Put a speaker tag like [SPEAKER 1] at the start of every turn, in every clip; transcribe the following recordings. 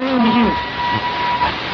[SPEAKER 1] を握る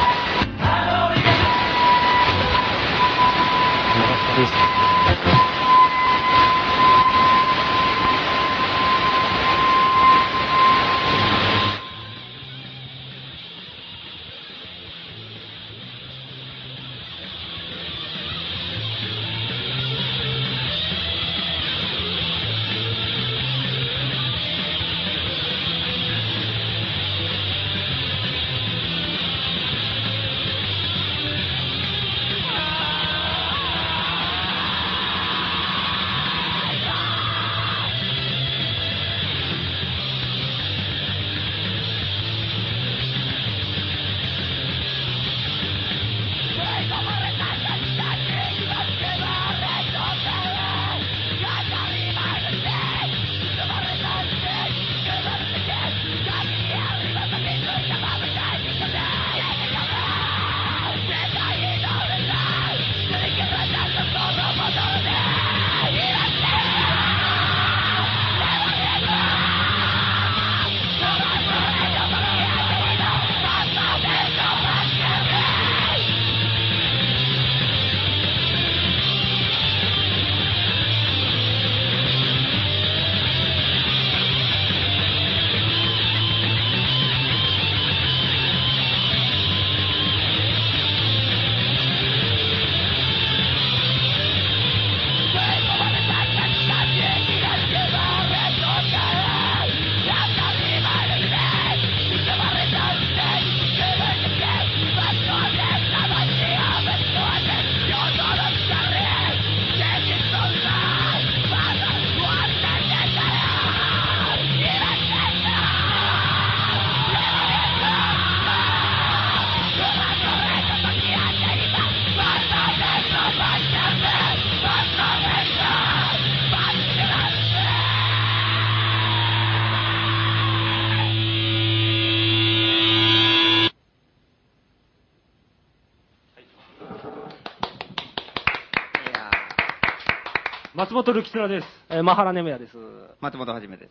[SPEAKER 1] 松本るきつらです。
[SPEAKER 2] えー、マハラネムヤです。
[SPEAKER 3] 松本はじめです。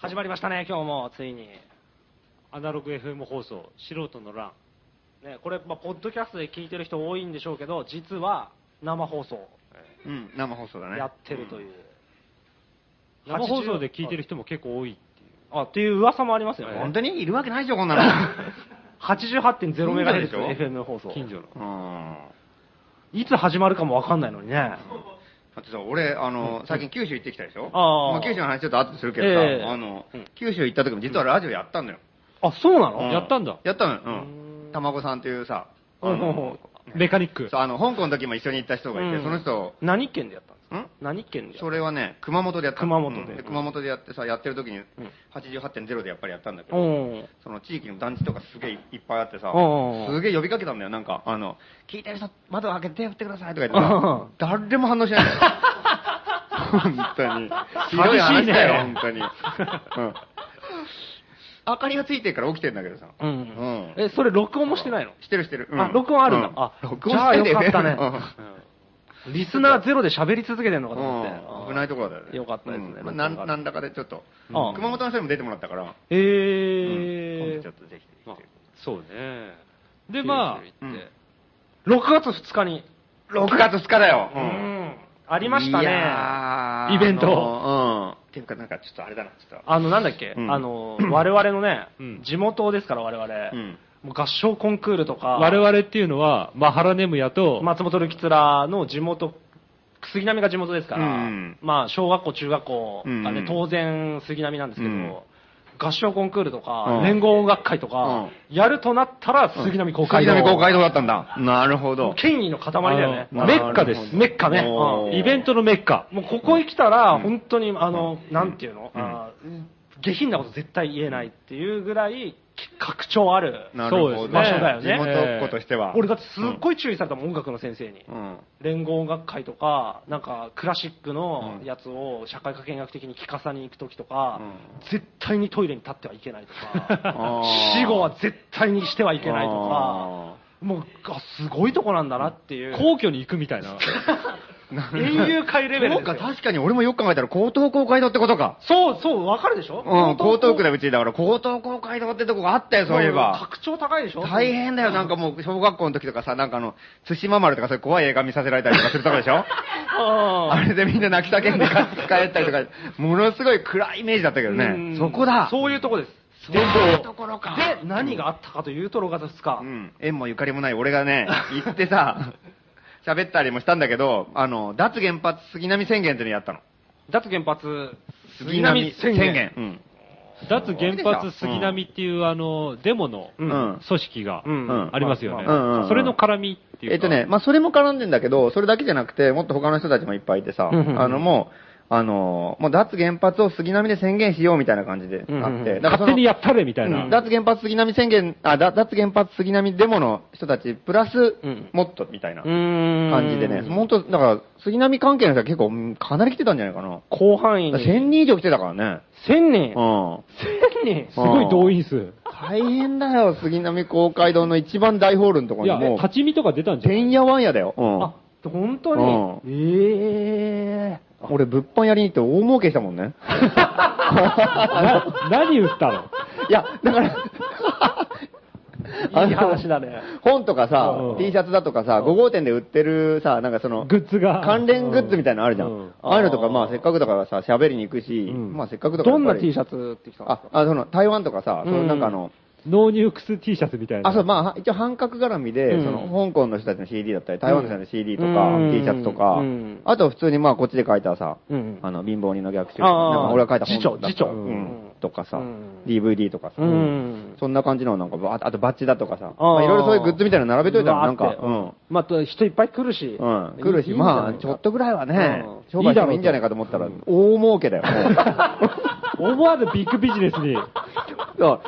[SPEAKER 2] 始まりましたね、今日も、ついに。
[SPEAKER 1] アナログ FM 放送、素人の欄。
[SPEAKER 2] ね、これ、まあ、ポッドキャストで聞いてる人多いんでしょうけど、実は生放送
[SPEAKER 3] うん、生放送だね。
[SPEAKER 2] やってるという。
[SPEAKER 1] 生放送で聞いてる人も結構多いっていう。
[SPEAKER 2] あ、っていう噂もありますよ
[SPEAKER 3] うん。
[SPEAKER 2] ね。
[SPEAKER 3] 本当にいるわけないでしょ、こ んなの。
[SPEAKER 2] 88.0メガヘルツ
[SPEAKER 3] 近所でしょ
[SPEAKER 2] FM 放送。
[SPEAKER 1] 近所の。
[SPEAKER 3] うん。
[SPEAKER 2] いつ始まるかもわかんないのにね。
[SPEAKER 3] だってさ、俺、あの、最近九州行ってきたでしょ
[SPEAKER 2] あー
[SPEAKER 3] ま九州の話ちょっと後でするけどさ、
[SPEAKER 2] ええ
[SPEAKER 3] あの
[SPEAKER 2] うん、
[SPEAKER 3] 九州行った時も実はラジオやったんだよ。
[SPEAKER 2] あ、そうなの、
[SPEAKER 3] う
[SPEAKER 1] やったんだ
[SPEAKER 3] やったのよ。うん。たまごさんというさ、あ
[SPEAKER 2] うんうんう
[SPEAKER 3] の
[SPEAKER 2] ん
[SPEAKER 1] メカニック。
[SPEAKER 3] そうあの、香港の時も一緒に行った人がいて、その人、
[SPEAKER 2] 何県でやったんですか
[SPEAKER 3] ん
[SPEAKER 2] 何県でやった
[SPEAKER 3] それはね、熊本でやったの
[SPEAKER 2] 熊本で
[SPEAKER 3] うん熊本でやってさ、やってる時に
[SPEAKER 2] ん
[SPEAKER 3] 88.0でやっぱりやったんだけ
[SPEAKER 2] う
[SPEAKER 3] ど、
[SPEAKER 2] ん。
[SPEAKER 3] その地域の団地とかすげえいっぱいあってさ
[SPEAKER 2] うん、
[SPEAKER 3] すげえ呼びかけたんだよ、なんか、あの、聞いてる人、窓を開けて手振ってくださいとか言って
[SPEAKER 2] うん
[SPEAKER 3] さ、誰も反応しないんだよ。本当に。ひどい話だよ、
[SPEAKER 2] 寂しいね
[SPEAKER 3] 本当に。うん明かりがついてるから起きてんだけどさ。
[SPEAKER 2] うん
[SPEAKER 3] うん
[SPEAKER 2] え、それ録音もしてないの
[SPEAKER 3] してるしてる。うん
[SPEAKER 2] あ録音あるんだ
[SPEAKER 3] う
[SPEAKER 2] あ
[SPEAKER 3] 録音して
[SPEAKER 2] じゃあよかったね
[SPEAKER 3] うん
[SPEAKER 2] リスナーゼロで喋り続けてんのかと思って。あ
[SPEAKER 3] う
[SPEAKER 2] ー
[SPEAKER 3] ん危ないところだよね。
[SPEAKER 2] よかったですね。
[SPEAKER 3] うんまあなんなんだかでちょっと、
[SPEAKER 2] ああ
[SPEAKER 3] 熊本の人にも出てもらったから、
[SPEAKER 2] え
[SPEAKER 3] 今
[SPEAKER 2] ー
[SPEAKER 3] 度ちょっとぜひ
[SPEAKER 1] まあそうね。で、まあ、
[SPEAKER 3] うん
[SPEAKER 2] 6月2日に。
[SPEAKER 3] 6月2日だよ。う
[SPEAKER 2] うんんありました
[SPEAKER 3] い
[SPEAKER 2] ね。
[SPEAKER 3] やー
[SPEAKER 2] イベント
[SPEAKER 3] あのうん。っていうか、なんかちょっとあれだな、ちょっと。
[SPEAKER 2] あの、なんだっけ、
[SPEAKER 3] うん
[SPEAKER 2] あの、我々のね、
[SPEAKER 1] うん
[SPEAKER 2] 地元ですから我々、
[SPEAKER 3] うん
[SPEAKER 2] もう合唱コンクールとか、
[SPEAKER 1] 我々っていうのは、まあ、ハラネムヤと、
[SPEAKER 2] 松本るきつらの地元、杉並が地元ですから、
[SPEAKER 3] うん
[SPEAKER 2] まあ、小学校、中学校がね、
[SPEAKER 3] うん
[SPEAKER 2] 当然杉並なんですけど、
[SPEAKER 3] うん
[SPEAKER 2] 合唱コンクールとか、
[SPEAKER 3] うん
[SPEAKER 2] 連合音楽会とか、やるとなったら杉並公会堂。
[SPEAKER 3] 杉並公会堂だったんだ。なるほど。
[SPEAKER 2] 権威の塊だよね。
[SPEAKER 1] あのメッカで
[SPEAKER 3] なる
[SPEAKER 1] す。
[SPEAKER 3] ほど
[SPEAKER 2] メッカね。
[SPEAKER 3] おー
[SPEAKER 2] うん
[SPEAKER 1] イベントのメッカ。
[SPEAKER 2] もうここへ来たら、本当に、あの、なんていうの、
[SPEAKER 3] うん
[SPEAKER 2] あー下品なこと絶対言えないっていうぐらい、拡張ある。
[SPEAKER 3] なるほど。
[SPEAKER 1] そうですね
[SPEAKER 2] 場所だよね
[SPEAKER 3] 地元っ子としては。
[SPEAKER 2] 俺だってすっごい注意されたもん、音楽の先生に。
[SPEAKER 3] うん。
[SPEAKER 2] 連合音楽会とか、なんかクラシックの
[SPEAKER 3] うん
[SPEAKER 2] やつを社会科見学的に聞かさに行くときとか、
[SPEAKER 3] うん
[SPEAKER 2] 絶対にトイレに立ってはいけないとか
[SPEAKER 3] あ、ー
[SPEAKER 2] 死後は絶対にしてはいけないとか、もう、あすごいとこなんだなっていう。
[SPEAKER 1] 皇居に行くみたいな。
[SPEAKER 2] 園遊会レベル
[SPEAKER 3] そう
[SPEAKER 2] です
[SPEAKER 3] か、
[SPEAKER 2] よ。
[SPEAKER 3] 確かに俺もよく考えたら、江東公会堂ってことか。
[SPEAKER 2] そうそう、わかるでしょ
[SPEAKER 3] うん、江東区だ、
[SPEAKER 2] よ、
[SPEAKER 3] うちだから、江東公会堂ってとこがあったよ、そういえ
[SPEAKER 2] も
[SPEAKER 3] ば。
[SPEAKER 2] 格調高いでしょ
[SPEAKER 3] 大変だよ、なんかもう、小学校の時とかさ、なんかあの、津島丸とかそういう怖い映画見させられたりとかするとこでしょ
[SPEAKER 2] あ
[SPEAKER 3] あれでみんな泣き叫んで帰ったりとか、ものすごい暗いイメージだったけどね。そこだ。
[SPEAKER 2] そういうとこです。
[SPEAKER 3] そういうところか
[SPEAKER 2] で、何があったかというと、6月2日。
[SPEAKER 3] うん、縁もゆかりもない俺がね、行って さ、喋ったりもしたんだけど、あの、脱原発杉並宣言っていうのやったの。
[SPEAKER 2] 脱原発、
[SPEAKER 3] うん。
[SPEAKER 1] 脱原発杉並っていう、あの、デモの
[SPEAKER 2] う
[SPEAKER 3] うんん。
[SPEAKER 1] 組織が
[SPEAKER 2] うん
[SPEAKER 1] ありますよね
[SPEAKER 3] うんうんう。ん
[SPEAKER 1] それの絡みっていうか。
[SPEAKER 3] えっとね、まあ、それも絡んでんだけど、それだけじゃなくて、もっと他の人たちもいっぱいいてさ、
[SPEAKER 2] うんうんうん
[SPEAKER 3] あの、もう、あの、もう脱原発を杉並で宣言しようみたいな感じであって、
[SPEAKER 2] うんうんうん
[SPEAKER 3] だからその
[SPEAKER 1] 勝手にやったれみたいな。
[SPEAKER 3] うん脱原発杉並宣言、あ、だ脱原発杉並デモの人たち、プラス
[SPEAKER 2] うん、
[SPEAKER 3] もっとみたいな
[SPEAKER 2] 感
[SPEAKER 3] 感じでね、本当だから、杉並関係の人は結構、うんかなり来てたんじゃないかな。
[SPEAKER 2] 広範囲に。
[SPEAKER 3] 1000人以上来てたからね。
[SPEAKER 2] 1000人
[SPEAKER 3] うん。
[SPEAKER 2] 1000人
[SPEAKER 1] すごい動員数。
[SPEAKER 3] 大変だよ、杉並公会堂の一番大ホールのとこ
[SPEAKER 1] い
[SPEAKER 3] ろ
[SPEAKER 1] や、
[SPEAKER 3] にもう、
[SPEAKER 1] 立ち見とか出たんじゃ
[SPEAKER 3] てん
[SPEAKER 1] ん。
[SPEAKER 3] やわんやだよ。うん
[SPEAKER 2] あ、本当に
[SPEAKER 3] う
[SPEAKER 2] ええ
[SPEAKER 3] 俺、物販やりに行って大儲けしたもんね。
[SPEAKER 1] な何売ったの
[SPEAKER 3] いや、 だから、あの
[SPEAKER 2] いい話だね。
[SPEAKER 3] 本とかさ
[SPEAKER 1] うん、
[SPEAKER 3] T シャツだとかさ、5号店で売ってるさ、なんかその、
[SPEAKER 1] グッズが。
[SPEAKER 3] 関連グッズみたいなのあるじゃ
[SPEAKER 1] うん
[SPEAKER 3] ん。ああいうのと
[SPEAKER 2] あ
[SPEAKER 3] か、
[SPEAKER 2] ー
[SPEAKER 3] まあせっかくだからさ、喋りに行くし、
[SPEAKER 1] うん
[SPEAKER 3] まあせっかくだから。
[SPEAKER 2] どんな T シ
[SPEAKER 3] ャツ
[SPEAKER 2] ャツってきたんです
[SPEAKER 3] あ
[SPEAKER 2] か、
[SPEAKER 3] あその、台湾とかさ、
[SPEAKER 2] う
[SPEAKER 3] そ
[SPEAKER 2] ん
[SPEAKER 3] のなんかあの、
[SPEAKER 1] ノーニュークス T シャツみたいな。
[SPEAKER 3] あ、そう、まあ、一応半角絡みで、
[SPEAKER 2] うん
[SPEAKER 3] その、香港の人たちの CD だったり、台湾の人たちの CD とか、
[SPEAKER 2] うん
[SPEAKER 3] T シャツとか、
[SPEAKER 2] うん
[SPEAKER 3] あと普通にまあ、こっちで書いたさ、
[SPEAKER 2] うん
[SPEAKER 3] あの、貧乏人の逆襲と
[SPEAKER 2] あ
[SPEAKER 3] か、な
[SPEAKER 2] ー
[SPEAKER 3] んか俺が書いた本とか
[SPEAKER 2] 辞書
[SPEAKER 3] うん
[SPEAKER 2] 辞書
[SPEAKER 3] とかさ、
[SPEAKER 2] うん
[SPEAKER 3] DVD とかさ、
[SPEAKER 2] うん
[SPEAKER 3] そんな感じのなんかバーッと、あとバッジだとかさ、
[SPEAKER 2] あー
[SPEAKER 3] まあいろいろそういうグッズみたいなの並べといたら、
[SPEAKER 2] わー
[SPEAKER 3] な
[SPEAKER 2] っ
[SPEAKER 3] ん
[SPEAKER 2] て
[SPEAKER 3] か、うん。
[SPEAKER 2] まあ、と人いっぱい来るし。
[SPEAKER 3] うん、来る
[SPEAKER 2] い
[SPEAKER 3] し、
[SPEAKER 2] い
[SPEAKER 3] まあ、
[SPEAKER 2] いいん
[SPEAKER 3] ち
[SPEAKER 2] じゃ
[SPEAKER 3] ょ
[SPEAKER 2] ない
[SPEAKER 3] っとぐらいはね
[SPEAKER 2] うん、
[SPEAKER 3] 商売してもいいんじゃないかと思ったら、大儲けだよ。
[SPEAKER 1] 思わぬビッグビジネスに。
[SPEAKER 3] そう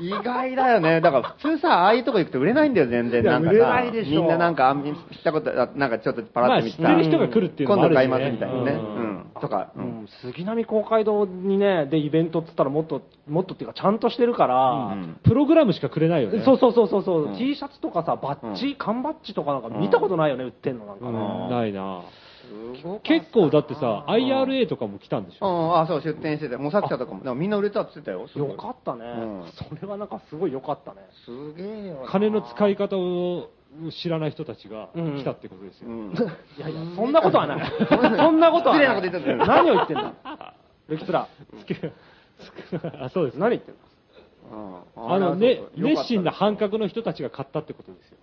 [SPEAKER 3] 意外だよね。だから普通さ、ああいうとこ行くと売れないんだよ、全然。
[SPEAKER 1] いや
[SPEAKER 3] なんか
[SPEAKER 1] 売れ
[SPEAKER 3] さ
[SPEAKER 1] ないでしょ
[SPEAKER 3] みんななんか、あんみ知ったこと、あなんかちょっとパ
[SPEAKER 1] ま
[SPEAKER 3] ラッ
[SPEAKER 1] あ、
[SPEAKER 3] と
[SPEAKER 1] 知
[SPEAKER 3] 見
[SPEAKER 1] って
[SPEAKER 3] た。
[SPEAKER 1] てる人が来るっていうのもあ
[SPEAKER 3] 今
[SPEAKER 1] る
[SPEAKER 3] 度買いま
[SPEAKER 1] しね。
[SPEAKER 3] すみたいなね。う
[SPEAKER 1] うん
[SPEAKER 3] ん。とか、う
[SPEAKER 2] うんん、杉並公会堂にね、で、イベントっつったらもっと、もっとっていうか、ちゃんとしてるから、
[SPEAKER 3] うん
[SPEAKER 1] プログラムしかくれないよね。
[SPEAKER 2] そうそうそうそうそう、
[SPEAKER 3] うん
[SPEAKER 2] T シャツとかさ、バッジ、
[SPEAKER 3] う
[SPEAKER 2] 缶バッジとかなんか見たことないよね、売ってんのなんか
[SPEAKER 1] う
[SPEAKER 2] ね。
[SPEAKER 1] ん。
[SPEAKER 3] ん
[SPEAKER 1] ないな
[SPEAKER 3] すごかった
[SPEAKER 1] 結構だってさ、IRA とかも来たんでし
[SPEAKER 3] う
[SPEAKER 1] ょ
[SPEAKER 3] ん、あ、そう、出店してて、模索者とかも、でもみんな売れたって言ってたよ。すごい
[SPEAKER 2] よかったね、
[SPEAKER 3] うん
[SPEAKER 2] それはなんかすごいよかったね。
[SPEAKER 3] すげえよな。
[SPEAKER 1] 金の使い方を知らない人たちが来たってことですよ。
[SPEAKER 3] うん。
[SPEAKER 2] いやいや、そんなこと はない。そんなことはない。
[SPEAKER 3] 失礼なこと言ってたよ
[SPEAKER 2] 何を言って んだ。ルキツラ、
[SPEAKER 1] つけ、つけ、あ、そうです。
[SPEAKER 2] 何言ってんだ。
[SPEAKER 1] あの、ね、熱心な
[SPEAKER 3] 半
[SPEAKER 1] 反覚の人たちが買ったってことですよ。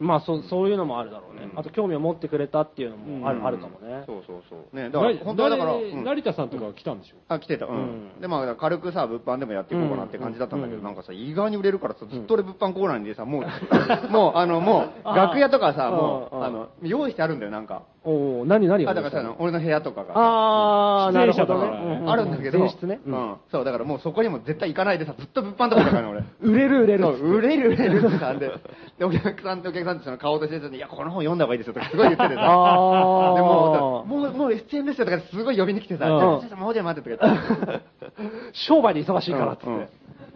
[SPEAKER 2] まあそ、そういうのもあるだろうね、
[SPEAKER 3] うん
[SPEAKER 2] あと興味を持ってくれたっていうのもある,、
[SPEAKER 3] うん
[SPEAKER 2] あるかもね。
[SPEAKER 3] そうそうそう。ね、だから、本当はだから、う
[SPEAKER 1] 成
[SPEAKER 3] ん
[SPEAKER 1] 成田さんとかが来たんでしょ
[SPEAKER 3] あ、来てた。う
[SPEAKER 2] うん
[SPEAKER 3] ん。で、まあ、軽くさ、物販でもやっていこうかなって感じだったんだけ
[SPEAKER 2] う
[SPEAKER 3] ど、
[SPEAKER 2] ん
[SPEAKER 3] なんかさ、意外に売れるからさ、ずっと俺物販コーナーにさ、もう、 もう、あの、もう、楽屋とかさ、も
[SPEAKER 2] うん
[SPEAKER 3] う、あの、用意してあるんだよ、なんか。
[SPEAKER 2] おお何何
[SPEAKER 3] あ、
[SPEAKER 2] が
[SPEAKER 3] だからさあの、俺の部屋とかがさ。
[SPEAKER 2] あー、なるほ
[SPEAKER 1] 出
[SPEAKER 2] ど
[SPEAKER 1] 演者だか
[SPEAKER 2] ね
[SPEAKER 1] らね。
[SPEAKER 2] う
[SPEAKER 1] う
[SPEAKER 3] あるんだけど、
[SPEAKER 2] 前室ね、
[SPEAKER 3] う
[SPEAKER 2] うん
[SPEAKER 3] ん。そう、だからもうそこにも絶対行かないでさ、ずっと物販とかだからね、俺。
[SPEAKER 2] 売れる売れる
[SPEAKER 3] そう、 売れる売れるってさ、で、でお客さんとお客さんってその顔としてるに、いや、この本読んだ方がいいですよとかすごい言っててさ、で
[SPEAKER 2] あー
[SPEAKER 3] も、もう、もう出演ですよとかすごい呼びに来てさ、
[SPEAKER 2] うん
[SPEAKER 3] じゃあ先生もうちょい待ってとか言って。
[SPEAKER 2] 商売で忙しいからっつって。
[SPEAKER 3] うんうん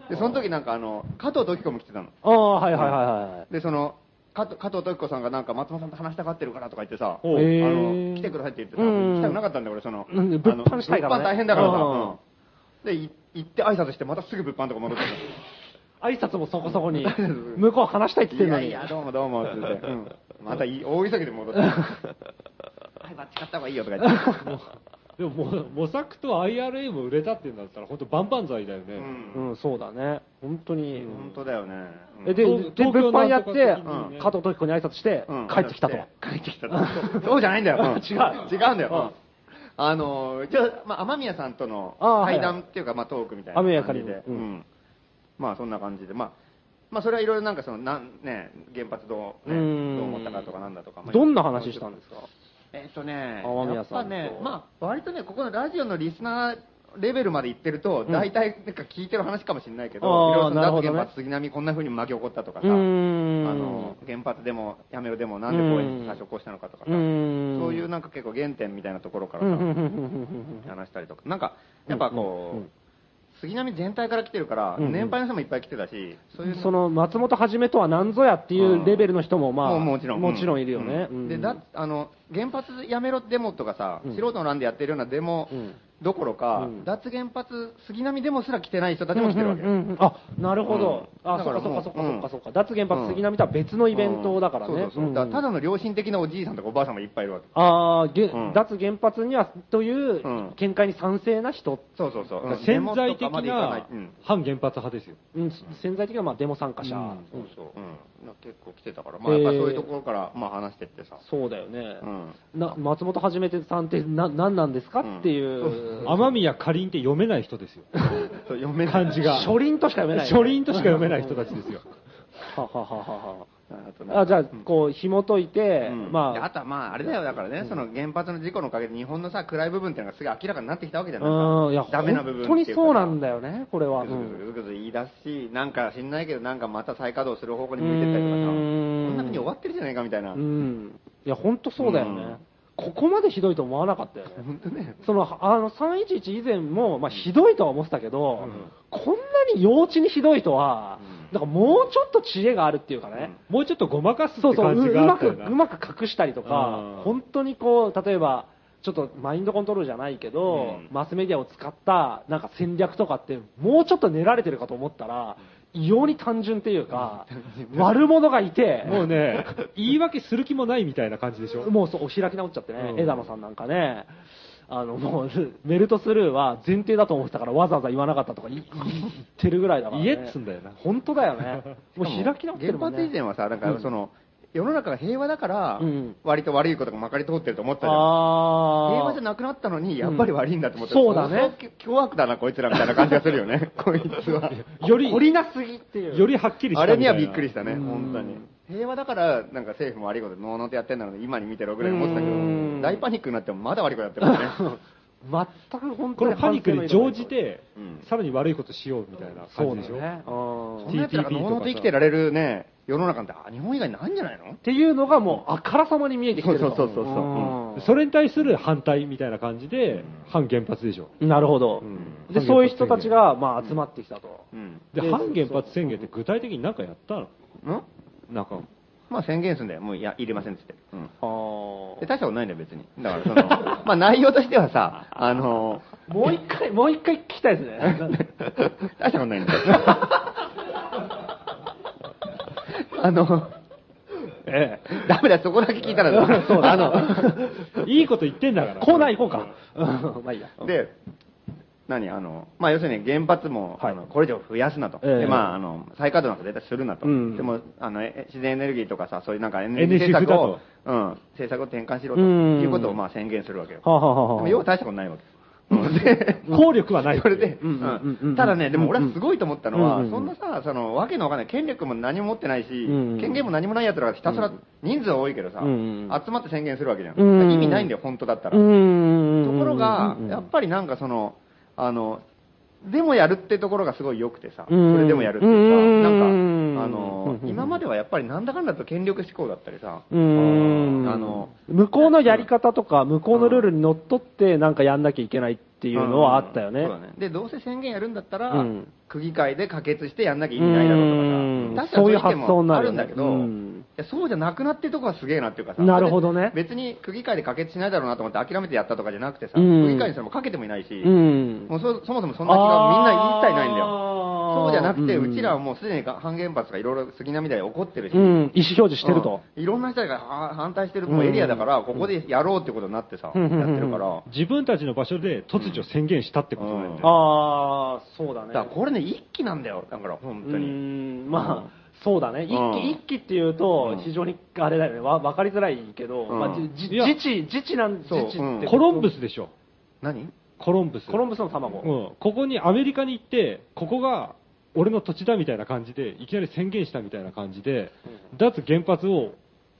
[SPEAKER 3] で、その時なんかあの、加藤時子も来てたの。
[SPEAKER 2] ああ、はいはいはいはい。
[SPEAKER 3] で、その、加藤加藤時子さんがなんか松本さんと話したがってるからとか言ってさ、あ
[SPEAKER 2] うへー
[SPEAKER 3] の、来てくださいって言ってた。
[SPEAKER 2] うん
[SPEAKER 3] 来たくなかったんだよ俺、その、
[SPEAKER 2] うん物販
[SPEAKER 3] あの
[SPEAKER 2] したいからね
[SPEAKER 3] 物販大変だからさ。
[SPEAKER 2] うん
[SPEAKER 3] うんで、い行って挨拶して、またすぐ物販とか戻って きた。
[SPEAKER 2] 挨拶もそこそこに、向こう話したいって言って
[SPEAKER 3] い
[SPEAKER 2] るの
[SPEAKER 3] やいや、
[SPEAKER 2] に。
[SPEAKER 3] どうもどうもって言って、うんまたい大急ぎで戻 って、はい、バッチ買った方がいいよとか言って、
[SPEAKER 1] でももう、模索と IRA も売れたっていうんだったら、本当万々歳だよね。
[SPEAKER 3] うん、
[SPEAKER 2] うん、そうだね。本当に。
[SPEAKER 3] 本当だよね。うん
[SPEAKER 2] えで、
[SPEAKER 1] 東
[SPEAKER 2] で、
[SPEAKER 1] 東京
[SPEAKER 2] 物販やっ
[SPEAKER 1] な
[SPEAKER 2] て
[SPEAKER 1] んとか的にね、
[SPEAKER 2] 加藤時子に挨拶して
[SPEAKER 3] うん、
[SPEAKER 2] 帰ってきたと。
[SPEAKER 3] 帰ってきたと。そうじゃないんだよ。うん
[SPEAKER 2] 違う
[SPEAKER 3] 違うんだよ。あの、じゃあ、まあ、雨宮さんとの
[SPEAKER 2] あー
[SPEAKER 3] 対談っていうか、まあ、トークみたいな
[SPEAKER 2] 雨宮
[SPEAKER 3] 感じ
[SPEAKER 2] か
[SPEAKER 3] で、
[SPEAKER 2] りんうん
[SPEAKER 3] うんまあ、そんな感じで、まあ、まあ、それはいろいろなんかその、なんね、原発どう、ね、ど
[SPEAKER 2] うん
[SPEAKER 3] う思ったかとかなんだとか、まあ
[SPEAKER 2] どんな話したんですか
[SPEAKER 3] えっとね、
[SPEAKER 2] 雨宮
[SPEAKER 3] やっ
[SPEAKER 2] さ
[SPEAKER 3] ぱ
[SPEAKER 2] んと
[SPEAKER 3] ね、まあ、割とね、ここのラジオのリスナーレベルまで行ってると、
[SPEAKER 2] うん
[SPEAKER 3] 大体なんか聞いてる話かもしれないけど、
[SPEAKER 2] あー
[SPEAKER 3] いろいろその
[SPEAKER 2] なるほどね
[SPEAKER 3] 脱原発、杉並こんな風に巻き起こったとかさ、
[SPEAKER 2] う
[SPEAKER 3] あ
[SPEAKER 2] ーん
[SPEAKER 3] の、原発でもやめろでもなんでこういう最初起こしたのかとかさ、
[SPEAKER 2] う
[SPEAKER 3] そうんいうなんか結構原点みたいなところから
[SPEAKER 2] うんうんうんうん
[SPEAKER 3] さ、
[SPEAKER 2] うんうん
[SPEAKER 3] 話したりとか、なんか、やっぱこう、杉並全体から来てるから、
[SPEAKER 2] うんうん
[SPEAKER 3] 年配の人もいっぱい来てたし、そういう
[SPEAKER 2] その松本はじめとは何ぞやっていうレベルの人も、まあ、
[SPEAKER 3] もうもちろん。
[SPEAKER 2] いるよね。
[SPEAKER 3] う
[SPEAKER 2] うんん
[SPEAKER 3] で、だ、あの、原発やめろデモとかさ、
[SPEAKER 2] うん
[SPEAKER 3] 素人の欄でやってるようなデモ
[SPEAKER 2] うん
[SPEAKER 3] どころか、
[SPEAKER 2] うん
[SPEAKER 3] 脱原発、杉並デモすら来てない人たちも来てるわけ。
[SPEAKER 2] うんうんうんうんあ、なるほど。
[SPEAKER 3] うん
[SPEAKER 2] あ、
[SPEAKER 3] だ
[SPEAKER 2] そ
[SPEAKER 3] か
[SPEAKER 2] っ
[SPEAKER 3] ら
[SPEAKER 2] かそ
[SPEAKER 3] もう
[SPEAKER 2] っかそっかそっかそっか。脱原発杉並とは別のイベントだからね。
[SPEAKER 3] うんそうそうそうだからただの
[SPEAKER 2] の
[SPEAKER 3] 良心的なおじいさんとかおばあさんもいっぱいいるわけ。
[SPEAKER 2] あーげ
[SPEAKER 3] うん
[SPEAKER 2] 脱原発にはとい
[SPEAKER 3] うん
[SPEAKER 2] う見解に賛成な人、
[SPEAKER 3] そうそうそう。うん
[SPEAKER 1] 潜在
[SPEAKER 3] デ
[SPEAKER 1] 的
[SPEAKER 3] モとかまでいか
[SPEAKER 1] ない
[SPEAKER 3] うん
[SPEAKER 1] 反原発派ですよ。
[SPEAKER 2] うん、潜在的なまあデモ参加者、
[SPEAKER 1] うん
[SPEAKER 3] そう
[SPEAKER 2] うん
[SPEAKER 3] そう。うんだから結構来てたから、まあやっぱそういうところから、まあ話してってさ。
[SPEAKER 2] そうだよね、
[SPEAKER 3] うん
[SPEAKER 2] な松本はじめてさんってな何なんですかっていう、
[SPEAKER 1] 天宮かりんって読めない人ですよ。
[SPEAKER 3] そう読めない
[SPEAKER 1] 漢字が。
[SPEAKER 2] 書輪としか読めない、
[SPEAKER 1] 書輪としか読めない人たちですよ。
[SPEAKER 2] はははは
[SPEAKER 3] あとなん
[SPEAKER 2] は
[SPEAKER 3] か
[SPEAKER 2] あじゃあ
[SPEAKER 3] うん
[SPEAKER 2] こう紐解いて、
[SPEAKER 3] うん
[SPEAKER 2] ま
[SPEAKER 3] で
[SPEAKER 2] あ
[SPEAKER 3] あとはまあ、あれだよ、だからね、その原発の事故のおかげで、日本本のさ、暗い部分っていうのがすごい明らかになってきたわけじゃない
[SPEAKER 2] うんい
[SPEAKER 3] で
[SPEAKER 2] や
[SPEAKER 3] すか。ダメな部分
[SPEAKER 2] 本当にそうなんだ
[SPEAKER 3] よ。
[SPEAKER 2] よねこれは、
[SPEAKER 3] ぐずぐずぐずぐず言い出すし、なんか知んないけど、なんかまた再稼働する方向
[SPEAKER 2] う
[SPEAKER 3] に向いてったりとかさ、こ
[SPEAKER 2] ん
[SPEAKER 3] んな風に終わってるじゃないかみたいな。
[SPEAKER 2] うん、いや、本当そうだよね、
[SPEAKER 3] うん
[SPEAKER 2] ここまでひどいと思わなかったよね、
[SPEAKER 3] 本当ね。
[SPEAKER 2] そのあの311以前も、まあ、ひどいとは思ってたけど、こんなに幼稚にひどいとは、
[SPEAKER 3] うん
[SPEAKER 2] なんかもうちょっと知恵があるっていうかね、
[SPEAKER 1] もうちょっとごまかすって
[SPEAKER 2] そうそう、
[SPEAKER 1] 感
[SPEAKER 2] う
[SPEAKER 1] じ
[SPEAKER 2] う
[SPEAKER 1] があ
[SPEAKER 2] ま
[SPEAKER 1] った
[SPEAKER 2] く
[SPEAKER 1] よな。
[SPEAKER 2] うまく隠したりとか
[SPEAKER 1] うん、
[SPEAKER 2] 本当にこう例えば、ちょっとマインドコントロールじゃないけど、
[SPEAKER 3] うん
[SPEAKER 2] マスメディアを使ったなんか戦略とかって、もうちょっと練られてるかと思ったら、異様に単純っていうか、悪者がいて、
[SPEAKER 1] もうね、言い訳する気もないみたいな感じでしょ。
[SPEAKER 2] もうそうお開き直っちゃってね、
[SPEAKER 1] うん
[SPEAKER 2] 枝野さんなんかね、あのもうメルトスルーは前提だと思ってたから、わざわざ言わなかったとか言い言ってるぐらいだから、ね、
[SPEAKER 1] 言えっつんだよな
[SPEAKER 2] 本当だよね、もう
[SPEAKER 3] しか
[SPEAKER 2] 開き直ってるもん
[SPEAKER 3] 原発以前
[SPEAKER 2] ね。
[SPEAKER 3] はさ、なんかその、世の中が平和だから
[SPEAKER 2] うん、
[SPEAKER 3] 割と悪いことがまかり通ってると思ったじゃん。
[SPEAKER 2] あー
[SPEAKER 3] 平和じゃなくなったのに、やっぱり悪いんだと思って、
[SPEAKER 2] うんそうだね
[SPEAKER 3] 相当凶悪だな、こいつらみたいな感じがするよ ね、こいつは。
[SPEAKER 1] より、
[SPEAKER 2] 懲りなすぎっていう。
[SPEAKER 1] よりはっきりした
[SPEAKER 3] あ
[SPEAKER 1] み
[SPEAKER 3] れ
[SPEAKER 1] たい
[SPEAKER 3] に
[SPEAKER 1] な
[SPEAKER 3] はびっくりしたね、
[SPEAKER 2] うん
[SPEAKER 3] 本当に。平和だから、なんか政府も悪いこと、のうのうとやってんだろうね、今に見てろぐらい思ってたけ
[SPEAKER 2] うん
[SPEAKER 3] ど、大パニックになってもまだ悪いことやってるからね。
[SPEAKER 2] 全く本当
[SPEAKER 1] こ
[SPEAKER 2] に
[SPEAKER 1] のパニックに乗じて
[SPEAKER 3] うん、
[SPEAKER 1] さらに悪いことしようみたいな
[SPEAKER 2] そ
[SPEAKER 1] 感
[SPEAKER 2] う
[SPEAKER 1] じでし
[SPEAKER 2] です
[SPEAKER 1] ょ。
[SPEAKER 2] ね。うん
[SPEAKER 3] そんな奴らがのうのうと生きてられるね、世の中って、あ日本以外ないんじゃないの
[SPEAKER 2] っていうのがもうあからさまに見えてきてると。
[SPEAKER 3] そうそうそうそううん
[SPEAKER 2] ん
[SPEAKER 1] それに対する反対みたいな感じで、反原発でしょ。
[SPEAKER 2] なるほど。
[SPEAKER 3] ん
[SPEAKER 2] で、そういう人たちが、まあ、集まってきたと。
[SPEAKER 3] うん。
[SPEAKER 1] で、
[SPEAKER 2] で
[SPEAKER 1] 反原発宣言って具体的に何かやったの
[SPEAKER 3] ん
[SPEAKER 1] なんか、
[SPEAKER 3] まあ宣言するんだよ、もういや、いりませんっつって。うん
[SPEAKER 2] あ
[SPEAKER 3] で
[SPEAKER 2] ー
[SPEAKER 3] 大したことないんだよ、別に。だか ら、その、まあ内容としてはさ、あの、
[SPEAKER 2] もう一回、もう一回聞きたいですね。
[SPEAKER 3] 大したことないんだよ。あの、ええ、ダメだよ、そこだけ聞いたら、あの、
[SPEAKER 1] いいこと言ってんだから。
[SPEAKER 2] コーナー行こうか。うんまあいいや。
[SPEAKER 3] で、何あの、まあ、要するに原発も、
[SPEAKER 2] はい
[SPEAKER 3] あのこれ以上増やすなと。
[SPEAKER 2] ええ
[SPEAKER 3] で、まあ、あの、再稼働なんか絶対するなと。
[SPEAKER 2] うん
[SPEAKER 3] でも、あの、え自然エネルギーとかさ、そういうなんかエネルギー政策を
[SPEAKER 1] NSF、
[SPEAKER 3] うん、政策を転換しろと。
[SPEAKER 2] うん
[SPEAKER 3] いうことを、まあ、宣言するわけよ。
[SPEAKER 2] はあはあはあ
[SPEAKER 3] でも、要は大したことないわけ。うん で
[SPEAKER 1] 効力はない。
[SPEAKER 3] それで、
[SPEAKER 2] うんうんうんうん
[SPEAKER 3] うんただね、でも俺はすごいと思ったのは、
[SPEAKER 2] うんうんうん
[SPEAKER 3] そんなさ、そのわけのわかんない、権力も何も持ってないし、
[SPEAKER 2] んうん
[SPEAKER 3] 権限も何もないやつらがひたすら人数は多いけどさ、
[SPEAKER 2] うんうん
[SPEAKER 3] 集まって宣言するわけじゃん。
[SPEAKER 2] うんうん
[SPEAKER 3] 意味ないんだよ、本当だったら。
[SPEAKER 2] うん
[SPEAKER 3] ところが、やっ
[SPEAKER 2] ぱ
[SPEAKER 3] ぱりなんかその、あの、でもやるってところがすごい良くてさ、そ
[SPEAKER 2] うん
[SPEAKER 3] れでもやるっていううさ、な
[SPEAKER 2] ん
[SPEAKER 3] んか、あ
[SPEAKER 2] うんう
[SPEAKER 3] の
[SPEAKER 2] んう、ん
[SPEAKER 3] 今まではやっぱりなんだかんだと権力志向だったりさ、
[SPEAKER 2] うーん
[SPEAKER 3] あの、
[SPEAKER 2] 向こうのやり方とか、向こうのルールにのっとって、なんかやんなきゃいけないっていうのはあったよ
[SPEAKER 3] う
[SPEAKER 2] ね。
[SPEAKER 3] んそうだね。で、どうせ宣言やるんだったら、
[SPEAKER 2] うん
[SPEAKER 3] 区議会で可決してやんなきゃ意味ないだろうとかさ、確かにそう
[SPEAKER 2] うん
[SPEAKER 3] いう意見
[SPEAKER 2] そういう発想に
[SPEAKER 3] も
[SPEAKER 2] な
[SPEAKER 3] あ
[SPEAKER 2] る
[SPEAKER 3] る
[SPEAKER 2] よ
[SPEAKER 3] ん
[SPEAKER 2] ね
[SPEAKER 3] だけど、
[SPEAKER 2] うん
[SPEAKER 3] いやそうじゃなくなってるとこはすげえなっていうかさ、
[SPEAKER 2] なるほどね
[SPEAKER 3] 別に区議会で可決しないだろうなと思って諦めてやったとかじゃなくてさ、
[SPEAKER 2] うん
[SPEAKER 3] 区議会にそれもかけてもいないし、
[SPEAKER 2] うん
[SPEAKER 3] もうそそもそもそんな気がみんな一切ないんだよ。
[SPEAKER 2] あー
[SPEAKER 3] そうじゃなくて、
[SPEAKER 2] ん
[SPEAKER 3] うちらはもうすでに反原発がいろいろ杉並で起こってるし、
[SPEAKER 2] うん、意思表示してると。
[SPEAKER 3] うんいろんな人がは反対してるもうエリアだから、ここでやろうってことになってさ、
[SPEAKER 2] うんうんうん
[SPEAKER 3] やってるから、
[SPEAKER 1] 自分たちの場所で突如宣言したってことなんだよ。
[SPEAKER 2] ああ、そうだね。
[SPEAKER 3] だからこれね、一気なんだよ、だから本
[SPEAKER 2] う
[SPEAKER 3] 当
[SPEAKER 2] ー
[SPEAKER 3] に。
[SPEAKER 2] んまあ、そうだね、一
[SPEAKER 3] うん
[SPEAKER 2] 期一期っていうと
[SPEAKER 3] うん、
[SPEAKER 2] 非常にあれだよね、わ分かりづらいけど、
[SPEAKER 3] うん
[SPEAKER 2] まあ、じじ
[SPEAKER 1] いや
[SPEAKER 2] 自治、自治なん、自
[SPEAKER 3] そう
[SPEAKER 2] 治って
[SPEAKER 3] うん
[SPEAKER 1] コロンブスでしょ。
[SPEAKER 3] 何
[SPEAKER 1] コロンブス。
[SPEAKER 2] コロンブスの卵、
[SPEAKER 1] うん、ここにアメリカに行って、ここが俺の土地だみたいな感じで、いきなり宣言したみたいな感じで、脱原発を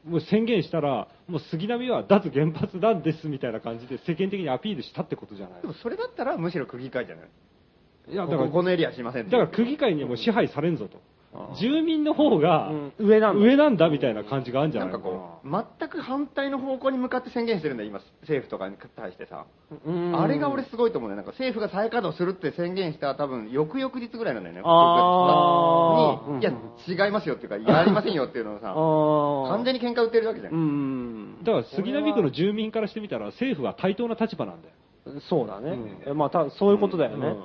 [SPEAKER 1] もう宣言したら、もう杉並は脱原発なんですみたいな感じで、世間的にアピールしたってことじゃない
[SPEAKER 3] でもそれだったらむしろ区議会じゃない
[SPEAKER 1] いや
[SPEAKER 3] こ
[SPEAKER 1] だから
[SPEAKER 3] ここのエリアしませんっ
[SPEAKER 1] だ
[SPEAKER 3] て
[SPEAKER 1] から区議会にはもう支配されんぞと、住民の方が
[SPEAKER 2] うん上なんだ
[SPEAKER 1] 上なんだみたいな感じがあるんじゃ
[SPEAKER 3] な
[SPEAKER 1] なんい
[SPEAKER 3] か
[SPEAKER 1] のかな
[SPEAKER 3] こう、全く反対の方向に向かって宣言してるんだよ、今、政府とかに対してさ。あれが俺すごいと思うね。なんか政府が再稼働するって宣言した多分、翌々日ぐらいなんだよね。
[SPEAKER 2] あー
[SPEAKER 3] に、いや、違いますよっていうか、やりませんよっていうの をさ、完
[SPEAKER 2] 完
[SPEAKER 3] 全に喧嘩売ってるわけじゃん。
[SPEAKER 2] うん
[SPEAKER 1] だから杉並区の住民からしてみたら政府は対等な立場なんだよ
[SPEAKER 2] そうだね、えまあたそういうことだよね、
[SPEAKER 1] うん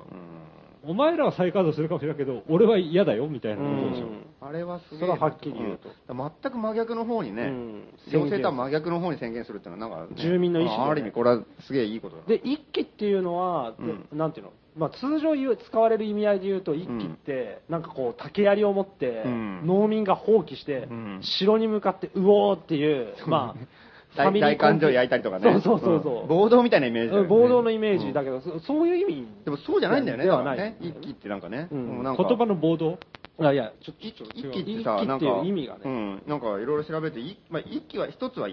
[SPEAKER 1] お前らは再稼働するかもしれないけど俺は嫌だよみたいなことでしょ、
[SPEAKER 2] うん
[SPEAKER 3] あれはすげえ。
[SPEAKER 2] それははっきり言うと
[SPEAKER 3] んだから全く真逆の方に
[SPEAKER 2] う
[SPEAKER 3] ね
[SPEAKER 2] ん、
[SPEAKER 3] 行政とは真逆の方に宣言するっていうのは、なんかね、
[SPEAKER 2] 住民の意思だよね
[SPEAKER 3] あある意味、これはすげえいいことだな。
[SPEAKER 2] で一揆っていうのは、で
[SPEAKER 3] うん
[SPEAKER 2] なんていうの、まあ、通常言う使われる意味合いで言うと一揆って、なんかこう竹槍を持って、
[SPEAKER 3] うん
[SPEAKER 2] 農民が放棄して、
[SPEAKER 3] うん
[SPEAKER 2] 城に向かってうおーっていう、まあ
[SPEAKER 3] 大大感情焼いたりとかね。
[SPEAKER 2] そうそうそうそう、
[SPEAKER 3] ん暴動みたいなイメージだよね。
[SPEAKER 2] 暴動のイメージだけど、そそういう意味
[SPEAKER 3] でもそうじゃないんだよね、
[SPEAKER 2] で
[SPEAKER 3] だ
[SPEAKER 2] は
[SPEAKER 3] か
[SPEAKER 2] な
[SPEAKER 3] ら
[SPEAKER 2] い
[SPEAKER 3] ね。一気ってなんかね。
[SPEAKER 2] うん
[SPEAKER 3] もうなんか
[SPEAKER 1] 言葉の暴動
[SPEAKER 2] あいやちょっと
[SPEAKER 3] 一
[SPEAKER 2] ちょっと
[SPEAKER 3] 一気ってさ、
[SPEAKER 2] 一揆
[SPEAKER 3] な
[SPEAKER 2] っ
[SPEAKER 3] ん
[SPEAKER 2] ていう
[SPEAKER 3] か、
[SPEAKER 2] 意味がね、
[SPEAKER 3] うん、なんかいろいろ調べて、いまあ、一気は一つは、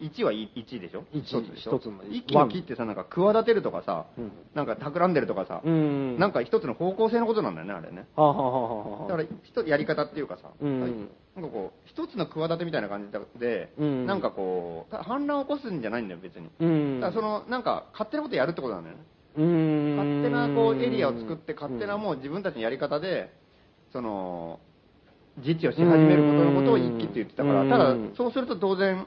[SPEAKER 3] 一は一でしょ
[SPEAKER 2] 一
[SPEAKER 3] 一つでしょ
[SPEAKER 2] 一つの
[SPEAKER 3] 一気の木ってさ、なんか企てるとかさ、
[SPEAKER 2] うん
[SPEAKER 3] なんか企んでるとかさ、
[SPEAKER 2] うん
[SPEAKER 3] なんか一つの方向性のことなんだよね、あれね。
[SPEAKER 2] はあ、はあはあはあはあ
[SPEAKER 3] だから、一つやり方っていうかさ、
[SPEAKER 2] うん
[SPEAKER 3] なんかこう、一つの企てみたいな感じで、
[SPEAKER 2] うん
[SPEAKER 3] なんかこう、た反乱を起こすんじゃないんだよ、別に。
[SPEAKER 2] うん
[SPEAKER 3] だからその、なんか、勝手なことやるってことなんだよね。
[SPEAKER 2] うん
[SPEAKER 3] 勝手なこうエリアを作って、勝手なもう自分たちのやり方で、その、自治をし始めることのことを一揆って言ってたから、
[SPEAKER 2] うん
[SPEAKER 3] ただ、そうすると当然、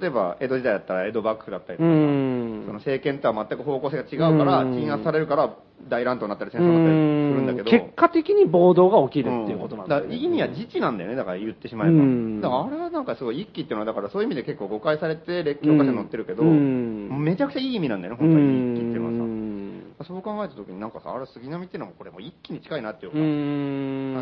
[SPEAKER 3] 例えば江戸時代だったら江戸幕府だったりと
[SPEAKER 2] う
[SPEAKER 3] か、
[SPEAKER 2] ん
[SPEAKER 3] その政権とは全く方向性が違うから、
[SPEAKER 2] うん
[SPEAKER 3] 鎮圧されるから大乱闘になったり戦
[SPEAKER 2] う
[SPEAKER 3] 争になったりす
[SPEAKER 2] ん
[SPEAKER 3] るんだけど、
[SPEAKER 2] 結果的に暴動が起きるっていうことなんだ,、
[SPEAKER 3] うんから意味は自治なんだよね、だから言ってしまえば。
[SPEAKER 2] うん
[SPEAKER 3] だからあれはなんかすごい一揆っていうのは、だからそういう意味で結構誤解されて、列強化者に載ってるけど、
[SPEAKER 2] うん
[SPEAKER 3] めちゃくちゃいい意味なんだよね、
[SPEAKER 2] う
[SPEAKER 3] 本当に一揆
[SPEAKER 2] ん
[SPEAKER 3] っていうのはさ。そう考えたときに、なんかさ、あれ、杉並っていうのも、これ、もう一気に近いなっていう
[SPEAKER 2] う
[SPEAKER 3] か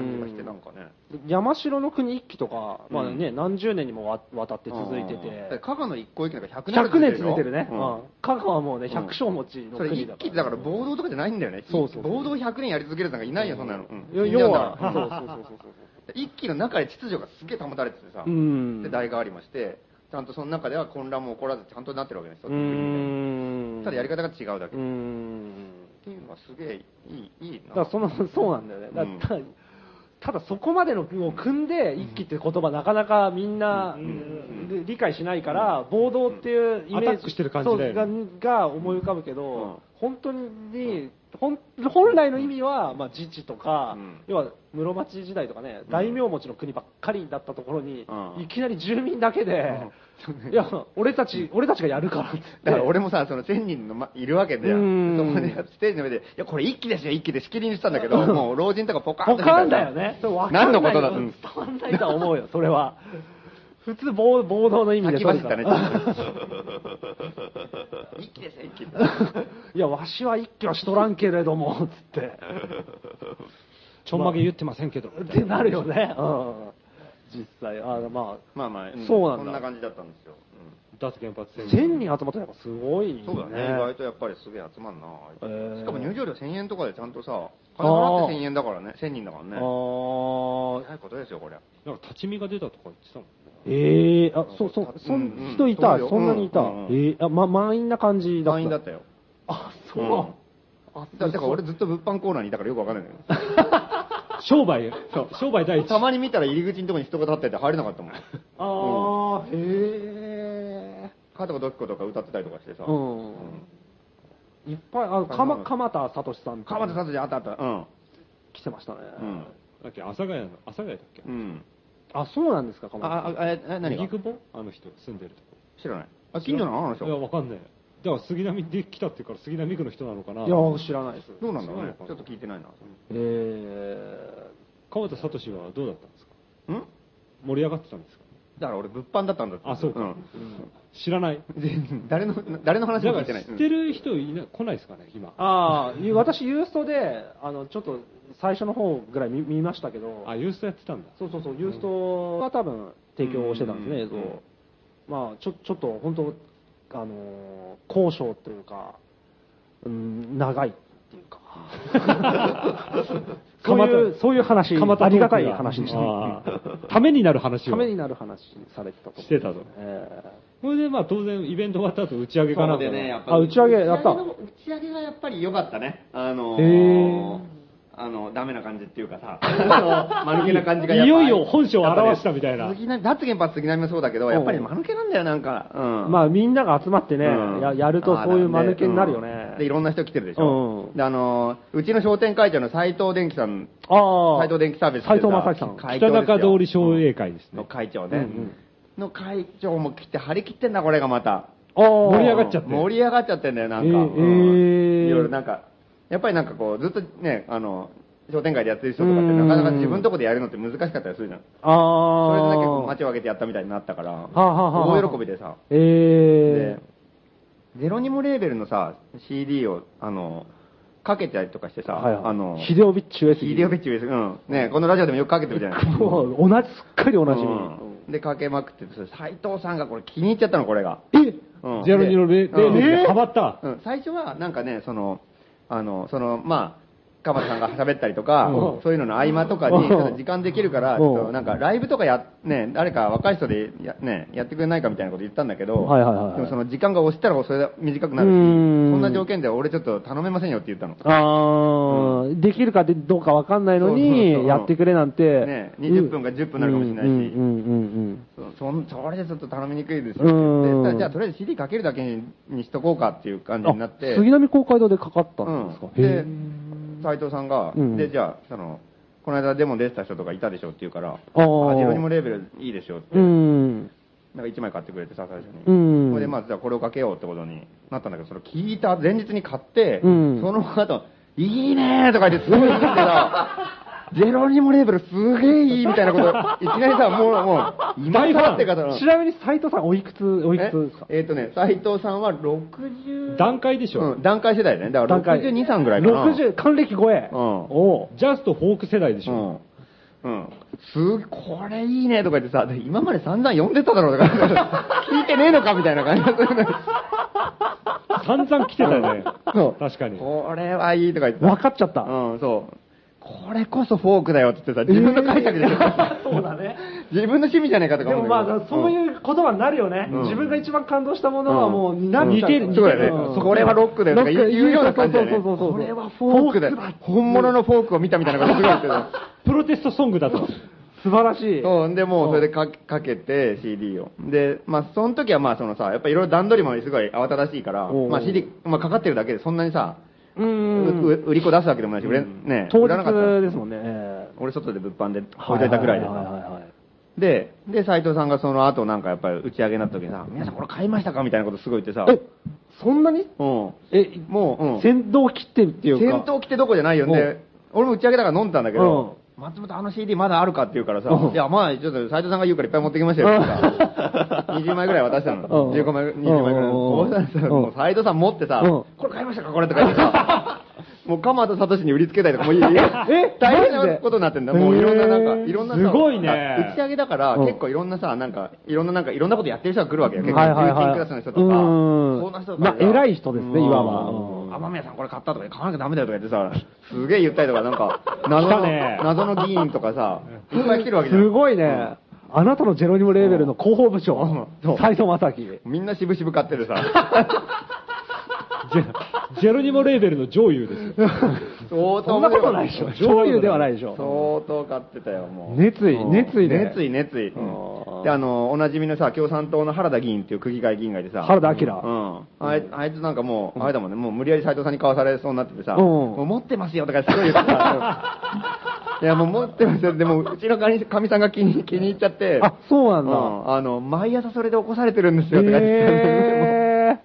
[SPEAKER 2] ん
[SPEAKER 3] 感じがして、なんかね。
[SPEAKER 2] 山城の国一揆とか、まあね、何十年にもわ渡って続いて
[SPEAKER 3] うん
[SPEAKER 2] て、
[SPEAKER 3] 加賀の一個一揆なんか100
[SPEAKER 2] 100
[SPEAKER 3] 年
[SPEAKER 2] 年続いてるね、
[SPEAKER 3] う
[SPEAKER 2] うんん香川はもうね、
[SPEAKER 3] うん
[SPEAKER 2] 百姓持ちの
[SPEAKER 3] それ、
[SPEAKER 2] 国
[SPEAKER 3] 一
[SPEAKER 2] だか
[SPEAKER 3] 気
[SPEAKER 2] ら、
[SPEAKER 3] だから暴動とかじゃないんだよね。
[SPEAKER 2] そうそうそう
[SPEAKER 3] 暴動100年やり続けるなんかいないよ、そんなの。うん
[SPEAKER 2] よ
[SPEAKER 3] 死んじゃ
[SPEAKER 2] 要
[SPEAKER 3] うんだ
[SPEAKER 2] は、
[SPEAKER 3] からうん
[SPEAKER 2] そうそうそうそう
[SPEAKER 3] 一気の中で秩序がすげえ保たれててさ
[SPEAKER 2] う、ん
[SPEAKER 3] で、代がありまして、ちゃんとその中では混乱も起こらず、ちゃんとなってるわけですよ
[SPEAKER 2] う。ん
[SPEAKER 3] ただやり方が違うだけ。
[SPEAKER 2] う
[SPEAKER 3] っ
[SPEAKER 2] ん
[SPEAKER 3] ていうのはすげえいい、いい
[SPEAKER 2] だ
[SPEAKER 3] な。
[SPEAKER 2] からその そうなんだよね、だ
[SPEAKER 3] うん
[SPEAKER 2] たただそこまでのを組んで、一揆って言葉なかなかみんな、で理解しないから、暴動っていうイメージ、
[SPEAKER 1] アタックしてる感じだよね
[SPEAKER 2] そうがが思い浮かぶけど、
[SPEAKER 3] うん
[SPEAKER 2] 本当に、ほん本来の意味は、まあ、自治とか、
[SPEAKER 3] うん
[SPEAKER 2] 要は室町時代とかね、大名持ちの国ばっかりだったところに、
[SPEAKER 3] うん
[SPEAKER 2] いきなり住民だけで、いや俺たち、俺たちがやるからっつって。
[SPEAKER 3] だから俺もさ、その1000人のまいるわけで、そ
[SPEAKER 2] うん
[SPEAKER 3] こでステージの上で、いや、これ一気ですよ、一気で仕切りにしたんだけど、もう老人とかポカーン
[SPEAKER 2] ポ
[SPEAKER 3] と
[SPEAKER 2] カーンだよね。それわかん
[SPEAKER 3] 何
[SPEAKER 2] ない
[SPEAKER 3] のことだ
[SPEAKER 2] う
[SPEAKER 3] と。
[SPEAKER 2] ん伝わんないとは思うよ、そ れは。普通暴、暴動の意味で
[SPEAKER 3] 先
[SPEAKER 2] 取
[SPEAKER 3] 走
[SPEAKER 2] る
[SPEAKER 3] っ
[SPEAKER 2] か
[SPEAKER 3] た
[SPEAKER 2] ら
[SPEAKER 3] ね。一気ですよ、一気。
[SPEAKER 2] いや、わしは一挙はしとらんけれども、つって。
[SPEAKER 1] ちょんまげ言ってませんけど、
[SPEAKER 2] ってなるよね。うん。実際、あのまあ、
[SPEAKER 3] まあまあ、うん
[SPEAKER 2] そうなんだ
[SPEAKER 3] こんな感じだったんですよ。
[SPEAKER 1] 脱原発宣言
[SPEAKER 2] 1000人集まったらやっぱすごい、
[SPEAKER 3] う
[SPEAKER 2] ね
[SPEAKER 3] ん。そうだね、意外とやっぱりすげえ集まんな。
[SPEAKER 2] えー
[SPEAKER 3] しかも入場料1000円とかでちゃんとさ、金払って1000円だからね、1000人だから
[SPEAKER 2] あ
[SPEAKER 3] ね。
[SPEAKER 2] ー
[SPEAKER 3] 早いことですよ、これ。
[SPEAKER 1] なんか立ち見が出たとか言ってたもんね
[SPEAKER 2] ええあ、そうそう、そ
[SPEAKER 3] うんうん
[SPEAKER 2] ん、人いた、
[SPEAKER 3] そうよ
[SPEAKER 2] そんなにいた。
[SPEAKER 3] うんうん
[SPEAKER 2] ええあ、ま、満員な感じだった。
[SPEAKER 3] 満員だったよ。
[SPEAKER 2] あ、そう。
[SPEAKER 3] うん
[SPEAKER 2] あ
[SPEAKER 3] だだから俺ずっと物販コーナーにいたからよくわかんないんだけど。
[SPEAKER 1] 商売そう商売第一
[SPEAKER 3] たまに見たら入り口のとこに人が立ってて入れなか ったもん。
[SPEAKER 2] あー、へえ。
[SPEAKER 3] 加藤時子とか歌ってたりとかしてさ。
[SPEAKER 2] うんいっぱい、あの、かま、鎌田聡さん。
[SPEAKER 3] 鎌田達治あったあった。うん。
[SPEAKER 2] 来てましたね。
[SPEAKER 3] うん。
[SPEAKER 1] だっけ阿佐ヶ谷の阿佐ヶ谷だっけ
[SPEAKER 3] うん。
[SPEAKER 2] あ、そうなんですか、鎌田。
[SPEAKER 3] あ、あ、え、え何が
[SPEAKER 1] 右久保あの人住んでるとこ
[SPEAKER 3] 知らない。あ、近所なのあの
[SPEAKER 1] いや
[SPEAKER 3] 人。
[SPEAKER 1] わかんないだから杉並で来たっていうから杉並区の人なのかない
[SPEAKER 2] や、知らないです。
[SPEAKER 3] どうなんだろうね
[SPEAKER 1] そうなのか。な
[SPEAKER 3] ちょっと聞いてないな。
[SPEAKER 2] えー、
[SPEAKER 1] 川田聡はどうだったんですか
[SPEAKER 3] うん
[SPEAKER 1] 盛り上がってたんですか
[SPEAKER 3] だから俺物販だったんだって
[SPEAKER 1] あそうか
[SPEAKER 3] ん
[SPEAKER 1] 知らない
[SPEAKER 3] 全然誰の、誰の
[SPEAKER 1] だ
[SPEAKER 3] 話
[SPEAKER 1] か
[SPEAKER 3] も聞
[SPEAKER 1] ら
[SPEAKER 3] いてない。
[SPEAKER 1] 知ってる人いな来ないですかね今
[SPEAKER 2] ああ、ゆ私、ユーストで、あの、ちょっと、最初の方ぐらい見見ましたけど、
[SPEAKER 1] あユーストやってたんだ
[SPEAKER 2] そうそうそう、ユーストが多分、提供してたんですね、
[SPEAKER 3] うん
[SPEAKER 2] 映像をまあ、ちょ、ちょっと、本当あのー、交渉というか、うん、長いっていう か。そういう、そういう話、ありがたい話でした。
[SPEAKER 1] あーためになる話を
[SPEAKER 2] ためになる話されてたと思う
[SPEAKER 1] してたと
[SPEAKER 2] え
[SPEAKER 1] それでまあ当然イベント終わった後打ち上げかなんか
[SPEAKER 3] そうでねやっぱ
[SPEAKER 2] ーあ、打ち上げやった。
[SPEAKER 3] 打ち上げの打ち上げがやっぱり良かったね。あの
[SPEAKER 2] へ
[SPEAKER 3] ー、
[SPEAKER 2] ー
[SPEAKER 3] あの、ダメな感じっていうか さ、あの、間抜けな感じが
[SPEAKER 1] いよいよ本性を表したみたいな。
[SPEAKER 3] 杉並脱原発杉並もそうだけど、やっぱり間抜けなんだよ、なんか。うん。
[SPEAKER 2] まあみんなが集まってね、
[SPEAKER 3] うん
[SPEAKER 2] ややるとそういう間抜けになるよ
[SPEAKER 3] あーだ
[SPEAKER 2] ね
[SPEAKER 3] ね。で、いろんな人来てるでしょ。
[SPEAKER 2] うん
[SPEAKER 3] で、あのー、うちの商店会長の斎藤電機さん、
[SPEAKER 2] ああ。
[SPEAKER 3] 斎藤電機サービスって
[SPEAKER 2] 斎藤正樹さ
[SPEAKER 3] 会長
[SPEAKER 2] ん。
[SPEAKER 1] 北
[SPEAKER 3] ですよ
[SPEAKER 1] 中通り商栄会です
[SPEAKER 3] の
[SPEAKER 1] ね。
[SPEAKER 3] 会長ね、
[SPEAKER 2] うんうん
[SPEAKER 3] の会長も来て、張り切ってんだ、これがまた。
[SPEAKER 1] 盛り上がっちゃって。
[SPEAKER 3] 盛り上がっちゃってんだよ、なんか。
[SPEAKER 2] えー
[SPEAKER 3] うん
[SPEAKER 2] えー
[SPEAKER 3] いろいろなんか、やっぱりなんかこう、ずっとね、あの、商店街でやってる人とかって、なかなか自分のとこでやるのって難しかったりするじゃん。
[SPEAKER 2] ああ。
[SPEAKER 3] それでね結構街を挙げてやったみたいになったから、
[SPEAKER 2] あはあはあ
[SPEAKER 3] 大喜びでさ、
[SPEAKER 2] え
[SPEAKER 3] でゼロニモレーベルのさ、CD を、あの、かけたりとかして
[SPEAKER 2] え
[SPEAKER 3] さ、
[SPEAKER 2] はいはい。
[SPEAKER 3] あの、
[SPEAKER 2] ヒデオビッチ USB。
[SPEAKER 3] ヒデオビッチです。うん。ねこのラジオでもよくかけてるじゃないですか。
[SPEAKER 2] もう 同じ、すっかりおなじみ。
[SPEAKER 3] うんで、かけまくって、斎藤さんがこれ気に入っちゃったの、これが。
[SPEAKER 2] え
[SPEAKER 3] うん
[SPEAKER 1] ゼロニロレ、レ
[SPEAKER 3] で
[SPEAKER 1] レ
[SPEAKER 3] うん
[SPEAKER 1] レハマった。
[SPEAKER 3] うん、最初はなんかね、その、あの、その、まあ、鎌田さんが喋ったりとか、
[SPEAKER 2] うん
[SPEAKER 3] そういうのの合間とかに、
[SPEAKER 2] うん
[SPEAKER 3] ちょっと時間できるから、
[SPEAKER 2] うん
[SPEAKER 3] ちょっとなんかライブとかや、ね、誰か若い人でや、ね、やってくれないかみたいなこと言ったんだけど、
[SPEAKER 2] はいはいはいはい
[SPEAKER 3] でもその時間が押したらそれ短くなるし、
[SPEAKER 2] う
[SPEAKER 3] そ
[SPEAKER 2] ん
[SPEAKER 3] んな条件では俺ちょっと頼めませんよって言ったの。
[SPEAKER 2] ああ、できるかどうかわかんないの
[SPEAKER 3] そうそうそ
[SPEAKER 2] に、
[SPEAKER 3] う
[SPEAKER 2] やってくれなんて。
[SPEAKER 3] ね20分が10分になるかもしれないし
[SPEAKER 2] うんうんうん
[SPEAKER 3] そそんそれでちょっと頼みにくいですよって
[SPEAKER 2] うん
[SPEAKER 3] 言って、じゃあとりあえず CD かけるだけににしとこうかっていう感
[SPEAKER 2] うん
[SPEAKER 3] じ
[SPEAKER 2] うん。
[SPEAKER 3] になって。
[SPEAKER 2] あ杉並公会堂でかかったんですか。
[SPEAKER 3] うん、
[SPEAKER 2] へ
[SPEAKER 3] で
[SPEAKER 2] え
[SPEAKER 3] 斉藤さんが、
[SPEAKER 2] うん
[SPEAKER 3] でじゃあそのこの間デモ出てた人とかいたでしょって言うからあ
[SPEAKER 2] あ
[SPEAKER 3] あ
[SPEAKER 2] ー
[SPEAKER 3] ジェロニモレーベルいいですよって、
[SPEAKER 2] うん。
[SPEAKER 3] なんか1枚買ってくれてさ最初に、
[SPEAKER 2] うん
[SPEAKER 3] それでまあじゃあこれをかけようってことになったんだけどそれ聞いた前日に買って、
[SPEAKER 2] うん
[SPEAKER 3] その後いいねーとか言ってすごい言って さジェロニモレーベルすげえいいみたいなこといきなりさもうもう今更って方の
[SPEAKER 2] ちなみに斎藤さんおいくつ、おいくつですか
[SPEAKER 3] ええっとね斉藤さんは60
[SPEAKER 1] 段階でしょ
[SPEAKER 3] うん、段階世代だねだから62、3ぐらいかな
[SPEAKER 2] ?60、還暦超え。
[SPEAKER 3] うん
[SPEAKER 2] お
[SPEAKER 1] ジャストフォーク世代でしょ。
[SPEAKER 3] うん。うん。すこれいいねとか言ってさ、で今まで散々読んでただろうとか、 聞いてねえのかみたいな感じがするね
[SPEAKER 1] 散々来てたね。
[SPEAKER 3] そう
[SPEAKER 1] 確かに。
[SPEAKER 3] これはいいとか言って
[SPEAKER 2] お。わかっちゃった。
[SPEAKER 3] うん、そう。これこそフォークだよって言ってさ、自分の解釈でしょ。
[SPEAKER 2] そうだ ね。
[SPEAKER 3] 自分の趣味じゃねえかとか
[SPEAKER 2] でもまあ、そう
[SPEAKER 3] う。
[SPEAKER 2] いう言葉になるよね。自分が一番感動したものはもう、
[SPEAKER 3] ん
[SPEAKER 2] なっちゃう
[SPEAKER 1] 似てる
[SPEAKER 3] そうだよ
[SPEAKER 1] うん
[SPEAKER 3] ね。これはロックだよとか言う言うような感じだよね。
[SPEAKER 2] そうそうそうそ
[SPEAKER 3] こ
[SPEAKER 2] うそう
[SPEAKER 3] れはフォークだよ。本物のフォークを見たみたいなことすごい言ってた。
[SPEAKER 1] プロテストソングだと。
[SPEAKER 2] 素晴らしい。
[SPEAKER 3] うん、で、もうそれでかかけて CD を。で、まあその時はまあそのさ、やっぱいろいろ段取りもすごい慌ただしいから、
[SPEAKER 2] おう
[SPEAKER 3] まあ CD、まあかかってるだけでそんなにさ、
[SPEAKER 2] う。
[SPEAKER 3] うん売り子出すわけでもないし、売れ、ね、
[SPEAKER 2] 当
[SPEAKER 3] 売らなか
[SPEAKER 2] 日
[SPEAKER 3] っ
[SPEAKER 2] で
[SPEAKER 3] た。
[SPEAKER 2] すもんね。ええ
[SPEAKER 3] 俺外で物販で置いといたぐらいで
[SPEAKER 2] ははは
[SPEAKER 3] さ。
[SPEAKER 2] ははい
[SPEAKER 3] で、で、斎藤さんがその後なんかやっぱり打ち上げになった時にさ、皆さんこれ買いましたかみたいなことすごい言ってさ、
[SPEAKER 2] え、そんなに
[SPEAKER 3] うん。
[SPEAKER 2] え、
[SPEAKER 3] もう、うん。
[SPEAKER 2] 先導切ってっていうか。
[SPEAKER 3] 戦闘来てどこじゃないよ
[SPEAKER 2] う
[SPEAKER 3] ね
[SPEAKER 2] ん。
[SPEAKER 3] 俺も打ち上げだから飲んでたんだけど、松本あの CD まだあるかって言うからさ
[SPEAKER 2] うん、
[SPEAKER 3] いや、まあちょっと斎藤さんが言うからいっぱい持ってきましたよってさ、20枚ぐらい渡したの。
[SPEAKER 2] うん
[SPEAKER 3] 15枚、20枚ぐらい。
[SPEAKER 2] うん
[SPEAKER 3] こうしたらさ、
[SPEAKER 2] うん
[SPEAKER 3] もう斎藤さん持ってさ、
[SPEAKER 2] うん
[SPEAKER 3] これ買いましたかこれとか言って さ、もう鎌田聡に売りつけたりとかもういい。え大変
[SPEAKER 2] マジ
[SPEAKER 3] な
[SPEAKER 2] で
[SPEAKER 3] ことになってんだ。もういろんななんか、いろんなさ
[SPEAKER 1] すごいね
[SPEAKER 3] 打ち上げだから
[SPEAKER 2] うん
[SPEAKER 3] 結構いろんなさ、なんか、いろんななんかいろんなことやってる人が来るわけよ。
[SPEAKER 2] はい
[SPEAKER 3] 結構、
[SPEAKER 2] はい
[SPEAKER 3] 重
[SPEAKER 2] はい。
[SPEAKER 3] 鎮クラスの人とか、
[SPEAKER 2] う
[SPEAKER 3] そ
[SPEAKER 2] ん
[SPEAKER 3] んな人とか
[SPEAKER 2] まあ
[SPEAKER 3] が、
[SPEAKER 2] 偉い人ですね、いわ
[SPEAKER 3] うん
[SPEAKER 2] ば。
[SPEAKER 3] 雨宮さんこれ買ったとか、買わなきゃダメだよとか言ってさ、 すげえ言ったりとか、なんか、謎
[SPEAKER 1] 来た
[SPEAKER 3] の、
[SPEAKER 1] ね
[SPEAKER 3] 謎の議員とか さ、いっぱい来てるわけじゃん。
[SPEAKER 2] すごいね。あなたのジェロニモレーベルの広報部長
[SPEAKER 3] うんそう、
[SPEAKER 2] 斎藤正樹。
[SPEAKER 3] みんな渋々買って るさ、
[SPEAKER 1] ジェジェロニモレーベルの上優ですよ。
[SPEAKER 3] 相当
[SPEAKER 2] そんなことないでしょ。上流ではないでしょ。
[SPEAKER 3] 相当買ってたよ、もう。
[SPEAKER 2] 熱意
[SPEAKER 3] うん
[SPEAKER 2] 熱意で
[SPEAKER 3] 熱意、熱意。
[SPEAKER 2] うん
[SPEAKER 3] で、あの、おなじみのさ、共産党の原田議員っていう区議会議員がいてさ、
[SPEAKER 2] 原田明
[SPEAKER 3] うん。あいあいつなんかもう、あれだもんね、もう無理やり斎藤さんに買わされそうになっててさ、
[SPEAKER 2] うん
[SPEAKER 3] もう持ってますよとかすごい言ってた。いや、もう持ってますよ。でも、うちのかみかみさんが気に気に入っちゃって、
[SPEAKER 2] あ、そうなん
[SPEAKER 3] う
[SPEAKER 2] だ。
[SPEAKER 3] んあの、毎朝それで起こされてるんですよとか言ってたんだけど
[SPEAKER 2] へ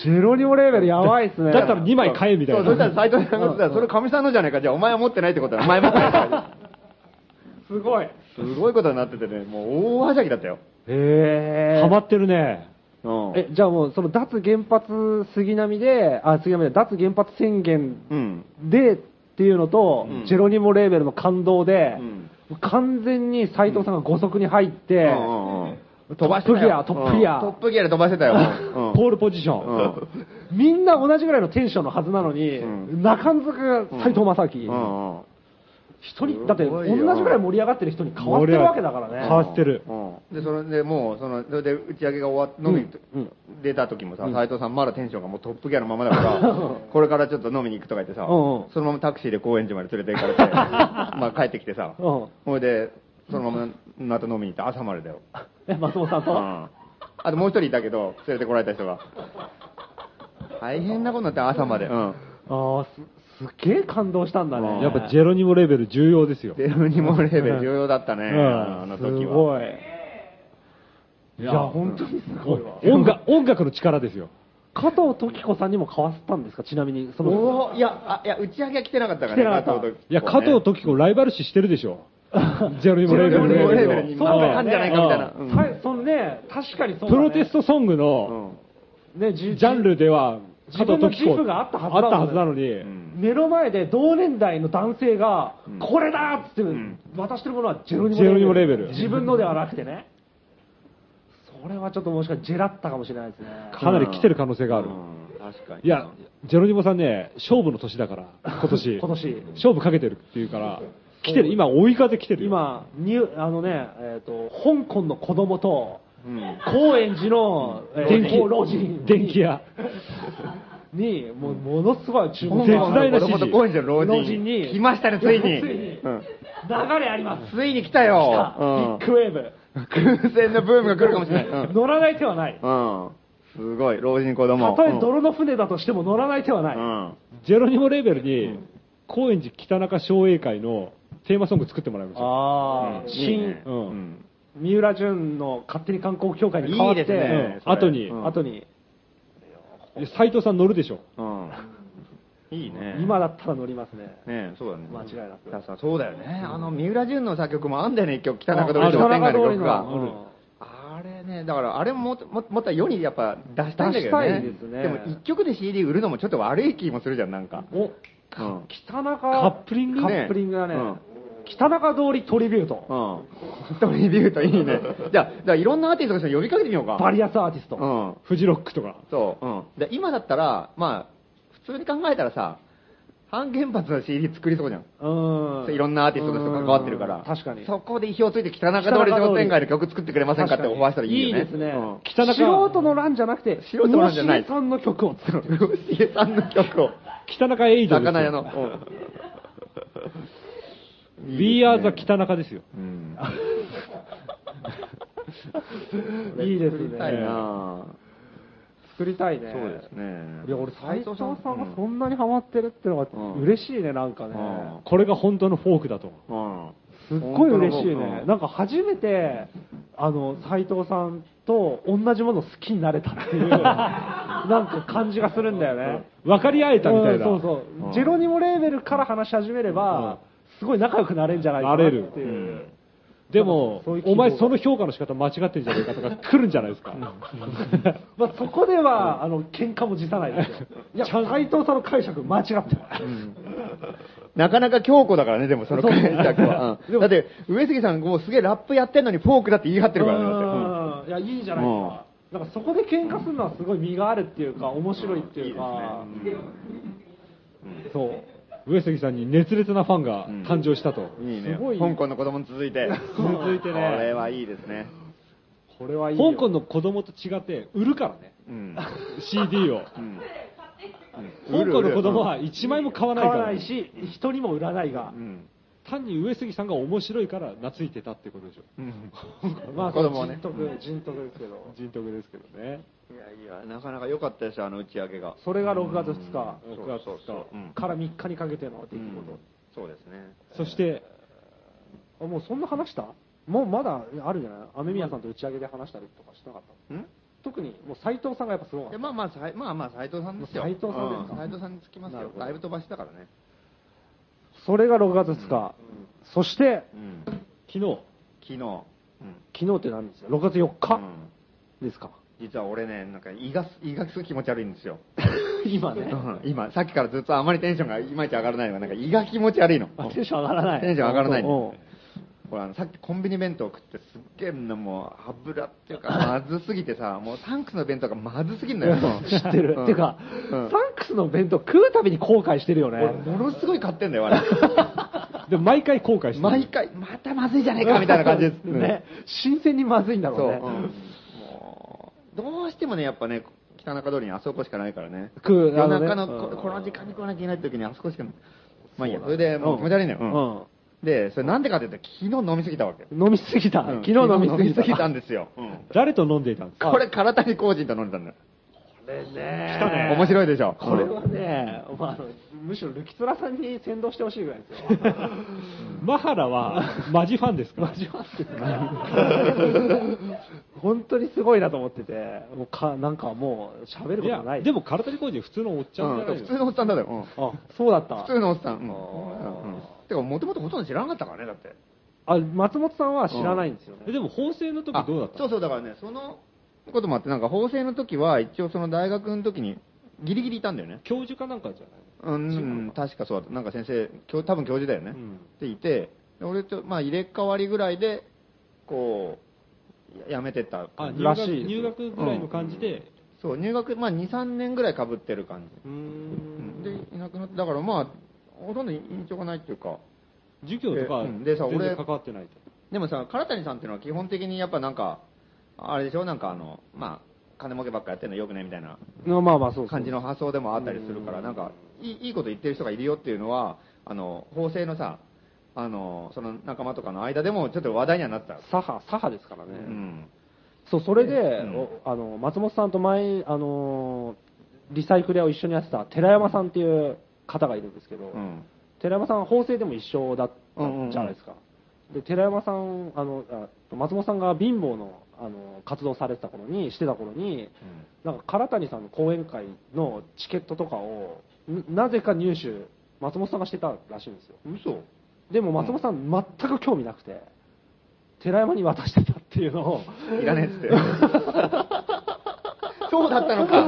[SPEAKER 2] ージェロニモレーベルやばいっすね。
[SPEAKER 1] だったら2枚買えみたい
[SPEAKER 3] そう、そしたら
[SPEAKER 1] な。
[SPEAKER 3] 斎藤さんがさ、それかみさんのじゃないか、じゃあお前は持ってないってことだ、お前持ってないってこと
[SPEAKER 2] すごい。へ
[SPEAKER 3] すごいことになっててね、もう大はしゃぎだったよ。
[SPEAKER 2] え。
[SPEAKER 1] ハマってるね。
[SPEAKER 3] うん。
[SPEAKER 2] え、じゃあもう、その脱原発杉並で、あ、杉並で脱原発宣言
[SPEAKER 3] うん。
[SPEAKER 2] でっていうのと、
[SPEAKER 3] うん
[SPEAKER 2] ジェロニモレーベルの感動で、
[SPEAKER 3] うん
[SPEAKER 2] 完全に斎藤さんが五足に入って、
[SPEAKER 3] うんうんうん飛ばしてたよ
[SPEAKER 2] トップギア
[SPEAKER 3] うんト
[SPEAKER 2] トップギア
[SPEAKER 3] ップギアで飛ばしてたよ。うん
[SPEAKER 1] ポールポジション。
[SPEAKER 3] うん
[SPEAKER 2] みんな同じぐらいのテンションのはずなのに、
[SPEAKER 3] うん
[SPEAKER 2] 中んずく斎藤正樹、
[SPEAKER 3] うんうん
[SPEAKER 2] 一人、だって
[SPEAKER 3] す
[SPEAKER 2] 同
[SPEAKER 3] ごい
[SPEAKER 2] じ
[SPEAKER 3] よ
[SPEAKER 2] ぐらい盛り上がってる人に変わってるわけだからね。
[SPEAKER 1] 変わって る
[SPEAKER 3] うん、でそれでもうそのそれで打ち上げが終わっ飲み、出た時もさ斎藤さんまだテンションがもうトップギャのままだからこれからちょっと飲みに行くとか言ってさ、
[SPEAKER 2] うんうん
[SPEAKER 3] そのままタクシーで高円寺まで連れて行かれてまあ帰ってきてさ、
[SPEAKER 2] うん
[SPEAKER 3] ほいでそのまままた飲みに行って朝までだよ、
[SPEAKER 2] え、松本さん
[SPEAKER 3] う
[SPEAKER 2] と、
[SPEAKER 3] ん、あともう一人いたけど連れてこられた人が大変なことになって朝までうん
[SPEAKER 2] ああ、す、すっげえ感動したんだね。
[SPEAKER 1] やっぱジェロニモレベル重要ですよ。
[SPEAKER 3] デブニモレベル重要だったね、
[SPEAKER 1] うん
[SPEAKER 3] あの
[SPEAKER 2] す
[SPEAKER 3] 時は
[SPEAKER 2] ごい。い
[SPEAKER 1] や
[SPEAKER 2] や、本当にすごいわ。
[SPEAKER 1] 音楽、音楽の力ですよ。
[SPEAKER 2] 加藤時子さんにも買わせたんですかちなみに、その。
[SPEAKER 3] おおいやあいや打ち上げは来てなかったから
[SPEAKER 2] 来てなかった
[SPEAKER 3] 加藤と
[SPEAKER 1] いや、加藤時子ライバル視してるでしょ。ジェロニモレベル
[SPEAKER 3] ジェロニモレベル
[SPEAKER 1] に
[SPEAKER 3] に
[SPEAKER 1] そ
[SPEAKER 3] そうう
[SPEAKER 1] だ
[SPEAKER 3] だ
[SPEAKER 1] よ
[SPEAKER 3] よ
[SPEAKER 1] ね
[SPEAKER 3] ねじゃないかみたいな
[SPEAKER 2] うん
[SPEAKER 3] うん
[SPEAKER 2] はいそのね、確かにそうだね
[SPEAKER 1] プロテストソング
[SPEAKER 3] う
[SPEAKER 1] の
[SPEAKER 3] ん
[SPEAKER 2] ね、じ
[SPEAKER 1] ジャンルでは、加
[SPEAKER 2] 自
[SPEAKER 1] 藤
[SPEAKER 2] 分の
[SPEAKER 1] 時
[SPEAKER 2] 自
[SPEAKER 1] 子
[SPEAKER 2] 負があったはずだもんね
[SPEAKER 1] あったはずなのに、
[SPEAKER 3] ん
[SPEAKER 2] 目の前で同年代の男性が、
[SPEAKER 3] うん
[SPEAKER 2] これだっつって
[SPEAKER 3] ん
[SPEAKER 2] 渡してるものはジェロニモ
[SPEAKER 1] ジェロニモレベル
[SPEAKER 2] 自分のではなくてね。それはちょっともしかしてジェラったかもしれないですね。
[SPEAKER 1] かなり来てる可能性がある。
[SPEAKER 3] うん確かに
[SPEAKER 1] いや、ジェロニモさんね、勝負の年だ から、今年。
[SPEAKER 2] 今年
[SPEAKER 1] 勝負かけてるっていうから、来てる、今追い風来てるよ。
[SPEAKER 2] 今、ニュあのね、えっ、と、香港の子供と、
[SPEAKER 3] うん
[SPEAKER 2] 高円寺の、えー
[SPEAKER 1] 電気
[SPEAKER 2] 老人、
[SPEAKER 1] 電気屋。
[SPEAKER 2] に、もう、ものすごい注目
[SPEAKER 1] 絶大な支
[SPEAKER 3] 子供
[SPEAKER 1] 持
[SPEAKER 3] と高円寺の老人
[SPEAKER 2] 老人に
[SPEAKER 3] 来ましたねついに
[SPEAKER 2] ついに
[SPEAKER 3] うん
[SPEAKER 2] 流れあります。
[SPEAKER 3] ついに来た
[SPEAKER 2] さ
[SPEAKER 3] よ
[SPEAKER 2] ビッグウェーブ。
[SPEAKER 3] うん空前のブームが来るかもしれないうん
[SPEAKER 2] 乗らない手はない。
[SPEAKER 3] うんすごい老人子
[SPEAKER 2] た
[SPEAKER 3] 供
[SPEAKER 2] とえ泥の船だとしても乗らない手はな
[SPEAKER 3] う
[SPEAKER 2] い。
[SPEAKER 3] んうん
[SPEAKER 1] ジェロニモレベルに、高円寺北中商栄会のテーマソング作ってもらいましょ
[SPEAKER 2] ああ、
[SPEAKER 3] いい
[SPEAKER 2] 新
[SPEAKER 3] ね、
[SPEAKER 1] う
[SPEAKER 3] うんん
[SPEAKER 2] 三浦淳の勝手に観光協会に変わって、
[SPEAKER 3] いいです
[SPEAKER 1] う。
[SPEAKER 3] ね
[SPEAKER 1] うん後に、
[SPEAKER 3] うん
[SPEAKER 2] 後に、
[SPEAKER 1] 斎藤さん乗るでしょ。
[SPEAKER 3] うんいいね
[SPEAKER 2] 今だったら乗りますね。
[SPEAKER 3] ねえそうだね
[SPEAKER 2] 間違いなく
[SPEAKER 3] だからさそうだよねあの三浦純の作曲もあんだよね一曲北中通
[SPEAKER 2] ああ
[SPEAKER 3] り
[SPEAKER 2] る
[SPEAKER 3] 商店街の曲が
[SPEAKER 2] 北中通りの
[SPEAKER 3] あれねだからあれもももっと世にやっぱ出したいんだけど
[SPEAKER 2] 出したい
[SPEAKER 3] ね
[SPEAKER 2] ですね
[SPEAKER 3] も一曲で CD 売るのもちょっと悪い気もするじゃんなんかう
[SPEAKER 2] お、
[SPEAKER 3] ん
[SPEAKER 2] 北中、
[SPEAKER 1] カップリング
[SPEAKER 2] カップリングだね。
[SPEAKER 3] うん
[SPEAKER 2] 北中通りトリビュート。
[SPEAKER 3] うん。トリビュートい いね。じゃあ、だからいろんなアーティストの人に呼びかけてみようか。
[SPEAKER 2] バリアスアーティスト。
[SPEAKER 3] うん。
[SPEAKER 1] フジロックとか。
[SPEAKER 3] そう。うん。で今だったら、まあ、普通に考えたらさ、半原発の CD 作りそうじゃん。
[SPEAKER 2] うん。
[SPEAKER 3] いろんなアーティストの人が関わってるから。
[SPEAKER 2] うん確かに。
[SPEAKER 3] そこで意表をついて北中通り商店街の曲作ってくれませんかってオファーしたらいいよね。
[SPEAKER 2] ですね。
[SPEAKER 3] うん
[SPEAKER 1] 北中
[SPEAKER 2] 素人の欄じゃなくて、
[SPEAKER 3] 素人の欄じゃない
[SPEAKER 2] 村重さんの曲を作る。
[SPEAKER 3] 牛江さんの曲を。
[SPEAKER 1] 北中エイドですよ。
[SPEAKER 3] 魚屋の。うん
[SPEAKER 1] We are the 北中ですよ。
[SPEAKER 3] うん。
[SPEAKER 2] いいです
[SPEAKER 3] 作りたい
[SPEAKER 2] ね。
[SPEAKER 3] なぁ
[SPEAKER 2] 作りたいね。
[SPEAKER 3] そうですね。
[SPEAKER 2] いや、俺、斎藤さん
[SPEAKER 3] う
[SPEAKER 2] が
[SPEAKER 3] ん
[SPEAKER 2] そんなにハマってるってのが
[SPEAKER 3] うん
[SPEAKER 2] 嬉しいね、なんかね。
[SPEAKER 3] うん
[SPEAKER 1] これが本当のフォークだと。
[SPEAKER 2] すっごい嬉しい
[SPEAKER 3] 本当の
[SPEAKER 2] ね。なんか初めて、あの、斎藤さんと同じもの好きになれたってい う、なんか感じがするんだよね。
[SPEAKER 1] 分かり合えたみたいな。
[SPEAKER 2] うんそうそう、
[SPEAKER 3] うん
[SPEAKER 2] ジェロニモレーベルから話し始めれば、すごい仲良くなれるんじゃないかなっていう
[SPEAKER 1] なれ
[SPEAKER 3] る
[SPEAKER 1] でも
[SPEAKER 2] そういう、希望
[SPEAKER 1] お前その評価の仕方間違ってるんじゃないか とか来るんじゃないですか。
[SPEAKER 2] まあ、そこでは、あの喧嘩も辞さないですよいや斎藤さんの解釈間違ってない、
[SPEAKER 3] なかなか強固だからね、でもその解釈は。うんだって、上杉さんもうすげえラップやってんのにフォークだって言い張ってるからねだってうん。
[SPEAKER 2] うんいやいいじゃないですか、なんかそこで喧嘩するのはすごい身があるっていうか面白いっていうか、そう
[SPEAKER 1] 上杉さんに熱烈なファンが誕生したと。
[SPEAKER 3] いいね
[SPEAKER 2] すごい。
[SPEAKER 3] 香港の子供に続いて。
[SPEAKER 1] 続いてね
[SPEAKER 3] これはいいですね。
[SPEAKER 2] これはいいよ
[SPEAKER 1] 香港の子供と違って売るからね。
[SPEAKER 3] うん。
[SPEAKER 1] CD を。
[SPEAKER 3] うん
[SPEAKER 1] 香港の子供は1枚も買わない
[SPEAKER 2] 買
[SPEAKER 1] か
[SPEAKER 2] わ
[SPEAKER 1] ら
[SPEAKER 2] な。いし人にも売らないが
[SPEAKER 3] う、ん。
[SPEAKER 1] 単に上杉さんが面白いから懐いてたってことでしょ。
[SPEAKER 3] うん
[SPEAKER 2] まあ
[SPEAKER 3] 子供はね
[SPEAKER 2] 人徳人徳ですけど
[SPEAKER 1] 人徳ですけどね。
[SPEAKER 3] いやいや、なかなか良かったでしょ、あの打ち上げが。
[SPEAKER 2] それが6月2日
[SPEAKER 3] うん
[SPEAKER 1] 6月
[SPEAKER 3] そうそうそううん
[SPEAKER 2] から3日にかけての出
[SPEAKER 3] う
[SPEAKER 2] 来事、
[SPEAKER 3] んそうですね。
[SPEAKER 1] そして、
[SPEAKER 2] あもうそんな話したもうまだあるんじゃない雨宮さんと打ち上げで話したりとかしなかった
[SPEAKER 3] うん
[SPEAKER 2] 特にもう斎藤さんがやっぱすごかっ
[SPEAKER 3] で
[SPEAKER 2] た
[SPEAKER 3] まあまあ、さいまあまあ、斎藤さんですよ。
[SPEAKER 2] 斎藤さんですか
[SPEAKER 3] う斎藤さんにつきます
[SPEAKER 2] なる
[SPEAKER 3] よ
[SPEAKER 2] ほ。ど
[SPEAKER 3] だいぶ飛ばしたからね。
[SPEAKER 2] それが6月2日、そして
[SPEAKER 3] うん。
[SPEAKER 1] 昨日、
[SPEAKER 3] 昨日。うん
[SPEAKER 2] 昨日って何ですよ6月4
[SPEAKER 3] う
[SPEAKER 2] 日
[SPEAKER 3] ん
[SPEAKER 2] ですか、
[SPEAKER 3] 実は俺ね、なんか胃が、胃がすごい気持ち悪いんですよ。
[SPEAKER 2] 今ね
[SPEAKER 3] うん今、さっきからずっとあまりテンションがいまいち上がらないのが、なんか胃が気持ち悪いの。
[SPEAKER 2] あテンション上がらない
[SPEAKER 3] テンション上がらないんだ
[SPEAKER 2] うん
[SPEAKER 3] よほら、あのさっきコンビニ弁当食ってすっげえなもう、油って いうか、まずすぎてさ、もうサンクスの弁当がまずすぎんだよ。
[SPEAKER 2] 知ってる、
[SPEAKER 3] うん
[SPEAKER 2] てか、
[SPEAKER 3] うん
[SPEAKER 2] サンクスの弁当食うたびに後悔してるよね
[SPEAKER 3] 俺、ものすごい買ってんだよ、あれ。
[SPEAKER 1] で毎回後悔してる
[SPEAKER 3] 毎回、またまずいじゃねえかみたいな感じです。
[SPEAKER 2] ね。新鮮にまずいんだ
[SPEAKER 3] そ
[SPEAKER 2] ろ
[SPEAKER 3] う
[SPEAKER 2] う
[SPEAKER 3] う
[SPEAKER 2] ね。
[SPEAKER 3] ん。もう、どうしてもね、やっぱね、北中通りにあそこしかないからね。
[SPEAKER 2] 食う
[SPEAKER 3] 夜中
[SPEAKER 2] あのね
[SPEAKER 3] の
[SPEAKER 2] うん
[SPEAKER 3] ここの時間に来なきゃいけない時にあそこしかない。まあいいや、それでもう気持ち悪いの
[SPEAKER 2] う
[SPEAKER 3] よ。
[SPEAKER 2] ん。
[SPEAKER 3] うんで、それなんでかって言ったら昨日飲みすぎたわけ。
[SPEAKER 2] 飲みすぎた。
[SPEAKER 3] うん
[SPEAKER 2] 昨日飲みすぎた。
[SPEAKER 3] 昨日んですよ。
[SPEAKER 1] 誰と飲んでいたんですか
[SPEAKER 3] これ、唐谷浩人と飲んでたんだよ。
[SPEAKER 2] これね。
[SPEAKER 3] 面白いでしょ。
[SPEAKER 2] これはね、まああの、むしろルキツラさんに先導してほしいぐらいです よ。
[SPEAKER 1] マハ ラはマジファンですか
[SPEAKER 2] マジファンですか 本当にすごいなと思ってて、もうかなんかもう喋るこ
[SPEAKER 1] い
[SPEAKER 2] と
[SPEAKER 1] や
[SPEAKER 2] ない。
[SPEAKER 1] でも体に工事普通のおっちゃんじゃな
[SPEAKER 3] うん
[SPEAKER 1] いで
[SPEAKER 3] 普
[SPEAKER 1] す
[SPEAKER 3] 通のおっさんだよ。うん
[SPEAKER 2] あ、そうだった。
[SPEAKER 3] 普通のおっさん。うん
[SPEAKER 2] あー
[SPEAKER 3] うんてか、もともとほとんど知らなかったからね、だって。
[SPEAKER 2] あ、松本さんは知らないんですよ
[SPEAKER 1] え
[SPEAKER 2] ね。
[SPEAKER 1] でも法制の時どうだった
[SPEAKER 3] あそうそう、だからね、そのこともあって、なんか法制の時は、一応その大学の時に、ギリギリいたんだよね。
[SPEAKER 1] 教授かなんかじゃ
[SPEAKER 3] うん、うん確かそうだった。なんか先生、教多分教授だよね。
[SPEAKER 1] ない、
[SPEAKER 3] っていて、で俺と、まあ入れ替わりぐらいで、こう、ややめてった
[SPEAKER 1] あ入
[SPEAKER 2] ら
[SPEAKER 1] 学
[SPEAKER 2] しいです
[SPEAKER 1] 入学ぐらいの感じで、
[SPEAKER 3] そう、入学、まあ2、3年ぐらいかぶってる感
[SPEAKER 1] う
[SPEAKER 3] じ。
[SPEAKER 1] ーん
[SPEAKER 3] で、いなくなって、だからまあ、ほとんど印象がないっていうか、
[SPEAKER 1] 授業とか
[SPEAKER 3] えうんでさ
[SPEAKER 1] 全然
[SPEAKER 3] 俺
[SPEAKER 1] 関わってないと、
[SPEAKER 3] でもさ、唐谷さんっていうのは基本的にやっぱなんか、あれでしょ、なんかあの、まあ、金儲けばっかやってるのよくねみたいな
[SPEAKER 2] まあまあそうそう
[SPEAKER 3] 感じの発想でもあったりするから、なんかいい、いいこと言ってる人がいるよっていうのは、あの、法制のさ、あの、その仲間とかの間でもちょっと話題にはなった。
[SPEAKER 2] 左派、左派ですからね。
[SPEAKER 3] うん。
[SPEAKER 2] そう、それで、
[SPEAKER 3] ん
[SPEAKER 2] おあの、松本さんと前、あのー、リサイクル屋を一緒にやってた寺山さんっていう方がいるんですけど、
[SPEAKER 3] うん。
[SPEAKER 2] 寺山さんは法政でも一緒だった
[SPEAKER 3] うんうんうん
[SPEAKER 2] じゃないですか。で、寺山さん、あの、あ松本さんが貧乏の、あの、活動されてた頃に、してた頃に、なんか唐谷さんの講演会のチケットとかを、ななぜか入手、松本さんがしてたらしいんですよ。
[SPEAKER 3] 嘘
[SPEAKER 2] でも松本さん、全く興味なくて、寺山に渡してたっていうのを、
[SPEAKER 3] いらねえっ つって。そうだったのか。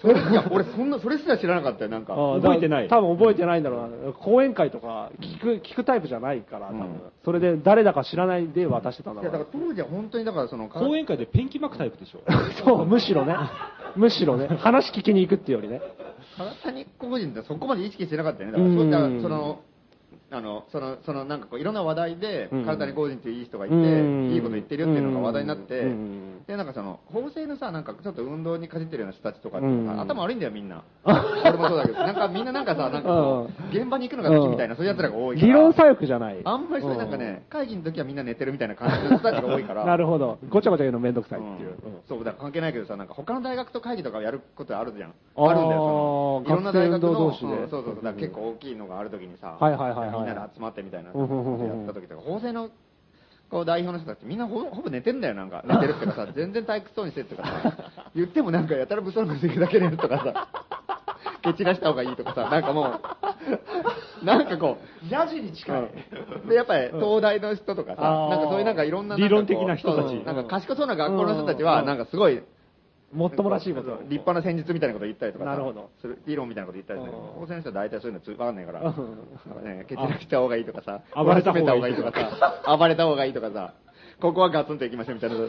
[SPEAKER 3] それいや俺そんな、それすら知らなかったよ、なんか。
[SPEAKER 1] あー覚えてない
[SPEAKER 2] 多分覚えてないんだろうな。講演会とか聞く、聞くタイプじゃないから、多分。
[SPEAKER 3] うん
[SPEAKER 2] それで誰だか知らないで渡してたんだ
[SPEAKER 3] いや、だから
[SPEAKER 2] ろ
[SPEAKER 3] 当時は本当に、だからその、
[SPEAKER 1] 講演会でペンキ巻くタイプでしょ
[SPEAKER 2] う。 そう、むしろね。むしろね。話聞きに行くっていうよりね。
[SPEAKER 3] 体に個人ってそこまで意識してなかったよね。だから、
[SPEAKER 2] う
[SPEAKER 3] そういっ
[SPEAKER 2] ん
[SPEAKER 3] た、その、あの、その、その、なんかこう、いろんな話題で、
[SPEAKER 2] うん
[SPEAKER 3] 体に個人っていういい人がいて、
[SPEAKER 2] うん
[SPEAKER 3] いいこと言ってるよっていうのが話題になって
[SPEAKER 2] うん、
[SPEAKER 3] で、なんかその、法制のさ、なんかちょっと運動にかじってるような人たちとか、
[SPEAKER 2] うん
[SPEAKER 3] 頭悪いんだよ、みん な。俺もそうだけど、なんかみんななんかさ、なんかこう、現場に行くのが好きみたいな、そういう奴らが多いから。
[SPEAKER 2] 理論左翼じゃない。
[SPEAKER 3] あんまりそれなんかね、会議の時はみんな寝てるみたいな感じの人たちが多い から。
[SPEAKER 2] なるほど。ごちゃごちゃ言うのめんどくさいっ
[SPEAKER 3] うん
[SPEAKER 2] ていう。うん
[SPEAKER 3] そうだから関係ないけどさなんか他の大学と会議とかをやることあるじゃん
[SPEAKER 2] あー
[SPEAKER 3] あるんだよそのいろんな大学の
[SPEAKER 2] 学生運動同士で
[SPEAKER 3] うんそうそうそうだから結構大きいのがあるときにさ、
[SPEAKER 2] はいはいはいはい
[SPEAKER 3] みんなで集まってみたいな
[SPEAKER 2] うんうんうんう
[SPEAKER 3] や
[SPEAKER 2] ん
[SPEAKER 3] った時とか法制のこう代表の人たちみんなほほぼ寝てんだよなんか寝てるっていうか さ全然退屈そうにしてるっていうかさ言ってもなんかやたら物騒なこと言うだけでとかさ蹴散らした方がいいとかさなんかもうなんかこう
[SPEAKER 2] ヤジに近い。
[SPEAKER 3] うんでやっぱり東大の人とかさ、
[SPEAKER 2] あー
[SPEAKER 3] なんかそういうなんかいろんな
[SPEAKER 1] 理論的
[SPEAKER 3] んかこう
[SPEAKER 1] な人たち
[SPEAKER 3] そうなんか賢そうな学校の人たちは、
[SPEAKER 2] うん
[SPEAKER 3] なんかすごい、
[SPEAKER 2] もっともらしいこと。
[SPEAKER 3] 立派な戦術みたいなこと言ったりとかさ
[SPEAKER 2] なるほど
[SPEAKER 3] する理論みたいなこと言ったりとか、
[SPEAKER 2] うん
[SPEAKER 3] 高専の人は大体そういうのつ分かんないから、
[SPEAKER 2] う
[SPEAKER 3] なんんかね、蹴散らした方がいいとかさ、
[SPEAKER 1] あ暴れた方
[SPEAKER 3] め
[SPEAKER 1] がいい
[SPEAKER 3] と
[SPEAKER 1] と
[SPEAKER 3] か
[SPEAKER 1] か
[SPEAKER 3] さ、暴れた方がいいとかさ、ここはガツンと行きましょうみたいな、も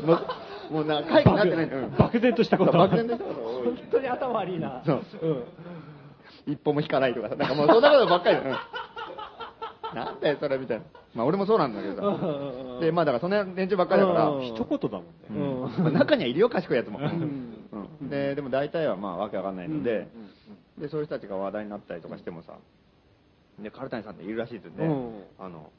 [SPEAKER 3] うもうなんか会議になってない、うん
[SPEAKER 1] 漠然としたこと
[SPEAKER 3] 漠然としたことが多い
[SPEAKER 2] 本当に頭悪いな。
[SPEAKER 3] そう
[SPEAKER 2] うん。
[SPEAKER 3] 一歩も引かないとかさ、なんかもうそんなことばっかり だよ。うんなんだよ、それみたいな。まあ俺もそうなんだけど
[SPEAKER 2] うん
[SPEAKER 3] さ。
[SPEAKER 2] うんうん
[SPEAKER 3] で、まあだからその連中ばっかりだから、
[SPEAKER 2] うん
[SPEAKER 1] 一言だもんね、
[SPEAKER 2] うん
[SPEAKER 3] まあ中にはいるよ、賢いやつも。うんで、でも大体はまあわけわかんないので、で、そういう人たちが話題になったりとかしてもさ、で、唐谷さんっているらしいって言って
[SPEAKER 2] うん、
[SPEAKER 3] あの、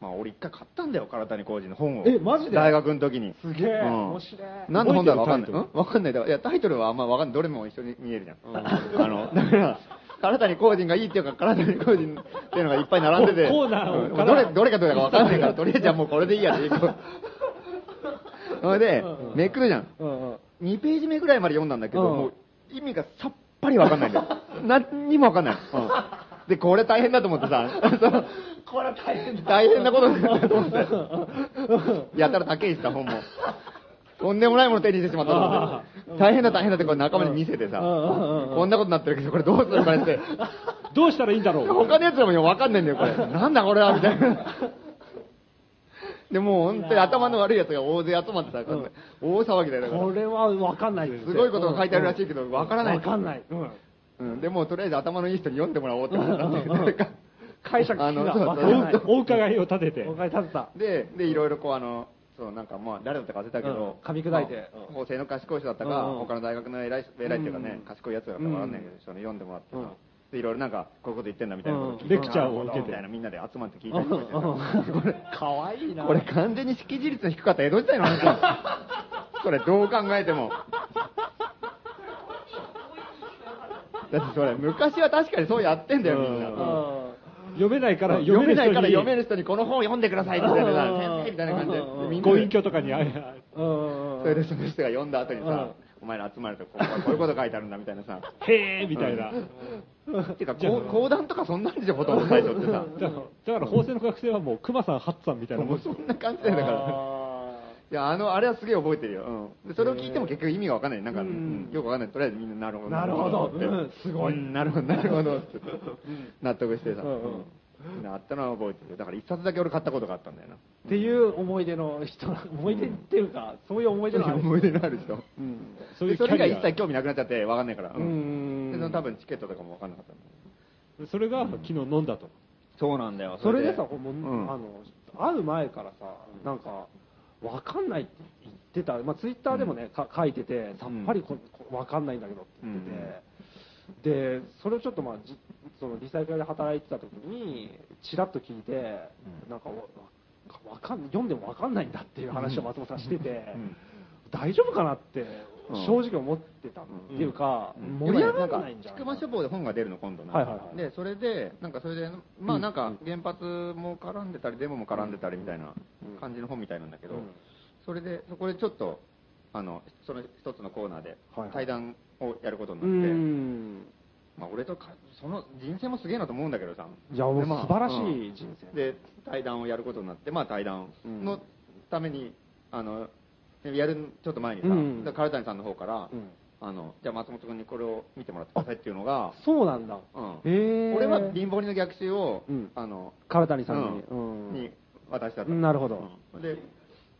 [SPEAKER 3] まあ俺一回買ったんだよ、唐谷浩二の本を。
[SPEAKER 2] えマジで
[SPEAKER 3] 大学の時に。
[SPEAKER 2] すげえ
[SPEAKER 3] うん
[SPEAKER 2] 面白い
[SPEAKER 3] 何の本だかわかんない。
[SPEAKER 1] 覚えてるタイ
[SPEAKER 3] うんわかんない。だからいや、タイトルはあんまわかんない。どれも一緒に見えるじゃん。あの、だから、唐谷工人がいいっていうか、唐谷工人っていうのがいっぱい並んでて、
[SPEAKER 1] コーナーを
[SPEAKER 3] うんまあどれ、どれかどれかわかんないから、とりあえずじゃあもうこれでいいやって行こう。 それで、めくるじゃん。
[SPEAKER 2] うんうん。
[SPEAKER 3] 2ページ目ぐらいまで読んだんだけど、
[SPEAKER 2] うん
[SPEAKER 3] もう意味がさっぱりわかんない んだよ。何にもわかんない。うんで、これ大変だと思って さ、その
[SPEAKER 2] これは大変だ。
[SPEAKER 3] 大変なことになったと思って。やたら高いしさ、本も。とんでもないもの手にしてしまったと思って。大変だ大変だってこれ仲間に見せてさ、
[SPEAKER 2] うんうんうんうん
[SPEAKER 3] こんなことになってるけど、これどうするのかねって。
[SPEAKER 1] どうしたらいいんだろう
[SPEAKER 3] 他のやつらもわかんないんだよ、これ。なんだこれは、みたいな。で、もう本当に頭の悪いやつが大勢集まってさ、大騒ぎだよ、だから
[SPEAKER 2] これはわかんないです
[SPEAKER 3] すごいことが書いてあるらしいけど、わからない。
[SPEAKER 2] わかんない。うん。
[SPEAKER 3] うん。でも、とりあえず頭のいい人に読んでもらおうって思ったんだけど、なんか
[SPEAKER 2] 解釈聞く
[SPEAKER 3] あのそう
[SPEAKER 2] が
[SPEAKER 3] そう
[SPEAKER 2] 分からない
[SPEAKER 1] おお伺いを立てて
[SPEAKER 2] お。金立てた
[SPEAKER 3] で、で、いろいろこう、あの、そう、なんかまあ、誰だったか忘れたけど、
[SPEAKER 2] うん噛み砕いて
[SPEAKER 3] まあ
[SPEAKER 2] うん
[SPEAKER 3] 法政の賢い人だったか、
[SPEAKER 2] うんうん
[SPEAKER 3] 他の大学の偉い、偉いっていうかね、
[SPEAKER 2] うん
[SPEAKER 3] 賢いやつだったかわかんないけど、その読んでもらってさ、
[SPEAKER 2] うん
[SPEAKER 3] で、いろいろなんか、こういうこと言ってんだみたいなこと聞い
[SPEAKER 1] うん
[SPEAKER 3] て、
[SPEAKER 1] レクチャーを受けて
[SPEAKER 3] みたいなみんなで集まって聞いたりとかして
[SPEAKER 2] うん
[SPEAKER 3] さ、 これ、
[SPEAKER 2] かわいいな
[SPEAKER 3] これ完全に識字率の低かった江戸時代の話だよそれどう考えてもだってそれ昔は確かにそうやってんだよみんな、
[SPEAKER 1] うん
[SPEAKER 2] うん
[SPEAKER 1] 読めないから、
[SPEAKER 3] 読めないから読め
[SPEAKER 1] る
[SPEAKER 3] る人にこの本を読んでくださいみたいな
[SPEAKER 2] うん
[SPEAKER 3] 先生みたいな感じで
[SPEAKER 2] うん
[SPEAKER 3] みんなで
[SPEAKER 1] 人に。ご隠居とかにああ
[SPEAKER 2] うん
[SPEAKER 3] それでその人が読んだ後に
[SPEAKER 2] う
[SPEAKER 3] さ
[SPEAKER 2] ん
[SPEAKER 3] お前ら集まるとこうこういうこと書いてあるんだみたいなさ
[SPEAKER 1] へえみたいな。
[SPEAKER 3] っていうか
[SPEAKER 1] じゃあ
[SPEAKER 3] こう講談とかそんなんでしょほとんど最初ってさ
[SPEAKER 1] だから、だから法政の学生はもう、熊さん、ハッツさんみたいな
[SPEAKER 3] も
[SPEAKER 1] も。
[SPEAKER 3] うんそんな感じだよだから
[SPEAKER 2] あ
[SPEAKER 3] いや、あの、あれはすげえ覚えてるよ。うん。でそれを聞いても結局意味がわかんない。なんか、
[SPEAKER 2] うん
[SPEAKER 3] うんよくわかんない。とりあえずみんな、なるほど。
[SPEAKER 2] なるほどうんすごい
[SPEAKER 3] うんなるほど、なるほど。って納得してさ。
[SPEAKER 2] うんうん
[SPEAKER 3] うんみんなあったのは覚えてる。だから一冊だけ俺買ったことがあったんだよな。
[SPEAKER 2] ーっていう思い出の人思い出っていうかそういう思い出のある
[SPEAKER 3] 思い出のある人。
[SPEAKER 2] うん
[SPEAKER 1] そうい
[SPEAKER 3] で
[SPEAKER 1] うキ
[SPEAKER 3] そ
[SPEAKER 1] ャ
[SPEAKER 3] れが
[SPEAKER 1] リ
[SPEAKER 3] 一切
[SPEAKER 1] ア。
[SPEAKER 3] 興味なくなっちゃって、わかんないから。
[SPEAKER 2] うん
[SPEAKER 3] で、その多分チケットとかもわかんなかったんだよ
[SPEAKER 1] それが昨日飲んだと。
[SPEAKER 3] そうなんだよ
[SPEAKER 2] それでさ、こうもう
[SPEAKER 3] うん
[SPEAKER 2] あの会う前からさ、なんか、わかんないって言ってた、まあ、ツイッターでもね、か書いてて、さっぱりこ、こわかんないんだけどって言ってて、でそれをちょっと、まあ、じそのリサイクルで働いてた時に、ちらっと聞いて、なんかわわかん読んでもわかんないんだっていう話を松本さんしてて、
[SPEAKER 3] ん
[SPEAKER 2] 大丈夫かなって
[SPEAKER 3] うん、
[SPEAKER 2] 正直思ってたっていうか、
[SPEAKER 3] うん
[SPEAKER 2] 盛り上がらないんじゃ
[SPEAKER 3] 今ねんか筑波
[SPEAKER 2] ない
[SPEAKER 3] 書房で本が出るの今度な、
[SPEAKER 2] はいはいはい
[SPEAKER 3] でそれでなんかそれでまあなんか原発も絡んでたりデモも絡んでたりみたいな感じの本みたいなんだけど、
[SPEAKER 2] うん
[SPEAKER 3] それでそこでちょっとあのその一つのコーナーで
[SPEAKER 2] はいはい
[SPEAKER 3] 対談をやることに
[SPEAKER 2] う
[SPEAKER 3] なって、
[SPEAKER 2] ん
[SPEAKER 3] まあ俺とかその人生もすげえなと思うんだけどさ
[SPEAKER 2] いやもう
[SPEAKER 3] でまあ
[SPEAKER 2] 素晴らしい人生
[SPEAKER 3] で対談をやることになってまあ対談のために、あのやるちょっと前にさ、
[SPEAKER 2] うん
[SPEAKER 3] で唐谷さんの方から、
[SPEAKER 2] うん
[SPEAKER 3] あのじゃあ松本君にこれを見てもらってくださいっていうのが
[SPEAKER 2] そうなんだ、
[SPEAKER 3] うん
[SPEAKER 2] へえ
[SPEAKER 3] 俺は貧乏人の逆襲を、
[SPEAKER 2] うん
[SPEAKER 3] あの
[SPEAKER 2] 唐谷さんに、
[SPEAKER 3] う
[SPEAKER 2] うん
[SPEAKER 3] に渡したと
[SPEAKER 2] なるほど
[SPEAKER 3] うんで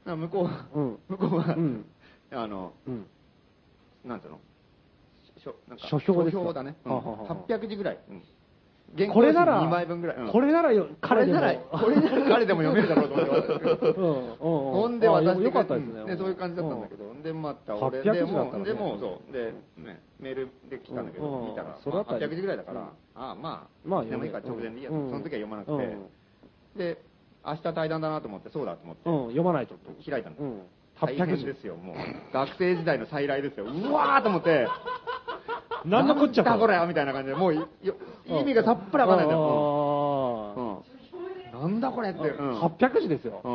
[SPEAKER 3] な向こう、
[SPEAKER 2] うん
[SPEAKER 3] 向こうは、
[SPEAKER 2] うん
[SPEAKER 3] あの
[SPEAKER 2] うん
[SPEAKER 3] なんていうのしょなんか
[SPEAKER 2] 書評ですか
[SPEAKER 3] 書評だね、うん
[SPEAKER 2] はははは
[SPEAKER 3] 800字ぐらい、うん原稿
[SPEAKER 2] これなら
[SPEAKER 3] 2枚分ぐらい、うん
[SPEAKER 2] これならよ
[SPEAKER 3] これ
[SPEAKER 2] 彼でも
[SPEAKER 3] ならこれなら彼でも読めるだろうと思って
[SPEAKER 2] うんうんうん
[SPEAKER 3] ほんで渡して
[SPEAKER 2] あよかったですね
[SPEAKER 3] そういう感じだったんだけど、で、また
[SPEAKER 2] 800
[SPEAKER 3] 俺、で
[SPEAKER 2] 字だった
[SPEAKER 3] も
[SPEAKER 2] ら、ね
[SPEAKER 3] でも、そう、で、ね、メールで来たんだけど、
[SPEAKER 2] うん
[SPEAKER 3] 見たら、
[SPEAKER 2] それだった
[SPEAKER 3] まあ
[SPEAKER 2] ら
[SPEAKER 3] 800字ぐらいだから、
[SPEAKER 2] うん
[SPEAKER 3] ああ、まあ、
[SPEAKER 2] まあ
[SPEAKER 3] でもいいから直
[SPEAKER 2] 読
[SPEAKER 3] 前
[SPEAKER 2] める
[SPEAKER 3] でいいや、
[SPEAKER 2] うん
[SPEAKER 3] その時は読まなくて、
[SPEAKER 2] う
[SPEAKER 3] で、明日対談だなと思って、そうだと思って、
[SPEAKER 2] うんうん読まないと
[SPEAKER 3] 開いたの
[SPEAKER 2] うん
[SPEAKER 3] 大
[SPEAKER 2] 800
[SPEAKER 3] 変
[SPEAKER 2] 字
[SPEAKER 3] ですよ、もう、学生時代の再来ですよ、うわーと思って、
[SPEAKER 1] なんのこっちゃと
[SPEAKER 3] なんだこれみたいな感じで、もういよ意味がさっぱりわかんないんだよ、
[SPEAKER 2] よ
[SPEAKER 3] うんうんなんだこれって、うん
[SPEAKER 2] 800字ですよ
[SPEAKER 3] う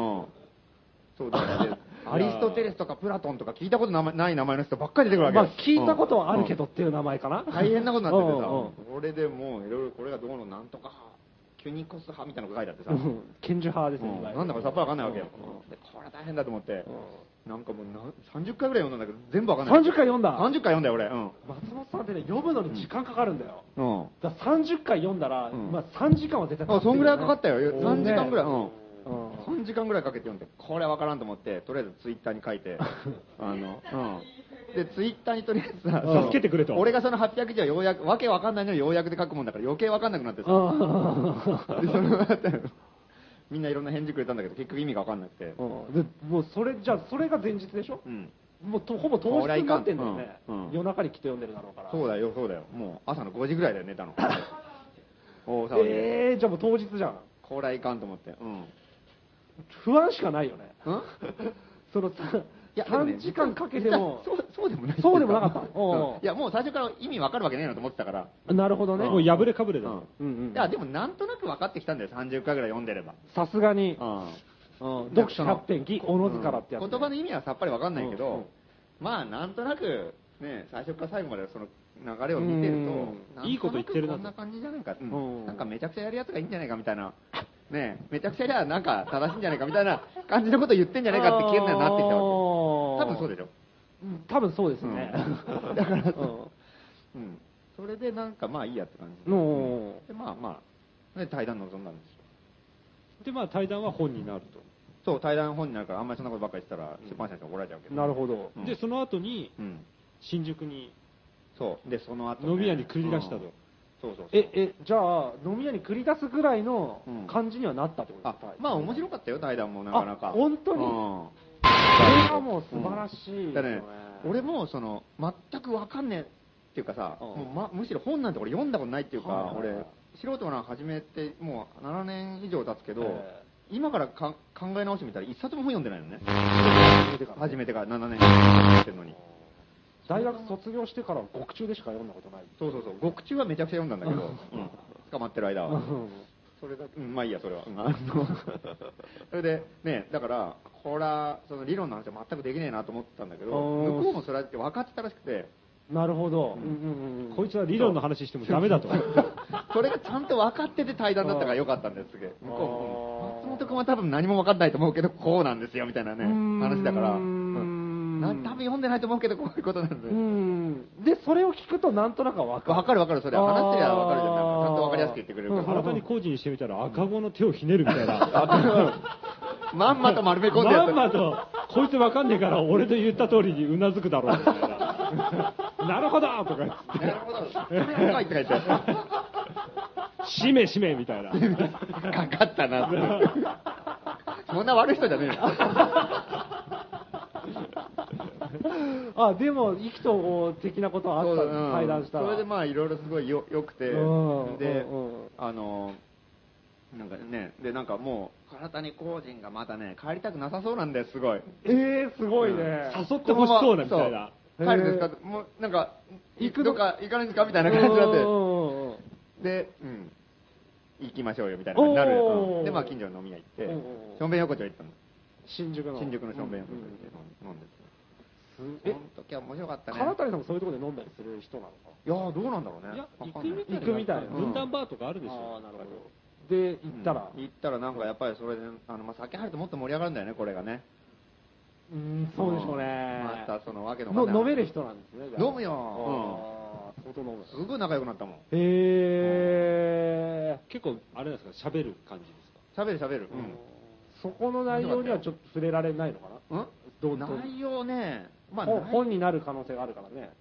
[SPEAKER 3] んそうだからねアリストテレスとかプラトンとか聞いたことなまない名前の人ばっかり出てくるわけ
[SPEAKER 2] ま
[SPEAKER 3] よ
[SPEAKER 2] あ聞いたことはあるけど
[SPEAKER 3] う
[SPEAKER 2] っていう名前かな、
[SPEAKER 3] ん大変なことになっててさ、
[SPEAKER 2] うんうん
[SPEAKER 3] 俺でもういろいろこれがどうのなんとか派キュニコス派みたいなのが書いてあってさ、
[SPEAKER 2] うん拳銃派ですね、
[SPEAKER 3] うん
[SPEAKER 2] いわゆる
[SPEAKER 3] なんだかさっぱりわかんないわけよ、でこれ大変だと思って、なんかもうな30回ぐらい読んだんだけど全部わかんない
[SPEAKER 2] 30回読んだ
[SPEAKER 3] 30回読んだよ俺うん
[SPEAKER 2] 松本さんってね読むのに時間かかるんだよ、
[SPEAKER 3] うん
[SPEAKER 2] だから30回読んだら、
[SPEAKER 3] うん
[SPEAKER 2] まあ、3時間は絶対
[SPEAKER 3] あそんぐらいかかったよ3時間ぐらい、
[SPEAKER 2] う
[SPEAKER 3] うん
[SPEAKER 2] ん
[SPEAKER 3] 3時間ぐらいかけて読んでこれは分からんと思ってとりあえずツイッターに書いてあの、うん、でツイッターにとりあえずさ
[SPEAKER 1] う
[SPEAKER 3] そ
[SPEAKER 1] ん
[SPEAKER 3] の
[SPEAKER 1] 助けてくれと
[SPEAKER 3] 俺がその800字はようやくわけ分かんないのにようやくで書くもんだから余計分かんなくなってさ
[SPEAKER 2] う
[SPEAKER 3] でその後みんないろんな返事くれたんだけど結局意味が分かんなくて、
[SPEAKER 2] んでもうそれじゃあそれが前日でしょ、
[SPEAKER 3] うん、
[SPEAKER 2] もうとほぼ当日になってんだよね、
[SPEAKER 3] うんうん
[SPEAKER 2] 夜中に来て読んでるだろうから
[SPEAKER 3] そうだよそうだよもう朝の5時ぐらいだよ寝たの大騒ぎで、
[SPEAKER 2] えー、じゃあもう当日じゃん
[SPEAKER 3] これはいかんと思ってうん
[SPEAKER 2] 不安しかないよね
[SPEAKER 3] うん
[SPEAKER 2] そのさ
[SPEAKER 3] いやでもね
[SPEAKER 2] 3時間かけても
[SPEAKER 3] 実はそう そうでもない
[SPEAKER 2] そうでもなかったおうお
[SPEAKER 3] うん
[SPEAKER 2] う
[SPEAKER 3] いやもう最初から意味分かるわけねえなと思ってたから
[SPEAKER 2] なるほどね
[SPEAKER 1] もう破れかぶれだ。
[SPEAKER 3] う
[SPEAKER 2] うんうん
[SPEAKER 3] んいやでもなんとなく分かってきたんだよ30回ぐらい読んでれば
[SPEAKER 2] さすがに、
[SPEAKER 3] うん
[SPEAKER 2] 読書百遍義おのずからってやつね、
[SPEAKER 3] うん言葉の意味はさっぱり分かんないけど、
[SPEAKER 2] うんうん
[SPEAKER 3] まあなんとなくね最初から最後までその流れを見てると
[SPEAKER 2] うん
[SPEAKER 3] なんなく
[SPEAKER 1] いいこと言ってるな
[SPEAKER 3] こんな感じじゃないか、うん
[SPEAKER 2] うん
[SPEAKER 3] なんかめちゃくちゃやるやつがいいんじゃないかみたいなねめちゃくちゃやりゃなんか正しいんじゃないかみたいな感じのこと言ってんじゃないかって気になってきたわけ多分そうでし
[SPEAKER 2] ょ
[SPEAKER 3] ょ
[SPEAKER 2] 多分そうですね、
[SPEAKER 3] うんだから
[SPEAKER 2] うん
[SPEAKER 3] うんそれでなんかまあいいやって感じで,、
[SPEAKER 2] うん
[SPEAKER 3] でまあまあで対談臨んだんですよ
[SPEAKER 1] で、まあ対談は本になる
[SPEAKER 3] そう、対談本になるから、あんまりそんなことばっかりしたら、出版社に怒られちゃうけど。
[SPEAKER 2] なるほど
[SPEAKER 3] う
[SPEAKER 1] と。
[SPEAKER 3] ん
[SPEAKER 1] で、その後に、
[SPEAKER 3] うん。
[SPEAKER 1] 新宿に
[SPEAKER 3] そう。で、その後、
[SPEAKER 1] 飲み屋に繰り出したと。
[SPEAKER 4] そうそうそう
[SPEAKER 2] え、え、じゃあ、飲み屋に繰り出すぐらいの
[SPEAKER 3] うん
[SPEAKER 2] 感じにはなったってこと
[SPEAKER 3] あ
[SPEAKER 2] ですか、
[SPEAKER 3] まあ面白かったよ、対談もなかなか。
[SPEAKER 2] あ本当に
[SPEAKER 3] うん
[SPEAKER 2] これはもう素晴らしいです
[SPEAKER 3] だ
[SPEAKER 2] よ
[SPEAKER 3] から
[SPEAKER 2] ね
[SPEAKER 3] ね。、俺もその全くわかんねえっていうかさ、
[SPEAKER 2] うん
[SPEAKER 3] もうま、むしろ本なんて俺読んだことないっていうか、
[SPEAKER 2] はいはいはい
[SPEAKER 3] 俺、素人なんか始めてもう7年以上経つけど、
[SPEAKER 2] え
[SPEAKER 3] 今からか考え直してみたら、一冊も本読んでないのね、
[SPEAKER 2] 初めてから
[SPEAKER 3] 初めてから7年経ってるのに。
[SPEAKER 2] 大学卒業してからは獄中でしか読んだことない。
[SPEAKER 3] そうそうそう、獄中はめちゃくちゃ読んだんだけど、うん捕まってる間は。それだうん、 まあいいや、それは。あのそれで、ね、だから、これは、その理論の話は全くできねえなと思ったんだけど、
[SPEAKER 2] おー
[SPEAKER 3] 向こうもそれは分かってたらしくて、
[SPEAKER 2] なるほど。
[SPEAKER 1] こいつは理論の話してもダメだと。
[SPEAKER 3] それがちゃんと分かってて対談だったからよかったんです、すげえ。向こうも、うん松本君は多分何も分かんないと思うけど、こうなんですよ、みたいなね、話だから。うんな多分読んでないと思うけど、こういうことなんです
[SPEAKER 2] う
[SPEAKER 3] よ。
[SPEAKER 2] ん。で、それを聞くとなんとなくわかる。
[SPEAKER 3] 分かる分かる、それは。話してりゃ分かるじゃん。なんかちゃんと分かりやすく言ってくれるから。
[SPEAKER 1] 新たに工事にしてみたら赤子の手をひねるみた いな。
[SPEAKER 3] まんまと丸め込んでやっ
[SPEAKER 1] ま
[SPEAKER 3] た
[SPEAKER 1] んまと、こいつわかんねえから俺の言った通りにうなずくだろうみたい な。なるほどとか言っ て
[SPEAKER 3] なるほど。深いって書いてある。
[SPEAKER 1] しめしめみたいな。
[SPEAKER 3] かかったなって。そんな悪い人じゃねえよ。
[SPEAKER 2] あ、でも、意気投合的なことはあった
[SPEAKER 3] そううん
[SPEAKER 2] の、対談したら。
[SPEAKER 3] それでまあいろいろすごいよよくて、
[SPEAKER 2] うん
[SPEAKER 3] で
[SPEAKER 2] うんうん、
[SPEAKER 3] あの、なんかね、で、なんかもう、唐谷公人がまたね、帰りたくなさそうなんだよ、すごい。
[SPEAKER 2] えー、すごいね。
[SPEAKER 1] 誘ってほしそうなみたいな。
[SPEAKER 3] そう帰るんですかもう、なんか、行くのか、行かないんですかみたいな感じになって。
[SPEAKER 2] うん
[SPEAKER 3] で、うん、行きましょうよみたいな感じになるよ
[SPEAKER 2] おー
[SPEAKER 3] うんで、まあ、近所の飲み屋行って
[SPEAKER 2] おー、
[SPEAKER 3] しょんべん横丁行ったの、
[SPEAKER 2] 新宿の。
[SPEAKER 3] 新宿のしょんべん
[SPEAKER 2] う
[SPEAKER 3] 横丁行って飲んで、
[SPEAKER 2] ん
[SPEAKER 3] そ
[SPEAKER 2] え
[SPEAKER 3] の、時は面白かったね。
[SPEAKER 2] 唐谷さんもそういうところで飲んだりする人なのか
[SPEAKER 3] いやー、どうなんだろうね。
[SPEAKER 1] いや、
[SPEAKER 3] わ
[SPEAKER 1] 行
[SPEAKER 3] か
[SPEAKER 1] く
[SPEAKER 3] んな
[SPEAKER 1] み
[SPEAKER 3] い
[SPEAKER 1] たいな。
[SPEAKER 2] 行くみたいな
[SPEAKER 1] 分断バーとかあるでし
[SPEAKER 2] あ
[SPEAKER 1] ょ
[SPEAKER 2] あ、。なるほど。で、行ったら
[SPEAKER 3] う、ん行ったらなんかやっぱりそれで、あの、まあ、酒入るともっと盛り上がるんだよね、これがね。
[SPEAKER 2] うん、そうでしょうね。
[SPEAKER 3] またそのわけのわかんない
[SPEAKER 2] の飲める人なんですね。じゃあ
[SPEAKER 3] 飲むよ
[SPEAKER 2] あー相当飲む。
[SPEAKER 3] すごい仲良くなったもん。
[SPEAKER 2] へえ。
[SPEAKER 1] 結構、あれなんですか、喋る感じですか。
[SPEAKER 3] 喋る喋る。
[SPEAKER 2] そこの内容にはちょっと触れられないのかな
[SPEAKER 3] うん。うん
[SPEAKER 2] どう
[SPEAKER 3] 内容ね、まあ、
[SPEAKER 2] 本
[SPEAKER 3] 内
[SPEAKER 2] 本になる可能性があるからね。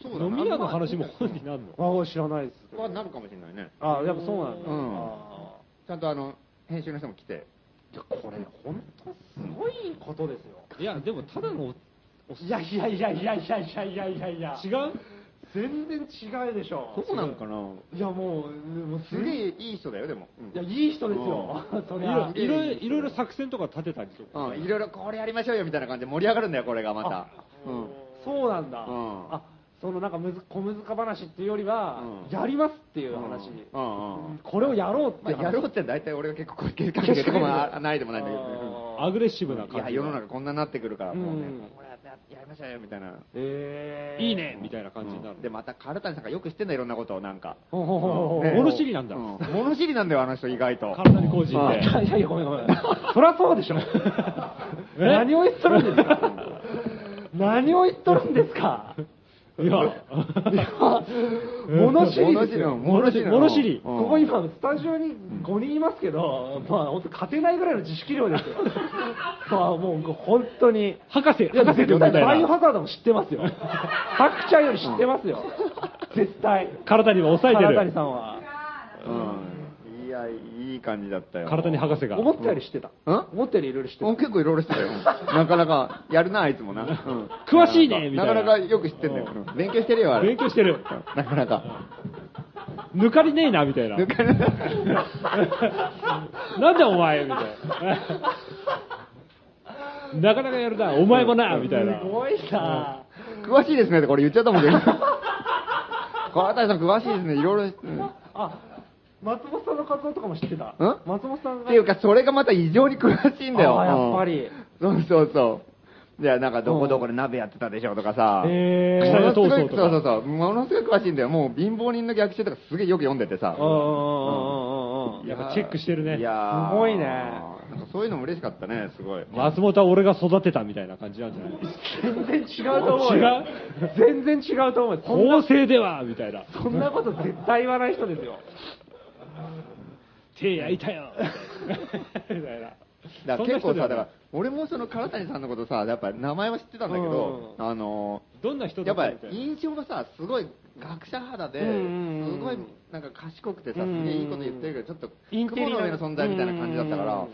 [SPEAKER 3] そうだ
[SPEAKER 1] 飲
[SPEAKER 3] な
[SPEAKER 1] み屋の話も本になるの。
[SPEAKER 2] ああ、知らないです。
[SPEAKER 3] まあはなるかもしれないね。
[SPEAKER 2] ああ、やっぱそうなんだ。
[SPEAKER 3] うん
[SPEAKER 2] あ
[SPEAKER 3] ちゃんとあの、編集の人も来て。
[SPEAKER 2] ーいや、これ、本当すごいことですよ。
[SPEAKER 1] いや、でもただのお、お
[SPEAKER 2] いやいやいやいやいやいやいやいやいや。
[SPEAKER 1] 違う
[SPEAKER 2] 全然違うでしょ。
[SPEAKER 3] そうなんかない
[SPEAKER 2] や、もう、もう
[SPEAKER 3] すげえいい人だよ、でも。うん
[SPEAKER 2] いや、いい人ですよ。 そりゃ。
[SPEAKER 1] いろいろいろいろ作戦とか立てたりとか。
[SPEAKER 3] うん、いろいろこれやりましょうよみたいな感じで盛り上がるんだよ、これがまた。うん。
[SPEAKER 2] そうなんだ。
[SPEAKER 3] うん
[SPEAKER 2] あ、そのなんかむず小難か話っていうよりは、
[SPEAKER 3] うん
[SPEAKER 2] やりますっていう話。
[SPEAKER 3] うんうん
[SPEAKER 2] これをやろうって
[SPEAKER 3] まあ
[SPEAKER 2] いう話。
[SPEAKER 3] やろうって大体俺が結構こういう関係とかもあないでもないんだけどね
[SPEAKER 1] アグレッシブな
[SPEAKER 3] うん。い
[SPEAKER 1] 感
[SPEAKER 3] や、
[SPEAKER 1] じ。
[SPEAKER 3] 世の中こんなになってくるから、もうね
[SPEAKER 2] うん、
[SPEAKER 3] これややりましょうよみたいな。
[SPEAKER 2] えー
[SPEAKER 1] いいねみたいな感じになる
[SPEAKER 3] う
[SPEAKER 1] の。
[SPEAKER 3] んで、また、唐谷さんがよく知ってんだ、いろんなことを、なんか。
[SPEAKER 2] ほうほうほうほう
[SPEAKER 3] ね
[SPEAKER 1] 物知りなんだ
[SPEAKER 3] う物知りなんだよ、あの人、意外と。
[SPEAKER 1] 体に工事っ
[SPEAKER 2] いや
[SPEAKER 1] て。
[SPEAKER 2] いやいや、ごめんごめん。 そりゃそうでしょ。何を言っとるんですか。何を言っとるんですか。
[SPEAKER 1] いや、
[SPEAKER 2] 物知り
[SPEAKER 3] 物
[SPEAKER 2] で
[SPEAKER 3] 知
[SPEAKER 2] す
[SPEAKER 3] りなの
[SPEAKER 2] よ。
[SPEAKER 3] 物知りなの
[SPEAKER 1] 物知り
[SPEAKER 3] うん
[SPEAKER 2] ここ今、スタジオに5人いますけど、まあ、本当、勝てないぐらいの自主量ですよ。まあ、もう、本当に。
[SPEAKER 1] 博士、
[SPEAKER 2] いや、だっ
[SPEAKER 1] 博士っ
[SPEAKER 2] て、
[SPEAKER 1] て呼ん
[SPEAKER 2] バ
[SPEAKER 1] でたよ
[SPEAKER 2] イオ
[SPEAKER 1] な。
[SPEAKER 2] ハザードも知ってますよ。ハクちゃんより知ってますよ。絶対。
[SPEAKER 1] 体には抑えて
[SPEAKER 2] 唐谷さ
[SPEAKER 1] る。
[SPEAKER 2] んは。
[SPEAKER 3] うん。いや、いい感じだったよ。
[SPEAKER 1] 体に博士が。
[SPEAKER 2] 思ったより知ってた。
[SPEAKER 3] うん
[SPEAKER 2] 思ったよりいろいろ知ってた。
[SPEAKER 3] うん結構いろいろ知ってたよ。なかなか、やるな、あいつもな。うん
[SPEAKER 1] 詳しいねみた
[SPEAKER 3] ない
[SPEAKER 1] な
[SPEAKER 3] かなかよく知ってんだよ。うん勉強してるよ、あれ。
[SPEAKER 1] 勉強してる。
[SPEAKER 3] うんなかなか。
[SPEAKER 1] 抜かりねえな、みたいな。
[SPEAKER 3] 抜かれない
[SPEAKER 1] なんだ お前みたいな。なかなかやるな、お前もな、みたいな。
[SPEAKER 2] すごいな。
[SPEAKER 3] 詳しいですねってこれ言っちゃった もんね。川谷さん詳しいですね、いろいろ。うん
[SPEAKER 2] あ、松本さんの活動とかも知ってた。
[SPEAKER 3] ん
[SPEAKER 2] 松本さん
[SPEAKER 3] っ
[SPEAKER 2] が。
[SPEAKER 3] ていうか、それがまた異常に詳しいんだよ。
[SPEAKER 2] あーやっぱり
[SPEAKER 3] うん。そうそうそう。じゃあ、なんか、どこどこで鍋やってたでしょうとかさ。
[SPEAKER 2] へ
[SPEAKER 3] も
[SPEAKER 2] ー
[SPEAKER 3] のすごい
[SPEAKER 1] 草野闘争とか
[SPEAKER 3] そうそうそう。ものすごい詳しいんだよ。もう、貧乏人の逆襲とかすげえよく読んでてさ。
[SPEAKER 2] うんうんうんうんうんうん。
[SPEAKER 1] やっぱチェックしてるね
[SPEAKER 3] いやー
[SPEAKER 2] すごいね
[SPEAKER 3] なんかそういうのも嬉しかったね、すごい。
[SPEAKER 1] 松本は俺が育てたみたいな感じなんじゃない
[SPEAKER 2] 全然違うと思うよ。全然違うと思うよ。そんな
[SPEAKER 1] 公正ではみたいな。
[SPEAKER 2] そんなこと絶対言わない人ですよ。
[SPEAKER 1] 手焼いたよみたいな。
[SPEAKER 3] だから結構さ、だか
[SPEAKER 1] そんな人ではない
[SPEAKER 3] ら、俺もその唐谷さんのことさ、やっぱ名前は知ってたんだけど、あの
[SPEAKER 1] どんな人
[SPEAKER 3] や
[SPEAKER 1] だ
[SPEAKER 3] っ
[SPEAKER 1] った
[SPEAKER 3] ぱ
[SPEAKER 1] みたいな
[SPEAKER 3] 印象がさ、すごい学者肌で、
[SPEAKER 2] う
[SPEAKER 3] す
[SPEAKER 2] んうんうん
[SPEAKER 3] ごいなんか賢くてさ、
[SPEAKER 2] うんうんう
[SPEAKER 3] す
[SPEAKER 2] ん
[SPEAKER 3] げえいいこと言ってるけど、ちょっと
[SPEAKER 2] インテリな
[SPEAKER 3] 雲の上の存在みたいな感じだったか
[SPEAKER 2] うん
[SPEAKER 3] ら
[SPEAKER 2] うんう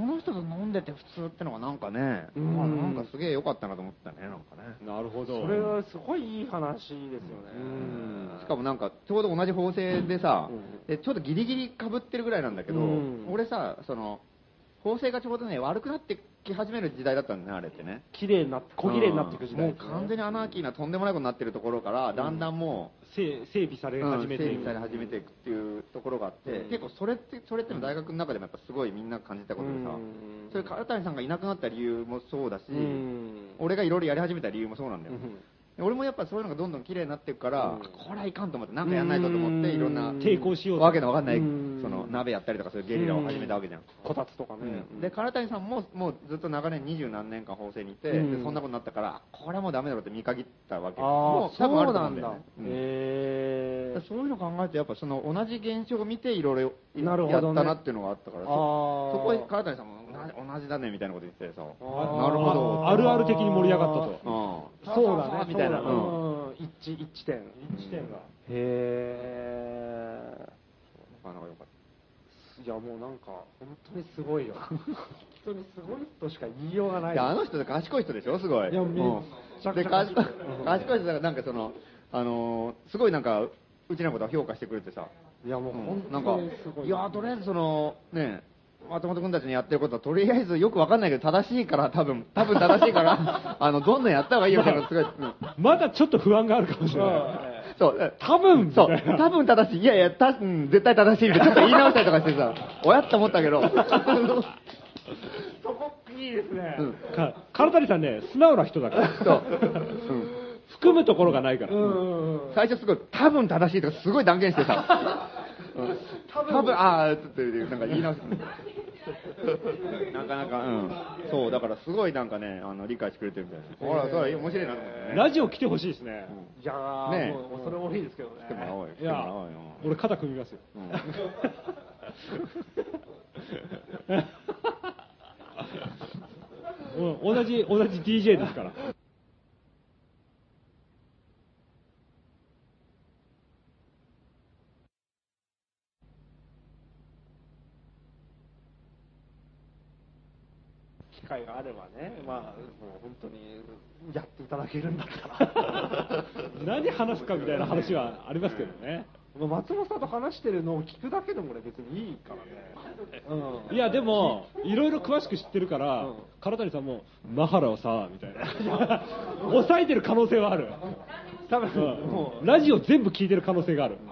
[SPEAKER 2] ん、
[SPEAKER 3] その人と飲んでて普通ってのがなんかね、
[SPEAKER 2] うん
[SPEAKER 3] まあなんかすげえ良かったなと思ったね、なんかね。
[SPEAKER 1] なるほど。
[SPEAKER 2] それはすごいいい話ですよね。
[SPEAKER 1] ん
[SPEAKER 3] しかもなんか、ちょうど同じ縫製でさ
[SPEAKER 2] うんうん、
[SPEAKER 3] でちょうどギリギリ被ってるぐらいなんだけど
[SPEAKER 2] うん、
[SPEAKER 3] 俺さ、その、縫製がちょうどね、悪くなってき始める時代だったんだね、あれってね。
[SPEAKER 2] 綺麗になって、小綺麗になっていく時代、
[SPEAKER 3] もう完全にアナーキーなとんでもないことになってるところから、だんだんもう、
[SPEAKER 1] せ整備され始めて
[SPEAKER 3] うん整備され始めていくっていうところがあって、結構それってそれっての大学の中でもやっぱすごいみんな感じたことでさ、
[SPEAKER 2] うん
[SPEAKER 3] それから谷さんがいなくなった理由もそうだし、
[SPEAKER 2] うん
[SPEAKER 3] 俺がいろいろやり始めた理由もそうなんだよ、
[SPEAKER 2] うん
[SPEAKER 3] で俺もやっぱそういうのがどんどん綺麗になっていくから、
[SPEAKER 2] うん
[SPEAKER 3] これはいかんと思ってなんかやんないとと思って
[SPEAKER 2] うん
[SPEAKER 3] いろんな
[SPEAKER 1] 抵抗しようと
[SPEAKER 3] わけのわかんない、
[SPEAKER 2] うん
[SPEAKER 3] その鍋やったりとかそういうゲリラを始めたわけじゃん、
[SPEAKER 2] こたつとかね。
[SPEAKER 3] うんで、唐谷さんももうずっと長年、二十何年間法制にいて、
[SPEAKER 2] うん
[SPEAKER 3] でそんなことになったから、これはもうダメだろうって見限ったわけ
[SPEAKER 2] あ
[SPEAKER 3] よ
[SPEAKER 2] あ
[SPEAKER 3] も、
[SPEAKER 2] そう
[SPEAKER 3] あると思
[SPEAKER 2] な
[SPEAKER 3] うんよ
[SPEAKER 2] だ
[SPEAKER 3] ね。うん
[SPEAKER 2] へ
[SPEAKER 3] だからそういうの考えると、やっぱその同じ現象を見て、いろい
[SPEAKER 2] なる
[SPEAKER 3] ろ
[SPEAKER 2] ほ
[SPEAKER 3] やっ
[SPEAKER 2] どね
[SPEAKER 3] たなっていうのがあったから、そ
[SPEAKER 2] あー
[SPEAKER 3] そこへ唐谷さんも同じ同じだねみたいなこと言っててさ、なる
[SPEAKER 2] ー
[SPEAKER 3] ほど、
[SPEAKER 1] あるある的に盛り上がったと。
[SPEAKER 3] うん
[SPEAKER 2] そうだね、
[SPEAKER 3] みたいな、うん
[SPEAKER 2] そうだねうん一致、一致点。
[SPEAKER 1] 一点が。
[SPEAKER 2] へえ。
[SPEAKER 3] なかなかよかっ
[SPEAKER 2] いや、もうなんか、本当にすごいよ。本当にすごいとしか言いよう
[SPEAKER 3] た
[SPEAKER 2] がない。
[SPEAKER 3] いやあの人、賢い人でしょ、すごい。
[SPEAKER 2] いやめっちゃ
[SPEAKER 3] うんで賢い賢い人だから、なんかその、あのーすごいなんか、うちのことを評価してくれてさ。
[SPEAKER 2] いや、もう本
[SPEAKER 3] なん
[SPEAKER 2] 当
[SPEAKER 3] か
[SPEAKER 2] にすご、い。
[SPEAKER 3] いやーとりあえずその、ね、松本君たちのやってることは、とりあえずよくわかんないけど、正しいから、多分多分正しいから、 あの、どんどんやった方がいいよみたいなのすごい、うん
[SPEAKER 1] まだちょっと不安があるかもしれない。
[SPEAKER 2] え
[SPEAKER 3] そう、
[SPEAKER 1] 多分
[SPEAKER 3] そ、
[SPEAKER 1] みたいうな
[SPEAKER 3] 多分正しい、いやいや、たうん、絶対正しいって、ちょっと言い直したりとかして さ、おやって思ったけど、
[SPEAKER 2] えそこ、いいですね。
[SPEAKER 3] うん
[SPEAKER 1] か唐谷さんね、素直な人だから。
[SPEAKER 3] そう、
[SPEAKER 1] 含むところがないから。
[SPEAKER 2] うんうんうん。
[SPEAKER 3] 最初すごい、多分正しいとか、すごい断言してさ、うん多分、あーちょっとなんか言い直して、なかなか、うん、そう、だからすごいなんかね、あの理解してくれてるみたいな、ほら、それ面白いなと思ってね。
[SPEAKER 1] ラジオ来てほしいですね。
[SPEAKER 2] いやー、
[SPEAKER 3] ねえ
[SPEAKER 2] もうそれ多いですけどね。
[SPEAKER 3] 来てもらおうよ。来
[SPEAKER 1] い
[SPEAKER 3] ても
[SPEAKER 1] や
[SPEAKER 3] らおうよ。、
[SPEAKER 1] 俺肩組みますよ。
[SPEAKER 3] うん
[SPEAKER 1] うん同じ、同じ DJ ですから。
[SPEAKER 2] 機会があればね、まあ、もう本当にやっていただけるんだったら。
[SPEAKER 1] 何話すかみたいな話はありますけどね。
[SPEAKER 2] もう松本さんと話してるのを聞くだけでも俺別にいいからね。うん。
[SPEAKER 1] いや、でも、いろいろ詳しく知ってるから
[SPEAKER 2] うん、
[SPEAKER 1] 唐谷さんも、マハラをさ、みたいな。 抑えてる可能性はある。
[SPEAKER 2] 多分、も
[SPEAKER 1] う、
[SPEAKER 2] うん
[SPEAKER 1] ラジオ全部聞いてる可能性がある。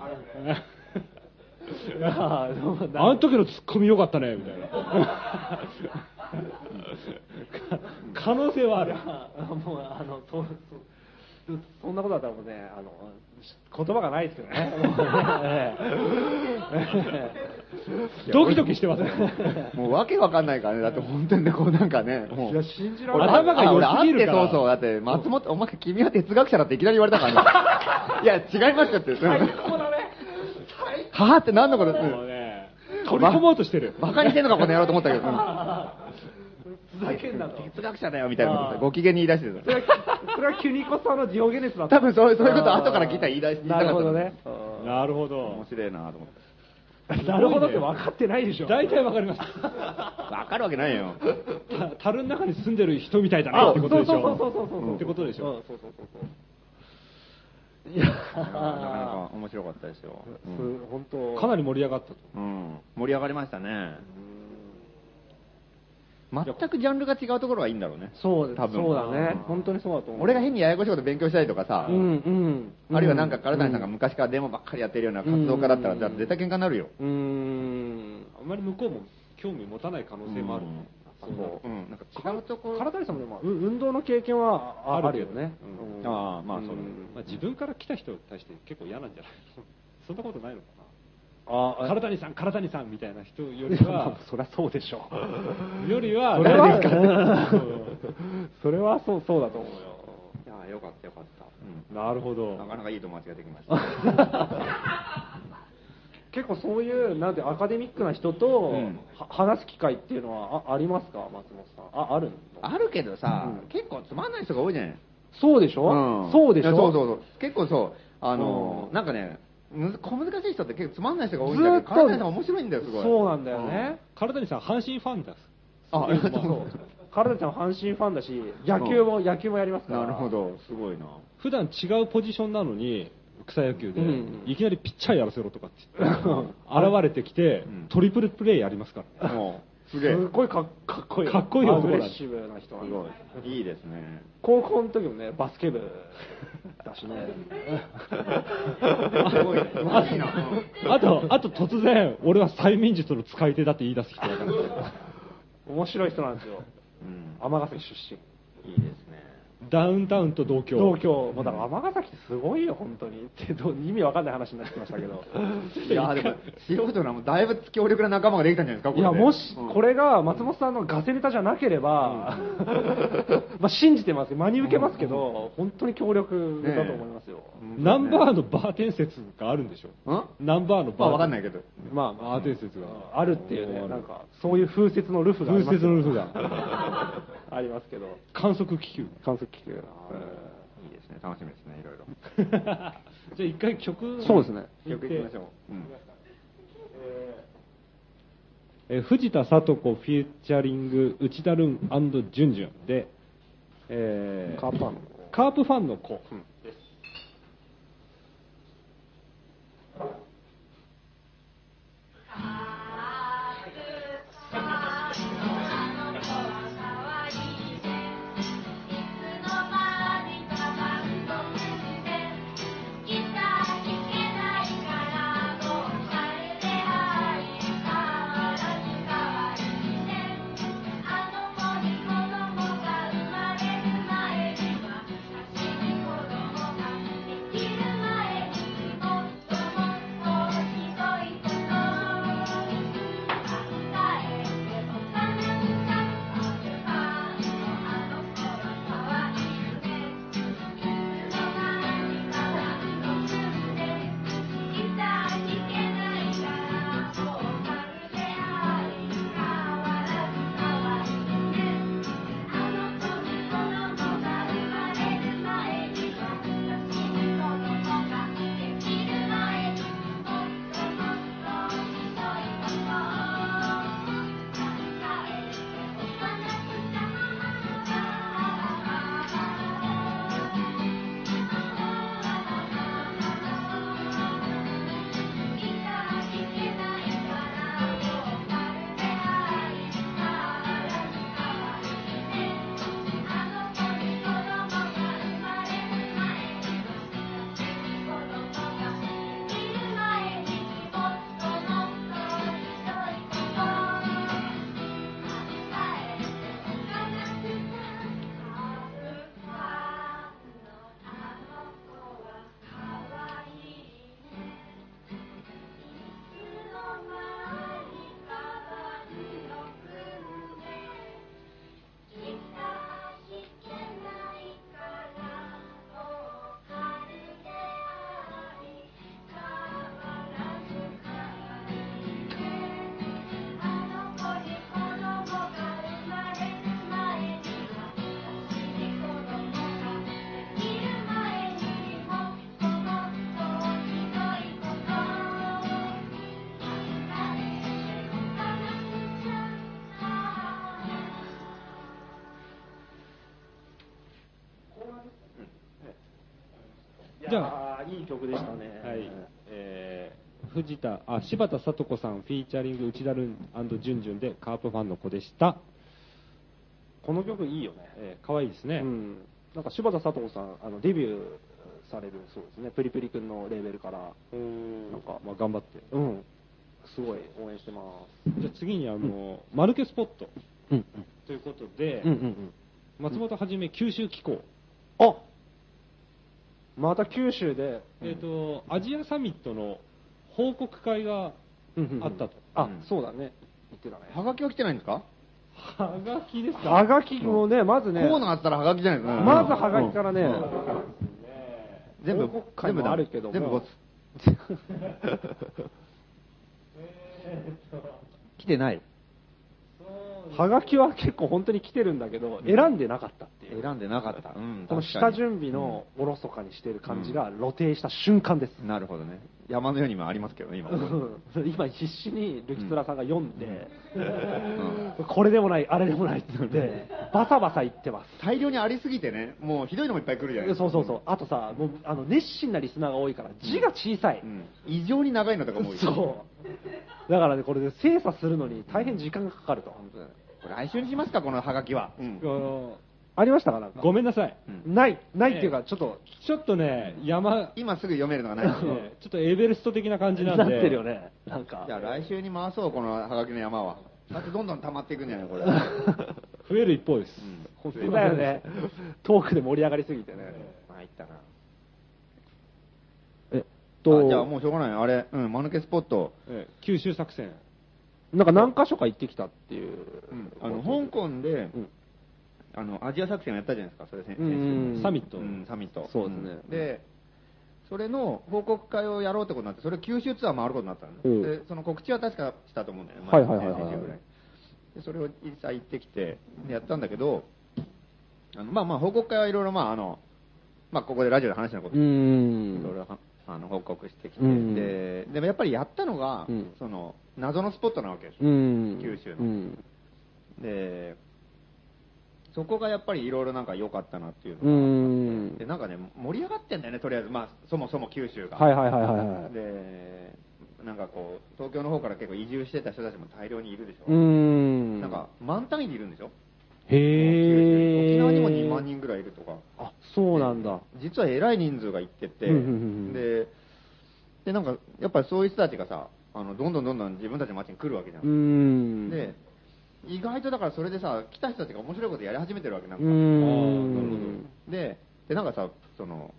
[SPEAKER 2] いやーで もな
[SPEAKER 1] あの時のツッコミ良かったね、みた いな。可能性はある。
[SPEAKER 2] もう、あの、そう、そうそんなことだったらもうね、あの、言葉がないですけどね。
[SPEAKER 1] ドキドキしてますね。
[SPEAKER 3] もうわけわかんないからね、だって本当にね、こうなんかね、もう。
[SPEAKER 2] いや、信じられない。
[SPEAKER 1] 頭が良
[SPEAKER 3] あ
[SPEAKER 1] すぎるから
[SPEAKER 3] 俺あってそうそう、だって松本、お前君は哲学者だっていきなり言われた からね。いや、違いますよって。うんはぁって何のことです
[SPEAKER 1] もうね、取り込もうとしてる。
[SPEAKER 3] バカにしてんのか、この野郎と思ったけ ど。
[SPEAKER 2] ふざけんなと。
[SPEAKER 3] 哲学者だよみたいなことさご機嫌に言い出して
[SPEAKER 2] それ
[SPEAKER 3] た。
[SPEAKER 2] は、それはキュニコさんのディオゲネスだった。
[SPEAKER 3] 多分そういうそういうこと後から聞いたら言い出し言いたか
[SPEAKER 2] な
[SPEAKER 3] った
[SPEAKER 2] るほどね。
[SPEAKER 1] なるほど
[SPEAKER 3] 面。白いなと思って。
[SPEAKER 2] なるほどって分かってないでしょ。
[SPEAKER 1] 大体わか ります。
[SPEAKER 3] わかるわけない よ。
[SPEAKER 1] た樽の中に住んでる人みたいだなってことでしょ。
[SPEAKER 2] そうそうそうそうそう
[SPEAKER 1] ってことでしょ。
[SPEAKER 2] うんそうそうそうそういや
[SPEAKER 3] なかなか面白かったですよ。うん
[SPEAKER 2] す本当
[SPEAKER 1] かなり盛り上がったと。
[SPEAKER 3] うん、盛り上がりましたね。全くジャンルが違うところはいいんだろうね。
[SPEAKER 2] そうです
[SPEAKER 3] 多分
[SPEAKER 2] そうだね本当にそうだと思う
[SPEAKER 3] 俺が変にややこしいこと勉強したりとかさ、
[SPEAKER 2] うんうん
[SPEAKER 3] あるいはなんか、唐谷さんが昔からデモばっかりやってるような活動家だったら、
[SPEAKER 2] うん
[SPEAKER 3] じゃあ絶対喧嘩になるよ。
[SPEAKER 2] うーん
[SPEAKER 1] あんまり向こうも興味持たない可能性もある。
[SPEAKER 3] うん
[SPEAKER 1] そう
[SPEAKER 3] うんなんか違うところ。
[SPEAKER 2] 体さんもでもう運動の経験はあ
[SPEAKER 1] あ
[SPEAKER 2] る
[SPEAKER 1] る
[SPEAKER 2] よ
[SPEAKER 1] けど
[SPEAKER 2] ね
[SPEAKER 1] ね
[SPEAKER 2] うん
[SPEAKER 3] ああ、まあそうだね。
[SPEAKER 1] まあ、自分から来た人に対して結構嫌なんじゃない そんなことないのか
[SPEAKER 2] あ
[SPEAKER 1] な
[SPEAKER 2] あ
[SPEAKER 1] 唐谷さん、唐谷さんみたいな人よ
[SPEAKER 2] 、
[SPEAKER 1] りは
[SPEAKER 2] そりゃそうでしょ
[SPEAKER 1] よりは、
[SPEAKER 2] それは
[SPEAKER 1] 誰ですかって
[SPEAKER 2] それはそうそうだと思うよ
[SPEAKER 3] いや、よかったよかった。
[SPEAKER 1] うんなるほ
[SPEAKER 3] うんな
[SPEAKER 1] ど。
[SPEAKER 3] かなかいい友達ができました。
[SPEAKER 2] 結構そういうなんてアカデミックな人と、
[SPEAKER 3] ん
[SPEAKER 2] は話す機会っていうのはあありますか松本さんああるの
[SPEAKER 3] あるけどさ
[SPEAKER 2] うん、
[SPEAKER 3] 結構つまんない人が多いじゃない。
[SPEAKER 2] そうでしょ、
[SPEAKER 3] ん
[SPEAKER 2] そうでしょ
[SPEAKER 3] いやそうそうそう。結構そう。あの、
[SPEAKER 5] うん
[SPEAKER 3] なんかね、むず小難しい人って結構つまんない人が
[SPEAKER 5] ず
[SPEAKER 3] 多いん
[SPEAKER 5] ー
[SPEAKER 3] だ
[SPEAKER 5] っ
[SPEAKER 3] け
[SPEAKER 5] と
[SPEAKER 3] ど、金谷さん面白いんだよ、すごい。
[SPEAKER 5] そうなんだよね、
[SPEAKER 1] 体谷さん、阪神ファンです。
[SPEAKER 3] あ、ありがとう
[SPEAKER 5] そうカラダちゃんは阪神ファンだし野球も、野球もやり ますから
[SPEAKER 3] なるほど、す ごいな。
[SPEAKER 1] 普段違うポジションなのに、草野球で、
[SPEAKER 5] うん
[SPEAKER 1] いきなりピッチャーやらせろとかって言って、
[SPEAKER 5] うん
[SPEAKER 1] 現れてきて、
[SPEAKER 3] うん
[SPEAKER 1] トリプルプレーやりますから。
[SPEAKER 3] もう、す
[SPEAKER 5] す
[SPEAKER 3] げえ。
[SPEAKER 5] ごいかっかっこいい
[SPEAKER 1] かっこいい男
[SPEAKER 5] ア
[SPEAKER 1] だね
[SPEAKER 5] グレッシブな人なん
[SPEAKER 3] す
[SPEAKER 5] で
[SPEAKER 3] ごい。いいですね。
[SPEAKER 5] 高校の時もねバスケ部だしね
[SPEAKER 3] すごいね。うまいな。うん
[SPEAKER 1] あと、あと突然、俺は催眠術の使い手だって言い出す人だから。
[SPEAKER 5] 面白い人なんですよ
[SPEAKER 3] うん
[SPEAKER 5] 尼崎出身
[SPEAKER 3] いいですね。
[SPEAKER 1] ダウンタウンと同居。
[SPEAKER 5] 同郷もうだから尼崎ってすごいよ本当にってどう意味わかんない話になってましたけど
[SPEAKER 3] いやでも、素人なもだいぶ強力な仲間ができたんじゃないですか、こ
[SPEAKER 5] い
[SPEAKER 3] れ
[SPEAKER 5] や
[SPEAKER 3] で
[SPEAKER 5] もし
[SPEAKER 3] うん
[SPEAKER 5] これが松本さんのガセネタじゃなければ、 まあ信じてます真に受けますけど、本当に強力だと思いますよ、
[SPEAKER 1] ナンバーのバーテン説があるんでしょ
[SPEAKER 3] ん
[SPEAKER 1] ナンバー
[SPEAKER 3] ま
[SPEAKER 1] のバー
[SPEAKER 3] あ、わかんないけど。
[SPEAKER 5] まあまあ
[SPEAKER 1] バーテン説が。
[SPEAKER 5] あるっていうねなんかそういう風説のルフがあり
[SPEAKER 1] 風
[SPEAKER 5] ま
[SPEAKER 1] 説
[SPEAKER 5] すけど
[SPEAKER 1] のルフが。
[SPEAKER 5] ありますけど
[SPEAKER 1] 観測気球。
[SPEAKER 5] 観測気球
[SPEAKER 3] いいですね、楽しみですね、いろいろ。
[SPEAKER 1] じゃあ一回曲
[SPEAKER 5] そうですね
[SPEAKER 1] 行っ
[SPEAKER 3] よく
[SPEAKER 1] て
[SPEAKER 3] 行きましょう。うん
[SPEAKER 1] えー藤田聡子フィーチャリング内田るんじゅんじゅんで、えー
[SPEAKER 5] カープファンの
[SPEAKER 1] カープファンの子、
[SPEAKER 5] じゃあいい曲でしたね
[SPEAKER 1] はいえー藤田あ柴田聡子さんフィーチャリング内田るんじゅんじゅんでカープファンの子でした、
[SPEAKER 5] この曲いいよね
[SPEAKER 1] えー、かわいいですね、
[SPEAKER 5] うん、なんか柴田佐藤さんあのデビューされるそうですねプリプリくんのレーベルからなんか
[SPEAKER 1] まあ、頑張って
[SPEAKER 5] うんすごい応援してます
[SPEAKER 1] じゃあ次にあの、マルケスポット
[SPEAKER 5] うん
[SPEAKER 1] ということで、
[SPEAKER 5] うんうんうん
[SPEAKER 1] 松本はじめ九州機構、
[SPEAKER 5] あまた九州で、
[SPEAKER 1] えー、とアジアサミットの報告会が
[SPEAKER 5] うんうんうん
[SPEAKER 1] あったと、
[SPEAKER 5] あ、
[SPEAKER 3] うん
[SPEAKER 5] そうだね言ってたね
[SPEAKER 3] はがきは来てないんですか
[SPEAKER 1] はがきですか
[SPEAKER 5] はがきもねまずね
[SPEAKER 3] コーナーあったらはがきじゃないですか。
[SPEAKER 5] まずはがきからね、
[SPEAKER 3] うん全部
[SPEAKER 5] 報告会もあるけども
[SPEAKER 3] 全部ボツ。来てない。
[SPEAKER 2] はがきは結構本当に来てるんだけど、選んでなかったっていう。
[SPEAKER 3] 選んでなかった。うん、
[SPEAKER 2] この
[SPEAKER 3] 確か
[SPEAKER 2] 下
[SPEAKER 3] に
[SPEAKER 2] 準備のおろそかにしてる感じが露呈した瞬間です。
[SPEAKER 3] なるほどね。山のようにもありますけどね、今。
[SPEAKER 2] うん 今必死にルキツラさんが読んで、
[SPEAKER 3] う
[SPEAKER 2] これでもない、あれでもないって言って、バサバサ言ってます。
[SPEAKER 3] 大量にありすぎてね、もうひどいのもいっぱい来るじゃないです
[SPEAKER 2] そ
[SPEAKER 3] か。
[SPEAKER 2] うそうそう。あとさ、もうあの熱心なリスナーが多いから字が小さい。
[SPEAKER 3] うん。異常に長いのとかも多い。
[SPEAKER 2] そう。だからね、これで精査するのに大変時間がかかると。
[SPEAKER 3] これ来週にしますか、このハガキは。うん
[SPEAKER 1] あの
[SPEAKER 2] ありましたかなんか
[SPEAKER 1] ごめんなさい。
[SPEAKER 3] うん
[SPEAKER 2] ない、ないっていうか、ちょっと、
[SPEAKER 1] ちょっとね、山、
[SPEAKER 3] 今すぐ読めるのがない。
[SPEAKER 1] え えちょっとエベレスト的な感じなんで。
[SPEAKER 2] なってるよね。なんか
[SPEAKER 3] じゃ。あ来週に回そう、このハガキの山は。だってどんどん溜まっていくんじゃないこれ。
[SPEAKER 1] 増える一方です。
[SPEAKER 2] 本当だよね。トークで盛り上がりすぎてね。
[SPEAKER 3] まいったな。
[SPEAKER 2] えっ
[SPEAKER 3] あじゃあもうしょうがない。あれ、うん、マヌケスポット。
[SPEAKER 1] ええ九州作戦。
[SPEAKER 2] なんか何箇所か行ってきたっていう。
[SPEAKER 3] あの、香港で
[SPEAKER 2] うん、
[SPEAKER 3] あの、アジア作戦をやったじゃないですか、それ先
[SPEAKER 2] うん
[SPEAKER 3] 先週
[SPEAKER 1] サミット。
[SPEAKER 3] うんサミット。
[SPEAKER 2] そうですね
[SPEAKER 3] んで、それの報告会をやろうってことになって、それ九州ツアー回ることになった
[SPEAKER 2] うんん
[SPEAKER 3] で、でその告知は確かしたと思うんだよね。
[SPEAKER 2] はいはいはいはい
[SPEAKER 3] 前先々週ぐらで、それを実際行ってきて、でやったんだけど、あのまあまあ、報告会はいろいろ、まあ、あの、まあ、ここでラジオで話したこと、い
[SPEAKER 2] うん
[SPEAKER 3] ろいろはあの報告してきて、
[SPEAKER 2] うん
[SPEAKER 3] で、でもやっぱりやったのが、
[SPEAKER 2] うん
[SPEAKER 3] その、謎のスポットなわけでしょ。
[SPEAKER 2] うん
[SPEAKER 3] 九州の
[SPEAKER 2] うん
[SPEAKER 3] で、そこがやっぱりいろいろなんか良かったなっていうの
[SPEAKER 2] う
[SPEAKER 3] が、
[SPEAKER 2] ん
[SPEAKER 3] でなんかね、盛り上がってんだよね、とりあえず、まあ、そもそも九州が。
[SPEAKER 2] はいはいはいはいはい
[SPEAKER 3] で、なんかこう、東京の方から結構移住してた人たちも大量にいるでしょ。
[SPEAKER 2] うん
[SPEAKER 3] なんか、満単位でいるんでしょ。
[SPEAKER 2] へえ
[SPEAKER 3] 沖縄にも2万人ぐらいいるとか。
[SPEAKER 2] あそうなんだ
[SPEAKER 3] 実は偉い人数が行ってて、
[SPEAKER 2] うんうんうんうん
[SPEAKER 3] で、で、なんか、やっぱりそういう人たちがさ、あの、どんどんどんどん自分たちの街に来るわけじゃ。
[SPEAKER 2] うんん
[SPEAKER 3] で、意外とだからそれでさ、来た人たちが面白いことやり始めてるわけなんか。
[SPEAKER 2] う
[SPEAKER 3] あ
[SPEAKER 2] ん
[SPEAKER 3] あなるほどで、で、なんかさ、その、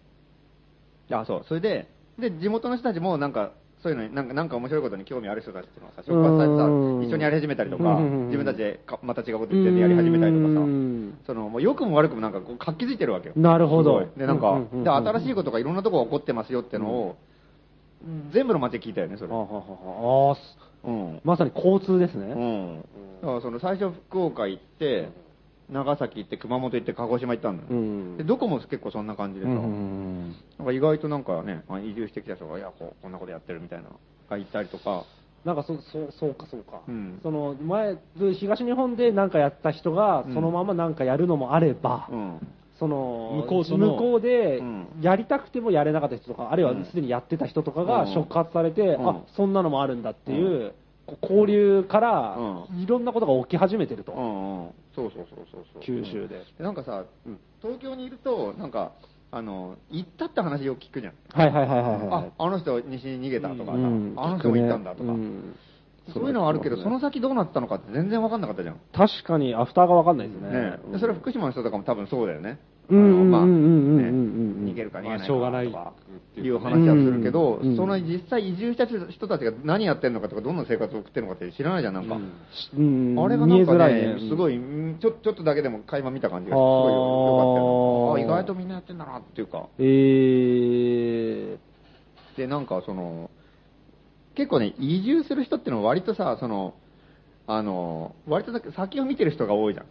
[SPEAKER 3] あ、そう、それで、で、地元の人たちもなんか、そういうのに、なんか、なんか面白いことに興味ある人たちっていうのはさ、職場さ
[SPEAKER 2] うん
[SPEAKER 3] 一緒にやり始めたりとか
[SPEAKER 2] うんうんうん、
[SPEAKER 3] 自分たちでかまた違うこと言ってやり始めたりとか
[SPEAKER 2] う
[SPEAKER 3] さ
[SPEAKER 2] ん、
[SPEAKER 3] その、もう良くも悪くもなんかこう活気づいてるわけよ。
[SPEAKER 2] なるほど
[SPEAKER 3] すごいで、なんか、
[SPEAKER 2] うんうんうんうん
[SPEAKER 3] で、新しいことがいろんなとこが起こってますよってのを、全部の街で聞いたよね、それ。
[SPEAKER 2] あはははあす
[SPEAKER 3] うん。
[SPEAKER 2] まさに交通です
[SPEAKER 3] う
[SPEAKER 2] ね
[SPEAKER 3] ん。だからその最初福岡行って、長崎行って、熊本行って、鹿児島行ったんだよ。
[SPEAKER 2] うん
[SPEAKER 3] で、どこも結構そんな感じでさ、
[SPEAKER 2] うん
[SPEAKER 3] なんか意外となんかね、あ移住してきた人が、いやこう、こんなことやってるみたいな、がいたりとか、
[SPEAKER 2] なんかそそうそうかそうか、
[SPEAKER 3] うん
[SPEAKER 2] その前東日本で何かやった人が
[SPEAKER 3] うん
[SPEAKER 2] そのまま何かやるのもあれば、
[SPEAKER 3] うん。
[SPEAKER 2] その
[SPEAKER 1] 向こうとの
[SPEAKER 2] 向こうで
[SPEAKER 3] うん
[SPEAKER 2] やりたくてもやれなかった人とか、あるいは
[SPEAKER 3] うん
[SPEAKER 2] すでにやってた人とか
[SPEAKER 3] う
[SPEAKER 2] が
[SPEAKER 3] ん
[SPEAKER 2] 触発されて、
[SPEAKER 3] うん
[SPEAKER 2] あそんなのもあるんだっていう、こう交流から
[SPEAKER 3] う
[SPEAKER 2] いろんなことが起き始めてると、
[SPEAKER 3] うんうん。そうそうそうそうそう。
[SPEAKER 2] 九州で、
[SPEAKER 3] でなんかさ、東京にいると、なんか、あの、行ったって話よく聞くじゃん。
[SPEAKER 2] はいはいはいはいは
[SPEAKER 3] あ
[SPEAKER 2] い、
[SPEAKER 3] あの人西に逃げたとかさ、
[SPEAKER 2] うん
[SPEAKER 3] あの人も行ったんだとか、
[SPEAKER 2] うん
[SPEAKER 3] そういうのはあるけど、その先どうなったのかって全然わかんなかったじゃん。ね
[SPEAKER 2] 確かにアフターが分かんないですね
[SPEAKER 3] えでそれは福島の人とかも多分そうだよね。
[SPEAKER 2] うん
[SPEAKER 3] あのまあ
[SPEAKER 2] うんうんうんうん
[SPEAKER 3] ね
[SPEAKER 2] うんうん
[SPEAKER 3] 逃げるか逃げない
[SPEAKER 1] ま
[SPEAKER 3] か
[SPEAKER 1] あしょうがない
[SPEAKER 3] とか
[SPEAKER 1] って
[SPEAKER 3] い
[SPEAKER 1] いうう
[SPEAKER 3] 話はするけど、
[SPEAKER 2] うんうん
[SPEAKER 3] その実際移住した人たちが何やってるのかとか、どんな生活を送ってるのかって知らないじゃん、なんか。
[SPEAKER 2] うん
[SPEAKER 3] あれがなんか
[SPEAKER 2] 見えづら
[SPEAKER 3] ね
[SPEAKER 2] いね
[SPEAKER 3] すごい、うんちょちょっとだけでも垣間見た感じがす
[SPEAKER 2] あー
[SPEAKER 3] ごいよかったよな。あ、意外とみんなやってんだなっていうか。
[SPEAKER 2] えー、
[SPEAKER 3] で、なんかその、結構ね、移住する人ってのは割とさ、その、あの、割とだけ先を見てる人が多いじゃん。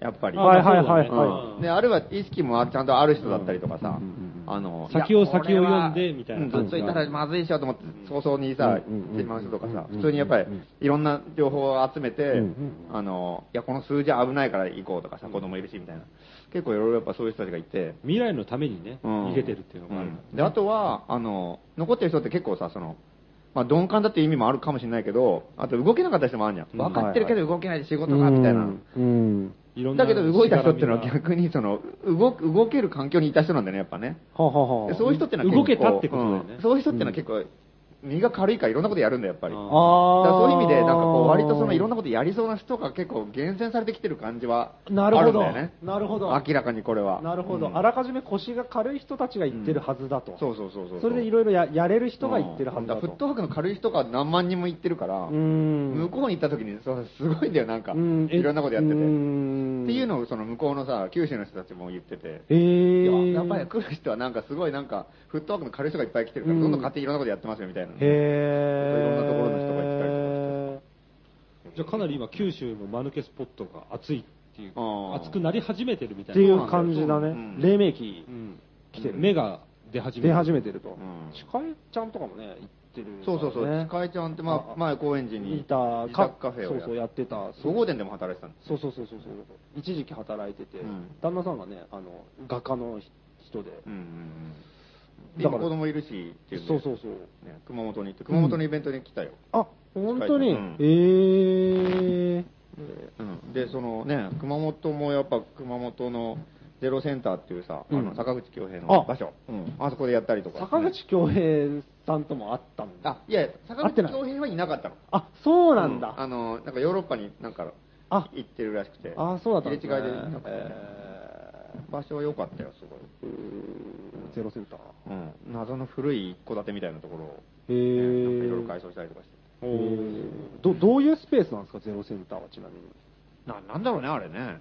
[SPEAKER 3] やっぱり。
[SPEAKER 2] はいはいはい
[SPEAKER 1] まあそうだね
[SPEAKER 2] は
[SPEAKER 1] う
[SPEAKER 3] で、あるいは意識もあちゃんとある人だったりとかさ、あの、
[SPEAKER 1] 先を
[SPEAKER 3] いや
[SPEAKER 1] 先を読んでみたいな
[SPEAKER 3] うんずっといたらまずいしようと思って、早々にさ、
[SPEAKER 2] うんうんうん
[SPEAKER 3] 手間の人とかさ、
[SPEAKER 2] うん
[SPEAKER 3] 普通にやっぱり、いろんな情報を集めて、
[SPEAKER 2] うん
[SPEAKER 3] あの、いや、この数字は危ないから行こうとかさ、子供いるし、みたいな。結構いろいろやっぱそういう人たちがいて、
[SPEAKER 1] 未来のためにね、
[SPEAKER 3] うん
[SPEAKER 1] 逃げてるっていうのがある。
[SPEAKER 3] うんで、あとは、あの、残ってる人って結構さ、その、まあ、鈍感だっていう意味もあるかもしれないけど、あと動けなかった人もあるじゃん。
[SPEAKER 1] うん
[SPEAKER 3] 分かってるけど動けないで仕事が、みたいな。
[SPEAKER 2] うん
[SPEAKER 1] いろんな
[SPEAKER 3] だけど動いた人っていうのは
[SPEAKER 1] しがらみが
[SPEAKER 3] 逆にその動く動ける環境にいた人なんだよね、やっぱね。
[SPEAKER 2] ははは
[SPEAKER 3] でそういう人ってのは結構
[SPEAKER 1] 動けたってことだよね
[SPEAKER 3] うんそういう人ってのは結構、身が軽いからいろんなことやるんだよ、やっぱり。
[SPEAKER 1] あ
[SPEAKER 3] だ
[SPEAKER 1] ー
[SPEAKER 3] か
[SPEAKER 2] あ
[SPEAKER 3] ら
[SPEAKER 2] あ。
[SPEAKER 3] そういう意味で、なんかこう、割とそのいろんなことやりそうな人が結構厳選されてきてる感じはあるんだ
[SPEAKER 2] なるほど
[SPEAKER 3] よね。
[SPEAKER 2] なるほど
[SPEAKER 3] 明らかにこれは。
[SPEAKER 2] なるほど、
[SPEAKER 3] うん
[SPEAKER 2] あらかじめ腰が軽い人たちが言ってるはずだと。
[SPEAKER 3] そうそうそうそう。
[SPEAKER 2] それでいろいろややれる人が言ってるはずだ
[SPEAKER 3] うん
[SPEAKER 2] と。
[SPEAKER 3] フットワークの軽い人が何万人も行ってるから、
[SPEAKER 2] うん
[SPEAKER 3] 向こうに行った時にそうすごいんだよ、なんか、
[SPEAKER 2] うんえ
[SPEAKER 3] いろんなことやってて。っ
[SPEAKER 2] うん
[SPEAKER 3] ていうのをその向こうのさ、九州の人たちも言ってて、
[SPEAKER 2] えー、
[SPEAKER 3] いややっぱり来る人はなんかすごいなんか、フットワークの軽い人がいっぱい来てるから、
[SPEAKER 2] うん
[SPEAKER 3] どんどん勝手にいろんなことやってますよみたいな。
[SPEAKER 2] へえ。
[SPEAKER 3] いろんなところの人が行ったりとかして
[SPEAKER 2] と
[SPEAKER 1] じゃあかなり今、九州の間抜けスポットが熱いっていう
[SPEAKER 3] あー、
[SPEAKER 1] 熱くなり始めてるみた
[SPEAKER 2] っ
[SPEAKER 1] い
[SPEAKER 2] て
[SPEAKER 1] な。
[SPEAKER 2] いう感じだ
[SPEAKER 3] う
[SPEAKER 2] ね
[SPEAKER 3] ん。
[SPEAKER 2] 黎明期
[SPEAKER 1] うん
[SPEAKER 2] 来てる
[SPEAKER 1] 目が出始め
[SPEAKER 2] 出始めてると
[SPEAKER 3] ん。
[SPEAKER 2] ちかえちゃんとかもね、行ってるからね。
[SPEAKER 3] そうそうそう、ちかえちゃんって、まあ、前、高円寺に
[SPEAKER 2] いた
[SPEAKER 3] 自宅カフェを
[SPEAKER 2] そうそうやってた
[SPEAKER 3] 総合店でも働いてたんです
[SPEAKER 2] そうそうそうそうそう一時期働いてて、
[SPEAKER 3] うん
[SPEAKER 2] 旦那さんがねあの画家の人で、
[SPEAKER 3] うんうんうん、
[SPEAKER 2] だから
[SPEAKER 3] 今子供いるしっていう、
[SPEAKER 2] そうそうそう
[SPEAKER 3] ね、熊本に行って、熊本のイベントに来たよ、
[SPEAKER 2] あ本当に、
[SPEAKER 3] うん
[SPEAKER 2] ええ
[SPEAKER 3] うんでそのね、熊本もやっぱ熊本のゼロセンターっていうさ、あ
[SPEAKER 2] う
[SPEAKER 3] の
[SPEAKER 2] ん
[SPEAKER 3] 坂口恭平の
[SPEAKER 2] あ
[SPEAKER 3] 場所、うんあそこでやったりとか、
[SPEAKER 2] 坂口恭平さんとも会ったの
[SPEAKER 3] あいやいや、坂
[SPEAKER 2] 会って
[SPEAKER 3] 口
[SPEAKER 2] ない
[SPEAKER 3] 恭平はいなかったの、
[SPEAKER 2] あそうなんだ、
[SPEAKER 3] あのなんかヨーロッパになんか
[SPEAKER 2] あ
[SPEAKER 3] 行ってるらしくて、
[SPEAKER 2] あそうだったん
[SPEAKER 3] 入
[SPEAKER 2] で
[SPEAKER 3] れ違
[SPEAKER 2] す
[SPEAKER 3] いで
[SPEAKER 2] ね
[SPEAKER 3] なんか、
[SPEAKER 2] え
[SPEAKER 3] 場所は良かったよ、すごい。
[SPEAKER 2] ーゼロセンター
[SPEAKER 3] うん、謎の古い一戸建てみたいなところを、
[SPEAKER 2] へ
[SPEAKER 3] ね
[SPEAKER 2] ー
[SPEAKER 3] なんかいろいろ改装したりとかして。
[SPEAKER 2] えーどどういうスペースなんですかゼロセンターはちなみに
[SPEAKER 3] ななんだろうね、あれね。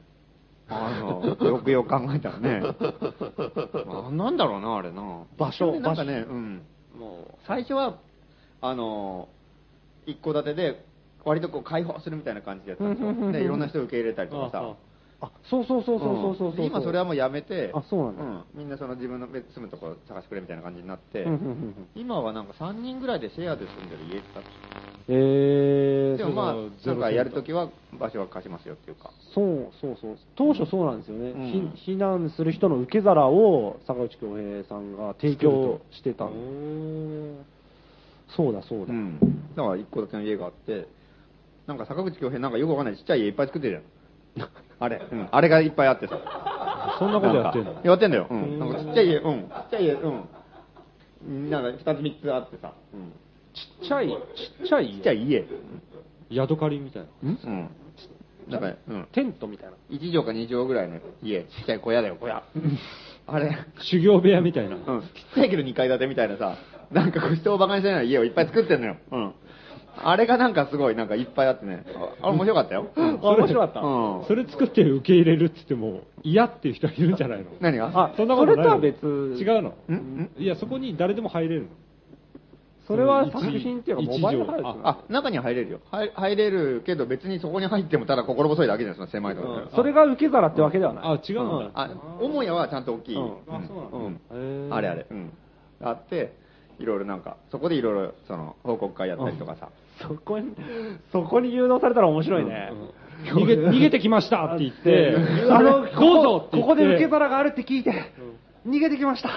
[SPEAKER 3] あの、 よくよく考えたらね。 ななんだろうな、あれな。
[SPEAKER 2] 場所
[SPEAKER 3] なんかね、うん。もう、最初は、あの、一戸建てで、割とこう開放するみたいな感じでやったんです
[SPEAKER 2] うんうんうんう
[SPEAKER 3] よ。
[SPEAKER 2] ん
[SPEAKER 3] で、いろんな人を受け入れたりとか
[SPEAKER 1] あ
[SPEAKER 3] さ
[SPEAKER 1] あ。
[SPEAKER 2] あそうそうそうそうそうそうそう、
[SPEAKER 3] んで今それはもうやめて、
[SPEAKER 2] あそうなんだ
[SPEAKER 3] みんなその自分の別住むところ探してくれみたいな感じになって
[SPEAKER 2] うんうんうんうん、
[SPEAKER 3] 今はなんか3人ぐらいでシェアで住んでる家って言ってた
[SPEAKER 2] えー、
[SPEAKER 3] でもま
[SPEAKER 1] その
[SPEAKER 3] あ、
[SPEAKER 1] ゼロセ
[SPEAKER 3] な
[SPEAKER 1] ン
[SPEAKER 3] ん
[SPEAKER 1] タ
[SPEAKER 3] か
[SPEAKER 1] ー
[SPEAKER 3] やるときは場所は貸しますよっていうか。
[SPEAKER 2] そうそうそう、当初そうなんですよね、
[SPEAKER 3] うん
[SPEAKER 2] ひ避難する人の受け皿を坂口恭平さんが提供してたのそうだそうだ、
[SPEAKER 3] うん、だから一戸建ての家があって、なんか坂口恭平なんかよくわかんないちっちゃい家いっぱい作ってるじゃん。 あれ、うん、あれがいっぱいあってさ。
[SPEAKER 1] そんなことやってんの
[SPEAKER 3] かやってんだよ。うん。なんかちっちゃい家、うん。ちっちゃい家、うん。なんか二つ三つあってさ。うん。
[SPEAKER 2] ちっちゃい、ちっちゃい、
[SPEAKER 3] ちっちゃい家。
[SPEAKER 1] 宿借りみたいな。
[SPEAKER 3] うん。なんか、うん。
[SPEAKER 2] テントみたいな、
[SPEAKER 3] 一畳か二畳ぐらいの家、ちっちゃい小屋だよ、小 屋。あれ、
[SPEAKER 1] 修行部屋みたいな。
[SPEAKER 3] うん、ちっちゃいけど2階建てみたいなさ、なんか人を馬鹿にしてない家をいっぱい作ってんのよ。うん。あれがなんかすごい、なんかいっぱいあってね。ああれ面白かったよ。うん
[SPEAKER 2] あ面白かった、
[SPEAKER 3] うん。
[SPEAKER 1] それ作って受け入れるって言っても、嫌っていう人はいるんじゃないの
[SPEAKER 3] 何が
[SPEAKER 2] あ
[SPEAKER 1] そんなことないの
[SPEAKER 2] それとは別
[SPEAKER 1] 違うの
[SPEAKER 3] んん
[SPEAKER 1] いや、そこに誰でも入れるの。
[SPEAKER 2] それは作品っていうか、
[SPEAKER 1] 一
[SPEAKER 2] モバイルハウス
[SPEAKER 1] 一
[SPEAKER 2] な
[SPEAKER 3] あ、中には入れるよ。入入れるけど別にそこに入ってもただ心細いだけじゃないですか、狭いところだ
[SPEAKER 2] の
[SPEAKER 3] か
[SPEAKER 2] それが受け皿ってわけではない、
[SPEAKER 1] あ、違うの、
[SPEAKER 3] ら。あ、母屋はちゃんと大きい。
[SPEAKER 2] うん
[SPEAKER 1] あそうなんだ
[SPEAKER 3] ん
[SPEAKER 2] へー
[SPEAKER 3] あれあれ。うん。あって、いろいろなんか、そこでいろいろ、その、報告会やったりとかさ。
[SPEAKER 2] そこに、そこに誘導されたら面白いね。
[SPEAKER 1] 逃げ逃げてきましたって言って、
[SPEAKER 2] あの、
[SPEAKER 1] どうぞって言って
[SPEAKER 2] ここで受け皿があるって聞いて、逃げてきました。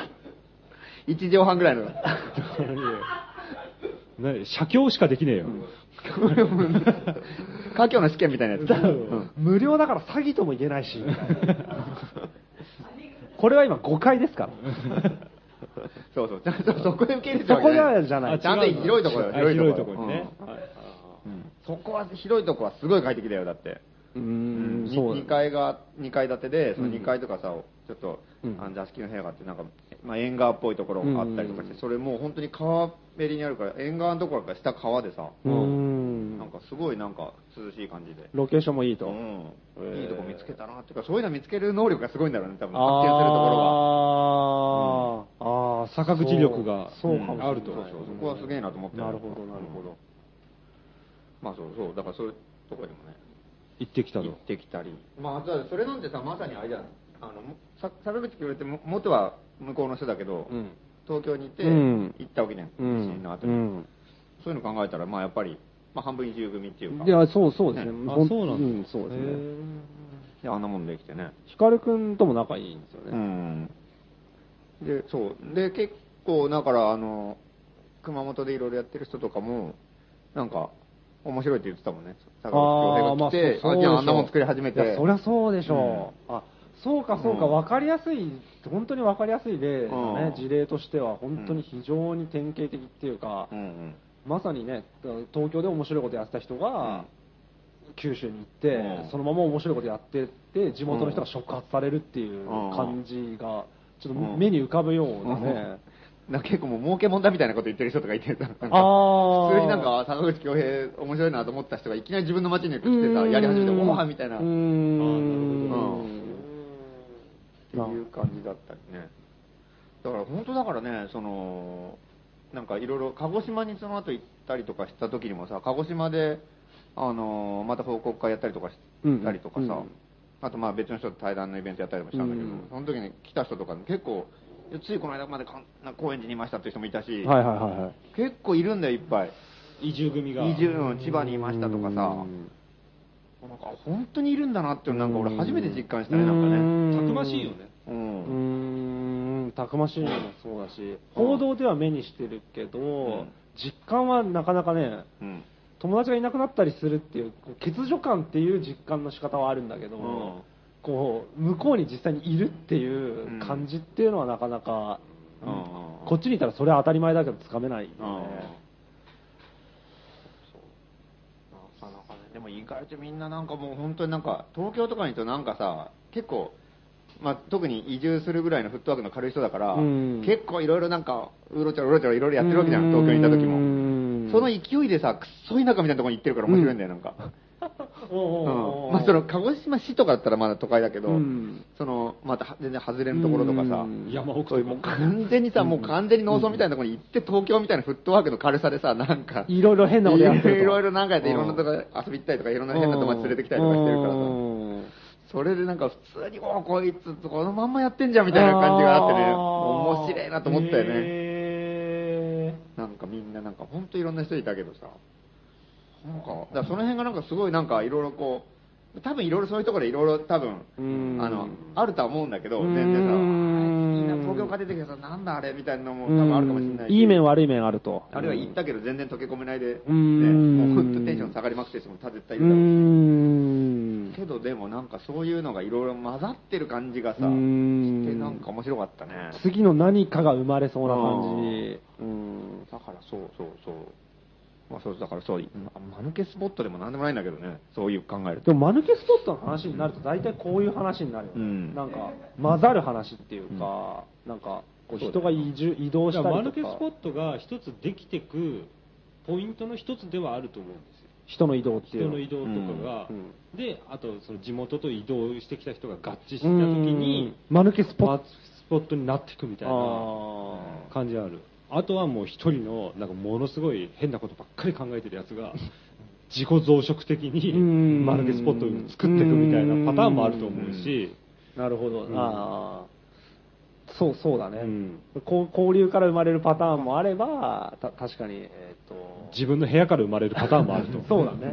[SPEAKER 3] 1畳半ぐらい の。
[SPEAKER 1] 何写経しかできねえよ。
[SPEAKER 3] 家境の試験みたいなやつ。うん
[SPEAKER 2] 無料だから詐欺とも言えないし、これは今誤解ですから。
[SPEAKER 3] そうそう、ちゃんとそこで受け入れてるわ
[SPEAKER 2] そこ
[SPEAKER 3] け
[SPEAKER 2] ではじ
[SPEAKER 3] じ
[SPEAKER 2] ゃ
[SPEAKER 3] ゃ
[SPEAKER 2] な
[SPEAKER 3] ないい。ちゃんと広いところ
[SPEAKER 1] あ
[SPEAKER 3] よ、
[SPEAKER 1] 広い
[SPEAKER 3] と
[SPEAKER 1] と
[SPEAKER 3] こ
[SPEAKER 1] こ
[SPEAKER 3] ろ
[SPEAKER 1] ろにね。
[SPEAKER 3] うん
[SPEAKER 1] はい
[SPEAKER 3] そこは、広いところはすごい快適だよ、だって。う
[SPEAKER 2] う
[SPEAKER 3] ん
[SPEAKER 2] ん、そう
[SPEAKER 3] 2階が、二階建てで、その2階とかさ、ちょっと
[SPEAKER 2] うん、
[SPEAKER 3] あの座敷の部屋があって、なんか、まあ、縁側っぽいところがあったりとかして、
[SPEAKER 2] うん
[SPEAKER 3] それもう本当に川べりにあるから、縁側のところから下川でさ、
[SPEAKER 2] う
[SPEAKER 3] なん
[SPEAKER 2] ん、
[SPEAKER 3] かすごいなんか涼しい感じで。
[SPEAKER 2] ロケーションもいいと。
[SPEAKER 3] うん
[SPEAKER 2] えー
[SPEAKER 3] いいとこ見つけたなっていうか、そういうの見つける能力がすごいんだろうね、多分発見するところが。
[SPEAKER 2] あー、あー
[SPEAKER 1] 坂口力が
[SPEAKER 2] そうそうかもしれない
[SPEAKER 1] あると
[SPEAKER 3] そうそうそこはすげえなと思って
[SPEAKER 2] なるほどなるほど
[SPEAKER 3] まあそうそうだからそういうとこにもね
[SPEAKER 1] 行ってきた
[SPEAKER 3] 行
[SPEAKER 1] の
[SPEAKER 3] っ。てきたりまあだからそれなんてさまさにあれじゃんあのもさ坂口清っても元は向こうの人だけど、
[SPEAKER 2] うん
[SPEAKER 3] 東京に行って、
[SPEAKER 2] うん
[SPEAKER 3] 行ったわけじゃん、
[SPEAKER 2] うん
[SPEAKER 3] 地震の後に、
[SPEAKER 2] うん
[SPEAKER 3] そういうの考えたらまあやっぱり、まあ、半分移住組っていうか
[SPEAKER 2] いや、そうそうですね。
[SPEAKER 1] あ
[SPEAKER 2] ほん
[SPEAKER 1] そうなんだ
[SPEAKER 2] んそうです
[SPEAKER 1] へ
[SPEAKER 2] ね。
[SPEAKER 3] であんなもんできてね
[SPEAKER 2] 光くんとも仲いいんですよ
[SPEAKER 3] う
[SPEAKER 2] ね。
[SPEAKER 3] んでそうで結構だからあの熊本でいろいろやってる人とかもなんか面白いって言ってたもんね坂
[SPEAKER 2] あー
[SPEAKER 3] 口
[SPEAKER 2] ま
[SPEAKER 3] 恭平が来
[SPEAKER 2] あ
[SPEAKER 3] て、
[SPEAKER 2] そうそう
[SPEAKER 3] あ、
[SPEAKER 2] で
[SPEAKER 3] じ
[SPEAKER 2] し
[SPEAKER 3] ゃ
[SPEAKER 2] ょ
[SPEAKER 3] ああんなもん作り始め
[SPEAKER 2] いや
[SPEAKER 3] て
[SPEAKER 2] そりゃそうでしょう、あそうかそうか、
[SPEAKER 3] うん
[SPEAKER 2] 分かりやすい本当に分かりやすい例だね、
[SPEAKER 3] うん
[SPEAKER 2] 事例としては本当に非常に典型的っていうか、
[SPEAKER 3] うんうん
[SPEAKER 2] まさにね東京で面白いことやってた人が、九州に行って、
[SPEAKER 3] うん
[SPEAKER 2] そのまま面白いことやってって地元の人が触発されるっていう感じがちょっと目に浮かぶようなね、
[SPEAKER 3] なんか結構もう儲けもんだみたいなこと言ってる人とかいてさ、なんか
[SPEAKER 2] あー
[SPEAKER 3] 普通になんか坂口恭平面白いなと思った人がいきなり自分の街に来てさ、
[SPEAKER 2] うん
[SPEAKER 3] やり始めて、おーみたいな、
[SPEAKER 2] うー
[SPEAKER 3] っ
[SPEAKER 2] ん
[SPEAKER 3] あーなるほどていう感じだったりね。だから本当だからね、その、なんかいろいろ、鹿児島にその後行ったりとかした時にもさ、鹿児島で、あのーまた報告会やったりとかし
[SPEAKER 2] うん
[SPEAKER 3] たりとかさ、
[SPEAKER 2] うん
[SPEAKER 3] あとまあ別の人と対談のイベントやったりもしたんだけど、
[SPEAKER 2] うん
[SPEAKER 3] その時に来た人とか結構、ついこの間までこんな高円寺にいましたっていう人もいたし、
[SPEAKER 2] はいはいはいはい
[SPEAKER 3] 結構いるんだよ、いっぱい。
[SPEAKER 1] 移住組が。
[SPEAKER 3] 移住の千葉にいましたとかさ、
[SPEAKER 2] うん
[SPEAKER 3] なんか本当にいるんだなっていうのなんか俺初めて実感したね、
[SPEAKER 2] う
[SPEAKER 3] なんんかね。
[SPEAKER 1] たくましいよね。
[SPEAKER 3] う。
[SPEAKER 2] うんーんたくましいのもそうだし報道では目にしてるけど、実感はなかなかね
[SPEAKER 3] うん。
[SPEAKER 2] 友達がいなくなったりするっていうこう欠如感っていう実感の仕方はあるんだけど、
[SPEAKER 3] うん
[SPEAKER 2] こう向こうに実際にいるっていう感じっていうのはなかなか、
[SPEAKER 3] うんうん
[SPEAKER 2] こっちにいたらそれは当たり前だけどつかめないよね、
[SPEAKER 3] なかなかね、でも意外とみんななんかもう本当になんか、東京とかにいるとなんかさ、結構、まあ、特に移住するぐらいのフットワークの軽い人だから、
[SPEAKER 2] うん
[SPEAKER 3] 結構いろいろなんか、うろちょろうろちょろいろいろやってるわけじゃん、東京にいた時も。その勢いでさ、くっそ田舎みたいなところに行ってるから面白いんだよ、なんか。うんまあ、その鹿児島市とかだったらまだ都会だけど、
[SPEAKER 2] うん
[SPEAKER 3] そのまた全然外れのところとかさ、
[SPEAKER 2] うん
[SPEAKER 1] 山奥
[SPEAKER 3] そういうもう完全にさ、もう完全に農村みたいなところに行って、東京みたいなフットワークの軽さでさ、なんか、
[SPEAKER 2] いろいろ変なことやってると
[SPEAKER 3] いろいろなんかやって、いろんなとこ遊び行ったりとか、いろんな変な友達連れてきたりとかしてるからさ、
[SPEAKER 2] うん
[SPEAKER 3] それでなんか普通に、おうこいつ、このまんまやってんじゃんみたいな感じがあってね、
[SPEAKER 2] あー
[SPEAKER 3] 面白いなと思ったよね。
[SPEAKER 2] へ
[SPEAKER 3] なんかみんななんか本当いろんな人いたけどさ、なんか、だからその辺がなんかすごいなんかいろいろこう、多分いろいろそういうところでいろいろ多分、
[SPEAKER 2] うん
[SPEAKER 3] あの、あるとは思うんだけど、
[SPEAKER 2] う
[SPEAKER 3] 全
[SPEAKER 2] ん
[SPEAKER 3] 然さ、あみんな東京から出てきてさ、なんだあれみたいなのも多分あるかもしれない
[SPEAKER 2] ー
[SPEAKER 3] し。
[SPEAKER 2] いい面悪い面あると
[SPEAKER 3] あるいは行ったけど全然溶け込めないで、ね、
[SPEAKER 2] うん
[SPEAKER 3] もうふっとテンション下がりまくってる人も多分絶対いうるだろうし
[SPEAKER 2] ん
[SPEAKER 3] けどでもなんかそういうのがいろいろ混ざってる感じがさ、して
[SPEAKER 2] うん
[SPEAKER 3] なんか面白かったね。
[SPEAKER 2] 次の何かが生まれそうな感じ
[SPEAKER 3] うん、だからそうそうそう。まあそう、だからそう、ま間抜けスポットでもなんでもないんだけどね、そういう考えると。
[SPEAKER 2] でも間抜けスポットの話になると大体こういう話になるよ
[SPEAKER 3] う
[SPEAKER 2] ね、
[SPEAKER 3] ん
[SPEAKER 2] なんか混ざる話っていうか、なんかこう人が移住移動したりとか
[SPEAKER 1] マルケスポットが一つできてくポイントの一つではあると思うんですよ。
[SPEAKER 2] 人の移動っていう
[SPEAKER 1] 人の移動とかが、
[SPEAKER 2] うん
[SPEAKER 1] で、あとその地元と移動してきた人が合致した時
[SPEAKER 2] うん
[SPEAKER 1] に、
[SPEAKER 2] 間抜けスポ
[SPEAKER 1] マ
[SPEAKER 2] ッ
[SPEAKER 1] ルケスポットになっていくみたいな
[SPEAKER 2] ト
[SPEAKER 1] 感じがある。あとはもう一人の、なんかものすごい変なことばっかり考えてるやつ が、自己増殖的に
[SPEAKER 2] うん
[SPEAKER 1] マルケスポットを作っていくみたいなパターンもあると思うし、
[SPEAKER 2] なるほど、
[SPEAKER 1] うん
[SPEAKER 2] ああそうそうだね、
[SPEAKER 1] うん
[SPEAKER 2] こう交流から生まれるパターンもあればた確かにえっ、と
[SPEAKER 1] 自分の部屋から生まれるパターンもあると思
[SPEAKER 2] そうだね、
[SPEAKER 1] ん
[SPEAKER 2] うん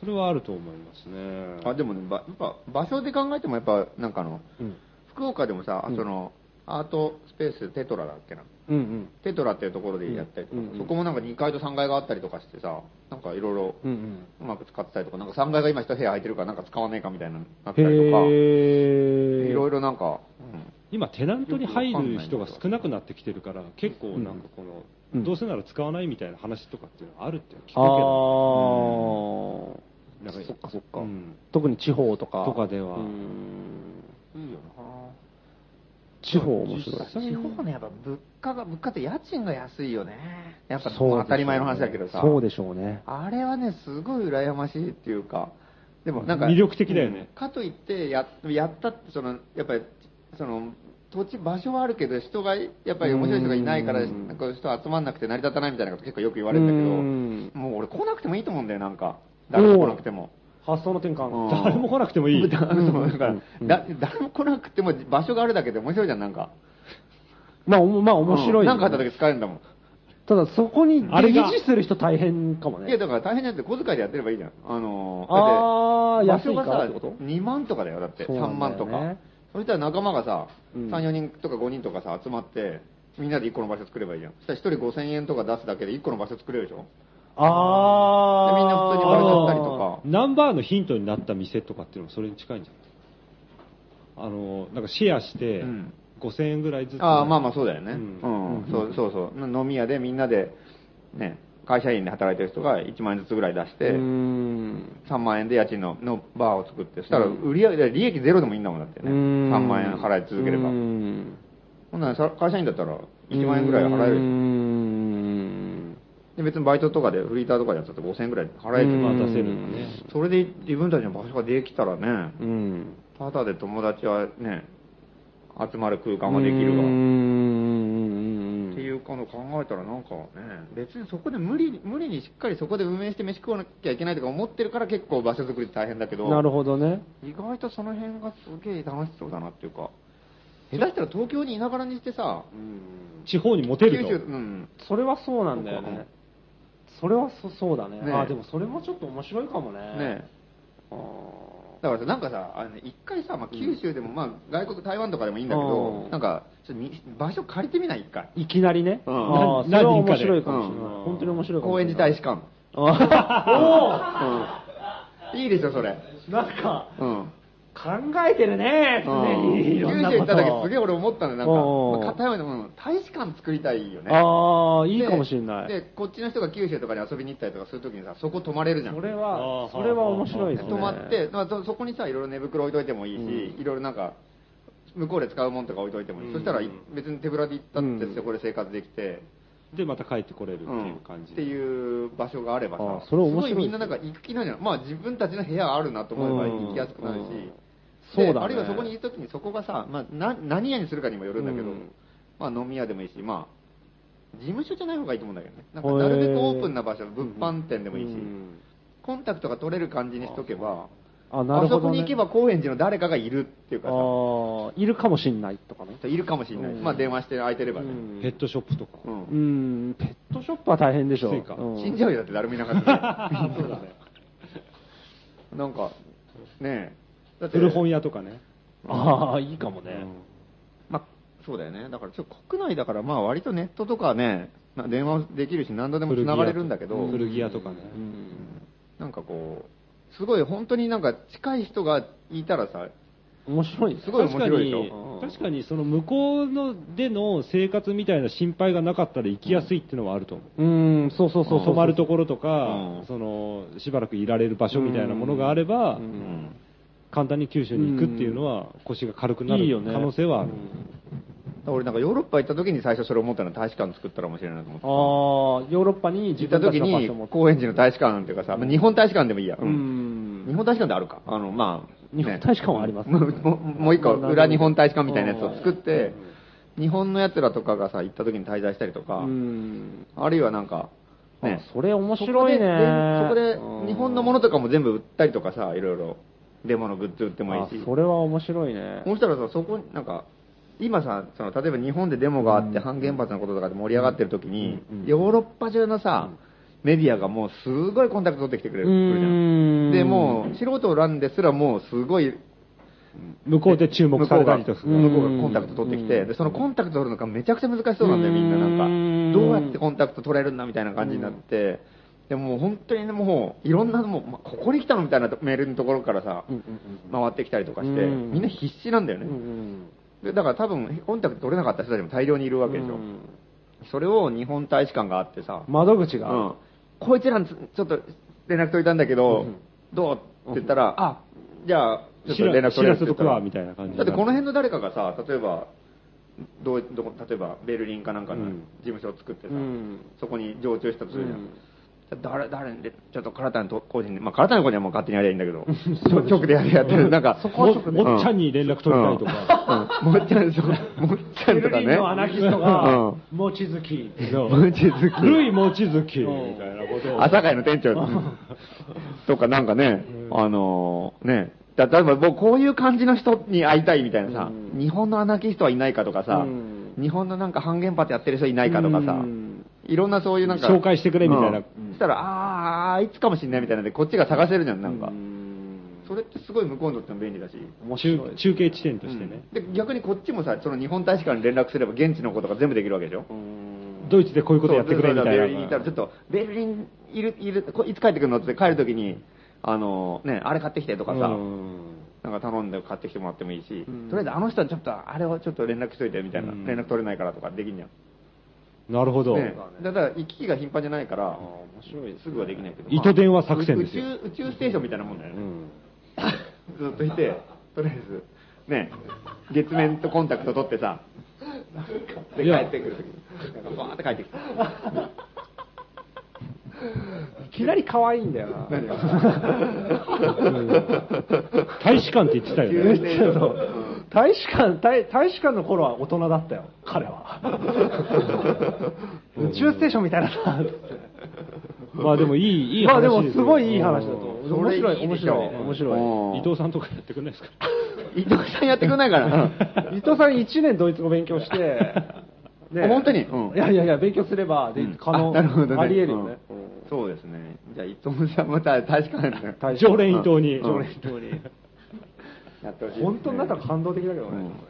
[SPEAKER 1] それはあると思いますね。
[SPEAKER 3] あでもね、ばやっぱ場所で考えてもやっぱなんかあの、
[SPEAKER 1] うん
[SPEAKER 3] 福岡でもさ、
[SPEAKER 2] うん
[SPEAKER 3] その、アートスペーステトラだっけな。
[SPEAKER 2] うん
[SPEAKER 3] テトラっていうところでやったりとか、
[SPEAKER 2] うんうんうん
[SPEAKER 3] そこもなんか2階と3階があったりとかしてさ、なんかいろいろ
[SPEAKER 2] うんうん
[SPEAKER 3] うまく使ってたりとか、なんか3階が今一部屋空いてるからなんか使わねえかみたいなのなっ
[SPEAKER 2] へ
[SPEAKER 3] たりとか、
[SPEAKER 2] え
[SPEAKER 3] いろいろなんか、うん
[SPEAKER 1] 今テナントに入る人が少なくなってきてるから結構なんかこの、
[SPEAKER 2] うん
[SPEAKER 1] どうせなら使わないみたいな話とかっていうのはあるっていうのは聞くけ
[SPEAKER 2] ああ
[SPEAKER 1] ど
[SPEAKER 2] ー、
[SPEAKER 1] なんか
[SPEAKER 2] そっかそっか、
[SPEAKER 1] うん
[SPEAKER 2] 特に地方とか
[SPEAKER 1] とかでは
[SPEAKER 2] うん
[SPEAKER 3] いいよな
[SPEAKER 2] 地方面白い
[SPEAKER 1] 実際
[SPEAKER 3] 地方ね、やっぱ物価が、物価って家賃が安いよね。やっぱ
[SPEAKER 2] そうでしょうね
[SPEAKER 3] 当たり前の話だけどさ。
[SPEAKER 2] そうでしょうね
[SPEAKER 3] あれはね、すごい羨ましいっていうか、でもなんか、
[SPEAKER 1] 魅力的だよね
[SPEAKER 3] うんかといってや、やったって、その、やっぱり、その、土地、場所はあるけど、人が、やっぱり面白い人がいないから、
[SPEAKER 2] うん
[SPEAKER 3] こういう人集まんなくて成り立たないみたいなこと結構よく言われるんだけど、
[SPEAKER 2] う
[SPEAKER 3] もう俺来なくてもいいと思うんだよ、なんか。誰も来なくても。
[SPEAKER 2] 発想の転換、
[SPEAKER 3] うん
[SPEAKER 1] 誰も来なく てもいい
[SPEAKER 3] だから
[SPEAKER 2] うん
[SPEAKER 3] だ誰も来なくても場所があるだけで面白いじゃん、なんか。
[SPEAKER 2] まあおもまあ面白いよ
[SPEAKER 3] うん
[SPEAKER 2] ね、
[SPEAKER 3] なんかあった時使えるんだもん。
[SPEAKER 2] ただそこに
[SPEAKER 1] あれ
[SPEAKER 2] 維
[SPEAKER 1] が
[SPEAKER 2] 持する人大変かもね
[SPEAKER 3] いや、だから大変じゃなくて、小遣いでやってればいいじゃん。あの
[SPEAKER 2] あー
[SPEAKER 3] だって場所が
[SPEAKER 2] 安いか
[SPEAKER 3] さ、
[SPEAKER 2] らってこと
[SPEAKER 3] 2万とかだよ、だって、
[SPEAKER 2] そう
[SPEAKER 3] 3
[SPEAKER 2] なんだよ
[SPEAKER 3] 万
[SPEAKER 2] ね
[SPEAKER 3] とか。そしたら仲間がさ、
[SPEAKER 2] うん
[SPEAKER 3] 3、4人とか5人とかさ、集まって、みんなで1個の場所作ればいいじゃん。そしたら1人5000円とか出すだけで1個の場所作れるでしょ。
[SPEAKER 2] ああ
[SPEAKER 3] でみんな普通にバイトしたりとか。
[SPEAKER 1] ナンバーのヒントになった店とかっていうのもそれに近いんじゃないあのなんかシェアして
[SPEAKER 3] うん
[SPEAKER 1] 5000円ぐらいずつ、
[SPEAKER 3] ああ、まあまあそうだよね。
[SPEAKER 1] う
[SPEAKER 3] うんん。そうそうそう。飲み屋でみんなで、ね、会社員で働いてる人が1万円ずつぐらい出して、
[SPEAKER 2] うん
[SPEAKER 3] 3万円で家賃ののバーを作って、そしたら売り上げ、利益ゼロでもいいんだもんだってね。3万円払い続ければ
[SPEAKER 2] う。ん
[SPEAKER 3] ほんならさ会社員だったら1万円ぐらい払える
[SPEAKER 2] う
[SPEAKER 3] でしょ
[SPEAKER 2] ん
[SPEAKER 3] で別にバイトとかでフリーターとかでやったって5000円ぐらい払える
[SPEAKER 1] まあ
[SPEAKER 3] ば
[SPEAKER 1] 出せるのね
[SPEAKER 3] それで自分たちの場所ができたらね
[SPEAKER 2] うん
[SPEAKER 3] ただで友達はね集まる空間はできるわ
[SPEAKER 2] う
[SPEAKER 3] っ
[SPEAKER 2] ん
[SPEAKER 3] ていう考かの考えたらなんかね、別にそこで無理に、無理にしっかりそこで運営して飯食わなきゃいけないとか思ってるから結構場所作りって大変だけど、
[SPEAKER 2] なるほどね。
[SPEAKER 3] 意外とその辺がすげえ楽しそうだなっていうか、下手したら東京にいながらにしてさ、
[SPEAKER 1] 地方にモテ
[SPEAKER 3] 九州、
[SPEAKER 1] る
[SPEAKER 3] う
[SPEAKER 1] と。
[SPEAKER 3] ん、
[SPEAKER 2] それはそうなんだよ
[SPEAKER 3] うん
[SPEAKER 2] ね。それはそそうだね。
[SPEAKER 3] ねえ
[SPEAKER 2] あ、でもそれもちょっと面白いかもね。
[SPEAKER 3] ね
[SPEAKER 2] あー
[SPEAKER 3] だからさ、なんかさ、あのね一回さ、まあ、九州でも、まあ、外国、台湾とかでもいいんだけど、
[SPEAKER 2] うん
[SPEAKER 3] なんか、ちょっとみ場所借りてみない一回。
[SPEAKER 2] いきなりね。
[SPEAKER 3] うん
[SPEAKER 2] あーそ
[SPEAKER 1] な
[SPEAKER 2] れは
[SPEAKER 1] 何人か
[SPEAKER 2] 面
[SPEAKER 1] で
[SPEAKER 2] 白いかもしれ
[SPEAKER 1] う
[SPEAKER 2] なんい。本当に面白いかも
[SPEAKER 3] 高
[SPEAKER 2] しれ
[SPEAKER 3] 円
[SPEAKER 2] ない。
[SPEAKER 3] 寺大使館。
[SPEAKER 2] あ
[SPEAKER 3] いいでしょ、それ。
[SPEAKER 2] ーなんか、
[SPEAKER 3] うん。
[SPEAKER 2] 考えてるね、常にい
[SPEAKER 3] 九
[SPEAKER 2] ろん
[SPEAKER 3] 州
[SPEAKER 2] な
[SPEAKER 3] 行
[SPEAKER 2] こ
[SPEAKER 3] っ
[SPEAKER 2] と
[SPEAKER 3] た時すげえ俺思ったのよなんか、
[SPEAKER 2] うんうん
[SPEAKER 3] まあ台湾でも大使館作りたいよね。
[SPEAKER 2] ああ、
[SPEAKER 3] で
[SPEAKER 2] いいかもしれない。
[SPEAKER 3] で、こっちの人が九州とかに遊びに行ったりとかするときにさ、そこ泊まれるじゃん。
[SPEAKER 2] それ
[SPEAKER 1] あ
[SPEAKER 2] は
[SPEAKER 1] ー、
[SPEAKER 2] それは面白いですね。
[SPEAKER 3] 泊まって、まあ、そそこにさ、いろいろ寝袋置いといてもいいし、いろいろなんか、向こうで使うもんとか置いといてもいい。そしたらい別に手ぶらで行ったって、
[SPEAKER 2] うん
[SPEAKER 3] そこで生活できて、
[SPEAKER 1] で、また帰ってこれるって
[SPEAKER 3] うん
[SPEAKER 1] いう感じ
[SPEAKER 3] って
[SPEAKER 1] で。
[SPEAKER 3] いう場所があればさ
[SPEAKER 2] あ、それ面白い
[SPEAKER 3] すごいみんななんか行く気になるじゃん。まあ自分たちの部屋あるなと思えば
[SPEAKER 2] うん
[SPEAKER 3] 行きやすくなるし、
[SPEAKER 2] うん
[SPEAKER 3] で
[SPEAKER 2] そうだね
[SPEAKER 3] あるいはそこにいるときにそこがさ、まあな何屋にするかにもよるんだけど、
[SPEAKER 2] うん
[SPEAKER 3] まあ飲み屋でもいいし、まあ事務所じゃない方がいいと思うんだけどね。なんかなるべくオープンな場所、物販店でもいいし、
[SPEAKER 2] うん
[SPEAKER 3] コンタクトが取れる感じにしとけば、
[SPEAKER 2] あ、な
[SPEAKER 3] あ
[SPEAKER 2] るほど、ね。
[SPEAKER 3] そこに行けば高円寺の誰かがいるっていうかさ、
[SPEAKER 2] ああ、いるかもしんないとかね。
[SPEAKER 3] いるかもしれない。
[SPEAKER 2] うん
[SPEAKER 3] まあ電話して空いてればね。
[SPEAKER 2] うん
[SPEAKER 1] ペットショップとか。
[SPEAKER 3] うん
[SPEAKER 2] うん、ペットショップは大変でしょ。
[SPEAKER 1] きついか
[SPEAKER 2] うん
[SPEAKER 3] 死んじゃうよだって誰もいなかった らなんかねえだって
[SPEAKER 1] 古本屋とかね。
[SPEAKER 2] ああ、いいかもね。
[SPEAKER 3] まあそうだよねだからちょっと国内だからまあ割とネットとかねな電話できるし何度でも
[SPEAKER 1] 古着
[SPEAKER 3] 繋
[SPEAKER 1] 屋と
[SPEAKER 3] がれるんだけど
[SPEAKER 1] 古着屋とかね。
[SPEAKER 3] なんかこうすごい本当になんか近い人がいたらさ
[SPEAKER 2] 面白いね
[SPEAKER 3] すごい面白いでしょ
[SPEAKER 1] 確かに確かにその向こうのでの生活みたいな心配がなかったら行きやすいっていうのはあると思う。
[SPEAKER 2] うん、そうそうそうそう。
[SPEAKER 1] 泊まるところと
[SPEAKER 3] うん
[SPEAKER 1] か、そのしばらくいられる場所みたいなものがあれば
[SPEAKER 2] う、
[SPEAKER 3] うんん
[SPEAKER 1] 簡単に九州に行くっていうのは腰が軽くない
[SPEAKER 2] いよ
[SPEAKER 1] る
[SPEAKER 2] ね
[SPEAKER 1] 可能性はある。
[SPEAKER 3] 俺なんかヨーロッパ行った時に最初それ思ったのは大使館作ったら面白いなと思って
[SPEAKER 2] ああ、ヨーロッパに
[SPEAKER 3] 行
[SPEAKER 2] 自
[SPEAKER 3] った
[SPEAKER 2] 分た
[SPEAKER 3] 時
[SPEAKER 2] ちの場所
[SPEAKER 3] に
[SPEAKER 2] も。
[SPEAKER 3] 高円寺の大使館っていうかさ、まあ日本大使館でもいいや、
[SPEAKER 2] う
[SPEAKER 3] 日
[SPEAKER 2] ん。
[SPEAKER 3] 本大使館であるか。あの、まあ、
[SPEAKER 2] 日本大使館はあります
[SPEAKER 3] もうもうもう一個、裏日本大使館みたいなやつを作って、日本の奴らとかがさ、行った時に滞在したりとか
[SPEAKER 2] う、ん。
[SPEAKER 3] あるいはなんか、ね
[SPEAKER 2] あ、それ面白いね
[SPEAKER 3] そこでそこで日本のものとかも全部売ったりとかさ、いろいろ、デモのグッズ売ってもいい
[SPEAKER 2] あ
[SPEAKER 3] し、
[SPEAKER 2] それは面白いね。
[SPEAKER 3] そしたらさ、そこになんか、今さ、その例えば日本でデモがあって、反原発のこととかで盛り上がってる時に、ヨーロッパ中のさ、メディアがもうすごいコンタクト取ってきてくれる来るじゃ
[SPEAKER 2] うん
[SPEAKER 3] ん。で、もう、素人欄ですらもうすごい、
[SPEAKER 1] 向こうで注目されたりとか。
[SPEAKER 3] 向こうが向こうがコンタクト取ってきて、
[SPEAKER 2] うん
[SPEAKER 3] で、そのコンタクト取るのがめちゃくちゃ難しそうなんだよ、みんな
[SPEAKER 2] う
[SPEAKER 3] なん
[SPEAKER 2] ん
[SPEAKER 3] か。どうやってコンタクト取れるんだみたいな感じになって、でももう本当にね、もう、いろんな、もう、まここに来たのみたいなメールのところからさ、回ってきたりとかして、
[SPEAKER 2] うん
[SPEAKER 3] みんな必死なんだよね。
[SPEAKER 2] うん
[SPEAKER 3] でだから多分、コンタクト取れなかった人たちも大量にいるわけでしょ。
[SPEAKER 2] うん
[SPEAKER 3] それを日本大使館があってさ、
[SPEAKER 2] 窓口が、
[SPEAKER 3] うん、こいつらにつちょっと連絡取りたんだけど、どうって言ったら、あじゃあ、ちょっと連絡取れるって言った
[SPEAKER 1] 知ら知らせとく
[SPEAKER 3] ら
[SPEAKER 1] わみたいな感じに
[SPEAKER 3] だ
[SPEAKER 1] な
[SPEAKER 3] っ
[SPEAKER 1] る
[SPEAKER 3] てこの辺の誰かがさ、例えば、どうどこ例えばベルリンかなんかの
[SPEAKER 1] うん
[SPEAKER 3] 事務所を作ってさ、
[SPEAKER 2] うん
[SPEAKER 3] そこに常駐したとするじゃん。
[SPEAKER 2] うん
[SPEAKER 3] 誰誰にでちょっと唐田の個人に、まあ、唐田の個人はもう勝手にやりゃいいんだけ ど、局でやりゃやってる、なんか、
[SPEAKER 1] そこは局でもっちゃんに連絡取りたいとか
[SPEAKER 3] うん、うんもっちゃん、そうもっちゃん
[SPEAKER 4] ベ
[SPEAKER 3] とか
[SPEAKER 4] ルリン
[SPEAKER 3] ね、
[SPEAKER 4] のアナキストが
[SPEAKER 3] うん、
[SPEAKER 4] 望月。
[SPEAKER 1] そう
[SPEAKER 3] 望月
[SPEAKER 1] 古い望月みたいなことを。
[SPEAKER 3] 朝会の店長とかなんかね、あのね、だ例えば僕こういう感じの人に会いたいみたいなさ、
[SPEAKER 2] うん
[SPEAKER 3] 日本のアナキストはいないかとかさ、
[SPEAKER 2] うん
[SPEAKER 3] 日本のなんか半原発やってる人いないかとかさ、
[SPEAKER 2] うん
[SPEAKER 3] いろんなそういうなんか。
[SPEAKER 1] 紹介してくれみたいな
[SPEAKER 3] うんそしたら、あーあいつかもしんないみたいなんで、こっちが探せるじゃん、なんか。それってすごい向こうにとっても便利だし。
[SPEAKER 2] 面白い
[SPEAKER 1] 中中継地点としてね。
[SPEAKER 3] で、逆にこっちもさ、その日本大使館に連絡すれば現地のことが全部できるわけでしょ。
[SPEAKER 1] ドイツでこういうことやってくれみた
[SPEAKER 3] そうベルリンに
[SPEAKER 1] い
[SPEAKER 3] いた
[SPEAKER 1] な
[SPEAKER 3] ら、ちょ。っと、ベルリンいる、いる、こいつ帰ってくるのって帰るときに、あの、ね、あれ買ってきてとかさ、
[SPEAKER 1] うん
[SPEAKER 3] なんか頼んで買ってきてもらってもいいし、
[SPEAKER 2] うん
[SPEAKER 3] とりあえずあの人にちょっと、あれをちょっと連絡しといてみたいな、
[SPEAKER 1] うん
[SPEAKER 3] 連絡取れないからとかできんじゃん。
[SPEAKER 1] なるほど。
[SPEAKER 3] ね、だから行き来が頻繁じゃないから、すぐはできないけど。
[SPEAKER 1] 糸電話作戦ですよ
[SPEAKER 3] まあ宇宙宇宙ステーションみたいなもんだよ
[SPEAKER 1] う
[SPEAKER 3] ね。
[SPEAKER 1] ん
[SPEAKER 3] ずっといて、とりあえず、ね、月面とコンタクト取ってさ、で帰
[SPEAKER 1] いや
[SPEAKER 3] ってくるときに、なんかバーって帰ってきて。
[SPEAKER 2] いきなり可愛いんだよな。
[SPEAKER 3] 何が
[SPEAKER 1] 大使館って言ってたよね。
[SPEAKER 3] 急にねそう
[SPEAKER 2] 大使館大大使館の頃は大人だったよ彼 は宇宙ステーションみたいだなって
[SPEAKER 1] まあでもいい、いい
[SPEAKER 2] まあ
[SPEAKER 1] 話
[SPEAKER 2] です
[SPEAKER 1] よ
[SPEAKER 2] もすごいいい話だと
[SPEAKER 3] うん
[SPEAKER 2] 面白い面白い
[SPEAKER 3] それいいでしょ
[SPEAKER 2] 面白
[SPEAKER 3] うん
[SPEAKER 1] 伊藤さんとかやってくれないですか
[SPEAKER 3] 伊藤さんやってくんないから。
[SPEAKER 2] い伊藤さん1年ドイツ語勉強してで
[SPEAKER 3] あ本当にうん
[SPEAKER 2] いやいやいや勉強すればで可能、
[SPEAKER 3] あなるほどね。
[SPEAKER 2] あり得るよね、
[SPEAKER 3] う
[SPEAKER 2] うん
[SPEAKER 3] んそうですね。じゃあ、伊藤さんまた大使館で
[SPEAKER 2] 大 使
[SPEAKER 1] 常連伊藤に。
[SPEAKER 3] うん
[SPEAKER 1] 常
[SPEAKER 3] 常
[SPEAKER 1] 連
[SPEAKER 3] 連
[SPEAKER 1] 伊
[SPEAKER 3] 伊
[SPEAKER 1] 藤に。
[SPEAKER 3] やってほしいですね。
[SPEAKER 2] 本当になったら感動的だけどね、
[SPEAKER 3] うん
[SPEAKER 2] こ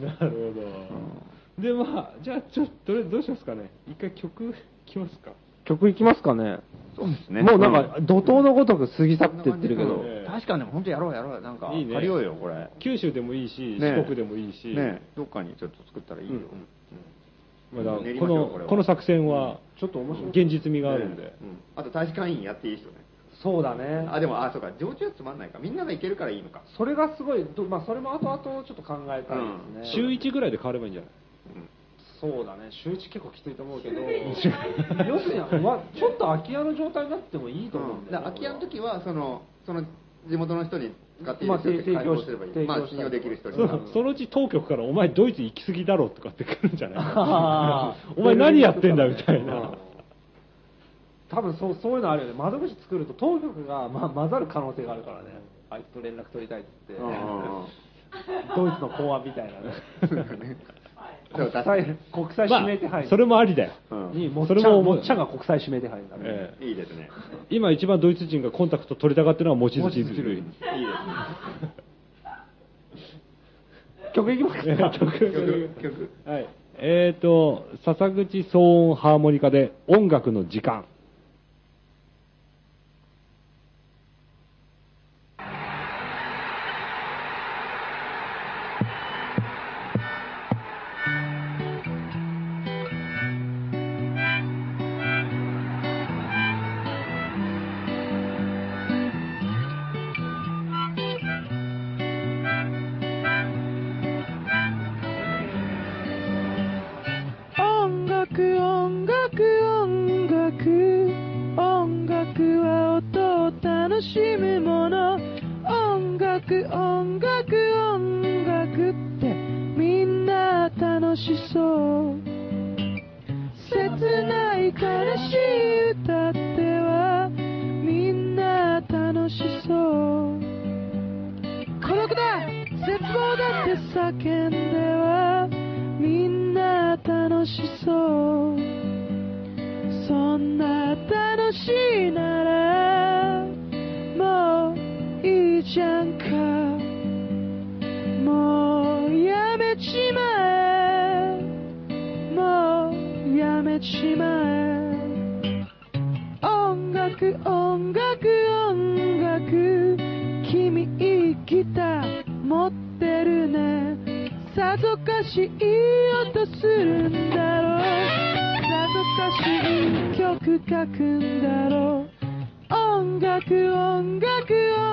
[SPEAKER 2] れ
[SPEAKER 1] なるほど。で、まあ、じゃあ、ちょっと、どれどうしますかね。一回曲、きますか。
[SPEAKER 2] 曲いきますかね
[SPEAKER 3] そうですね。
[SPEAKER 2] もうなんか怒涛のごとく過ぎ去
[SPEAKER 3] う
[SPEAKER 2] っ
[SPEAKER 3] ん、
[SPEAKER 2] てってるけど、
[SPEAKER 1] ええ
[SPEAKER 3] 確かにでも本当やろうやろう。なんか、
[SPEAKER 1] いいね
[SPEAKER 3] 借りようよ、これ。
[SPEAKER 1] 九州でもいいし、
[SPEAKER 3] ね
[SPEAKER 1] 四国でもいいし、
[SPEAKER 3] ねどっかにちょっと作ったらいいよ。
[SPEAKER 1] まだ
[SPEAKER 3] 練り
[SPEAKER 1] こ
[SPEAKER 3] ましょう
[SPEAKER 1] の
[SPEAKER 3] これは
[SPEAKER 1] この作戦は、
[SPEAKER 2] ちょっと面白い
[SPEAKER 1] 現実味があるんで
[SPEAKER 3] ね、うんあと大使館員やっていい人ね。
[SPEAKER 2] そうだね
[SPEAKER 3] あ、でも、あ、そうか、常駐はつまんないか。みんなが行けるからいいのか。
[SPEAKER 2] それがすごい、どまあ、それも後々ちょっと考えたいですね、
[SPEAKER 1] 週1ぐらいで変わればいいんじゃない
[SPEAKER 3] うん
[SPEAKER 2] そうだね、週1結構きついと思うけど、要するに、まあ、ちょっと空き家の状態になってもいいと思うんだ
[SPEAKER 3] だ
[SPEAKER 2] よ
[SPEAKER 3] から空
[SPEAKER 2] ね
[SPEAKER 3] き家の時はそのその地元の人に使ってい
[SPEAKER 2] まあ
[SPEAKER 3] る人に
[SPEAKER 2] 提供
[SPEAKER 3] 開放すればいい、
[SPEAKER 2] 提供
[SPEAKER 3] まあ、
[SPEAKER 2] したり
[SPEAKER 3] 信用できる人に
[SPEAKER 1] そ
[SPEAKER 3] は
[SPEAKER 1] うそのうち当局から、お前、ドイツ行き過ぎだろとかって来るんじゃな
[SPEAKER 2] あ
[SPEAKER 1] い
[SPEAKER 2] ー
[SPEAKER 1] お前、何やってんだみたいな、
[SPEAKER 2] 多分そうそういうのあるよね、窓口作ると当局が、まあ、混ざる可能性があるからね、あいつと連絡取りたいって言って、ドイツの公安みたいなね、
[SPEAKER 3] そう
[SPEAKER 2] 国
[SPEAKER 3] 確かに
[SPEAKER 2] 際国際指名手配
[SPEAKER 1] まあそれもありだよ、
[SPEAKER 3] うん
[SPEAKER 2] に、もっ
[SPEAKER 1] それ
[SPEAKER 2] ちゃ
[SPEAKER 1] も
[SPEAKER 2] ん
[SPEAKER 1] 思う
[SPEAKER 2] もっちゃんが国際指名手配になる。
[SPEAKER 1] ええ
[SPEAKER 3] いいですね
[SPEAKER 1] 今、一番ドイツ人がコンタクト取りたがってるのは望月
[SPEAKER 3] いいです
[SPEAKER 1] 類
[SPEAKER 3] ね。
[SPEAKER 2] 曲いきますか
[SPEAKER 3] 曲曲
[SPEAKER 1] はい。えっ、ー、と、笹口騒音ハーモニカで音楽の時間。
[SPEAKER 6] 音楽音楽音楽音楽は音を楽しむもの音楽音楽音楽ってみんな楽しそう切ない悲しい歌ってはみんな楽しそう孤独だ絶望だって叫んではみんな楽しそうそんな楽しいならもういいじゃんかもうやめちまえもうやめちまえ音楽音楽音楽君いいギター持ってるねさぞかしいい音するんだろうさぞかしいい曲書くんだろう音楽音楽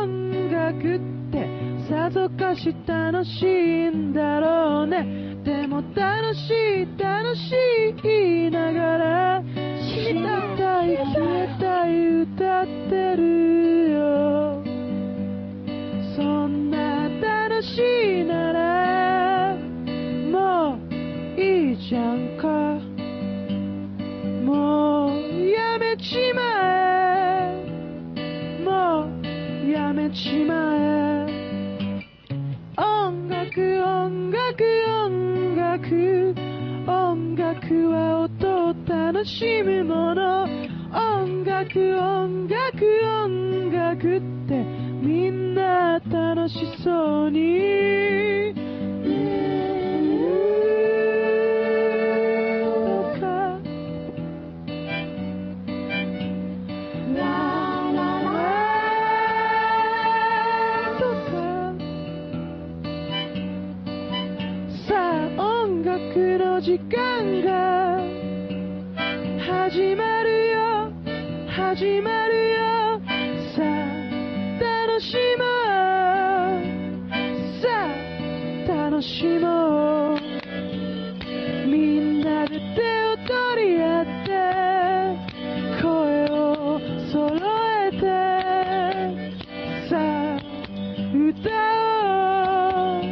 [SPEAKER 6] 音楽ってさぞかし楽しいんだろうねでも楽しい楽しい言いながら死にたい消えたい歌ってるよそんな楽しいならもういいじゃんかもうやめちまえもうやめちまえ音楽音楽音楽音楽は音を楽しむもの音楽音楽音楽ってみんな楽しそうにとかラララとかさあ音楽の時間が始まるよ始まるよさあ楽しもうさあ楽しもうみんなで手を取り合って声を揃えてさあ歌おう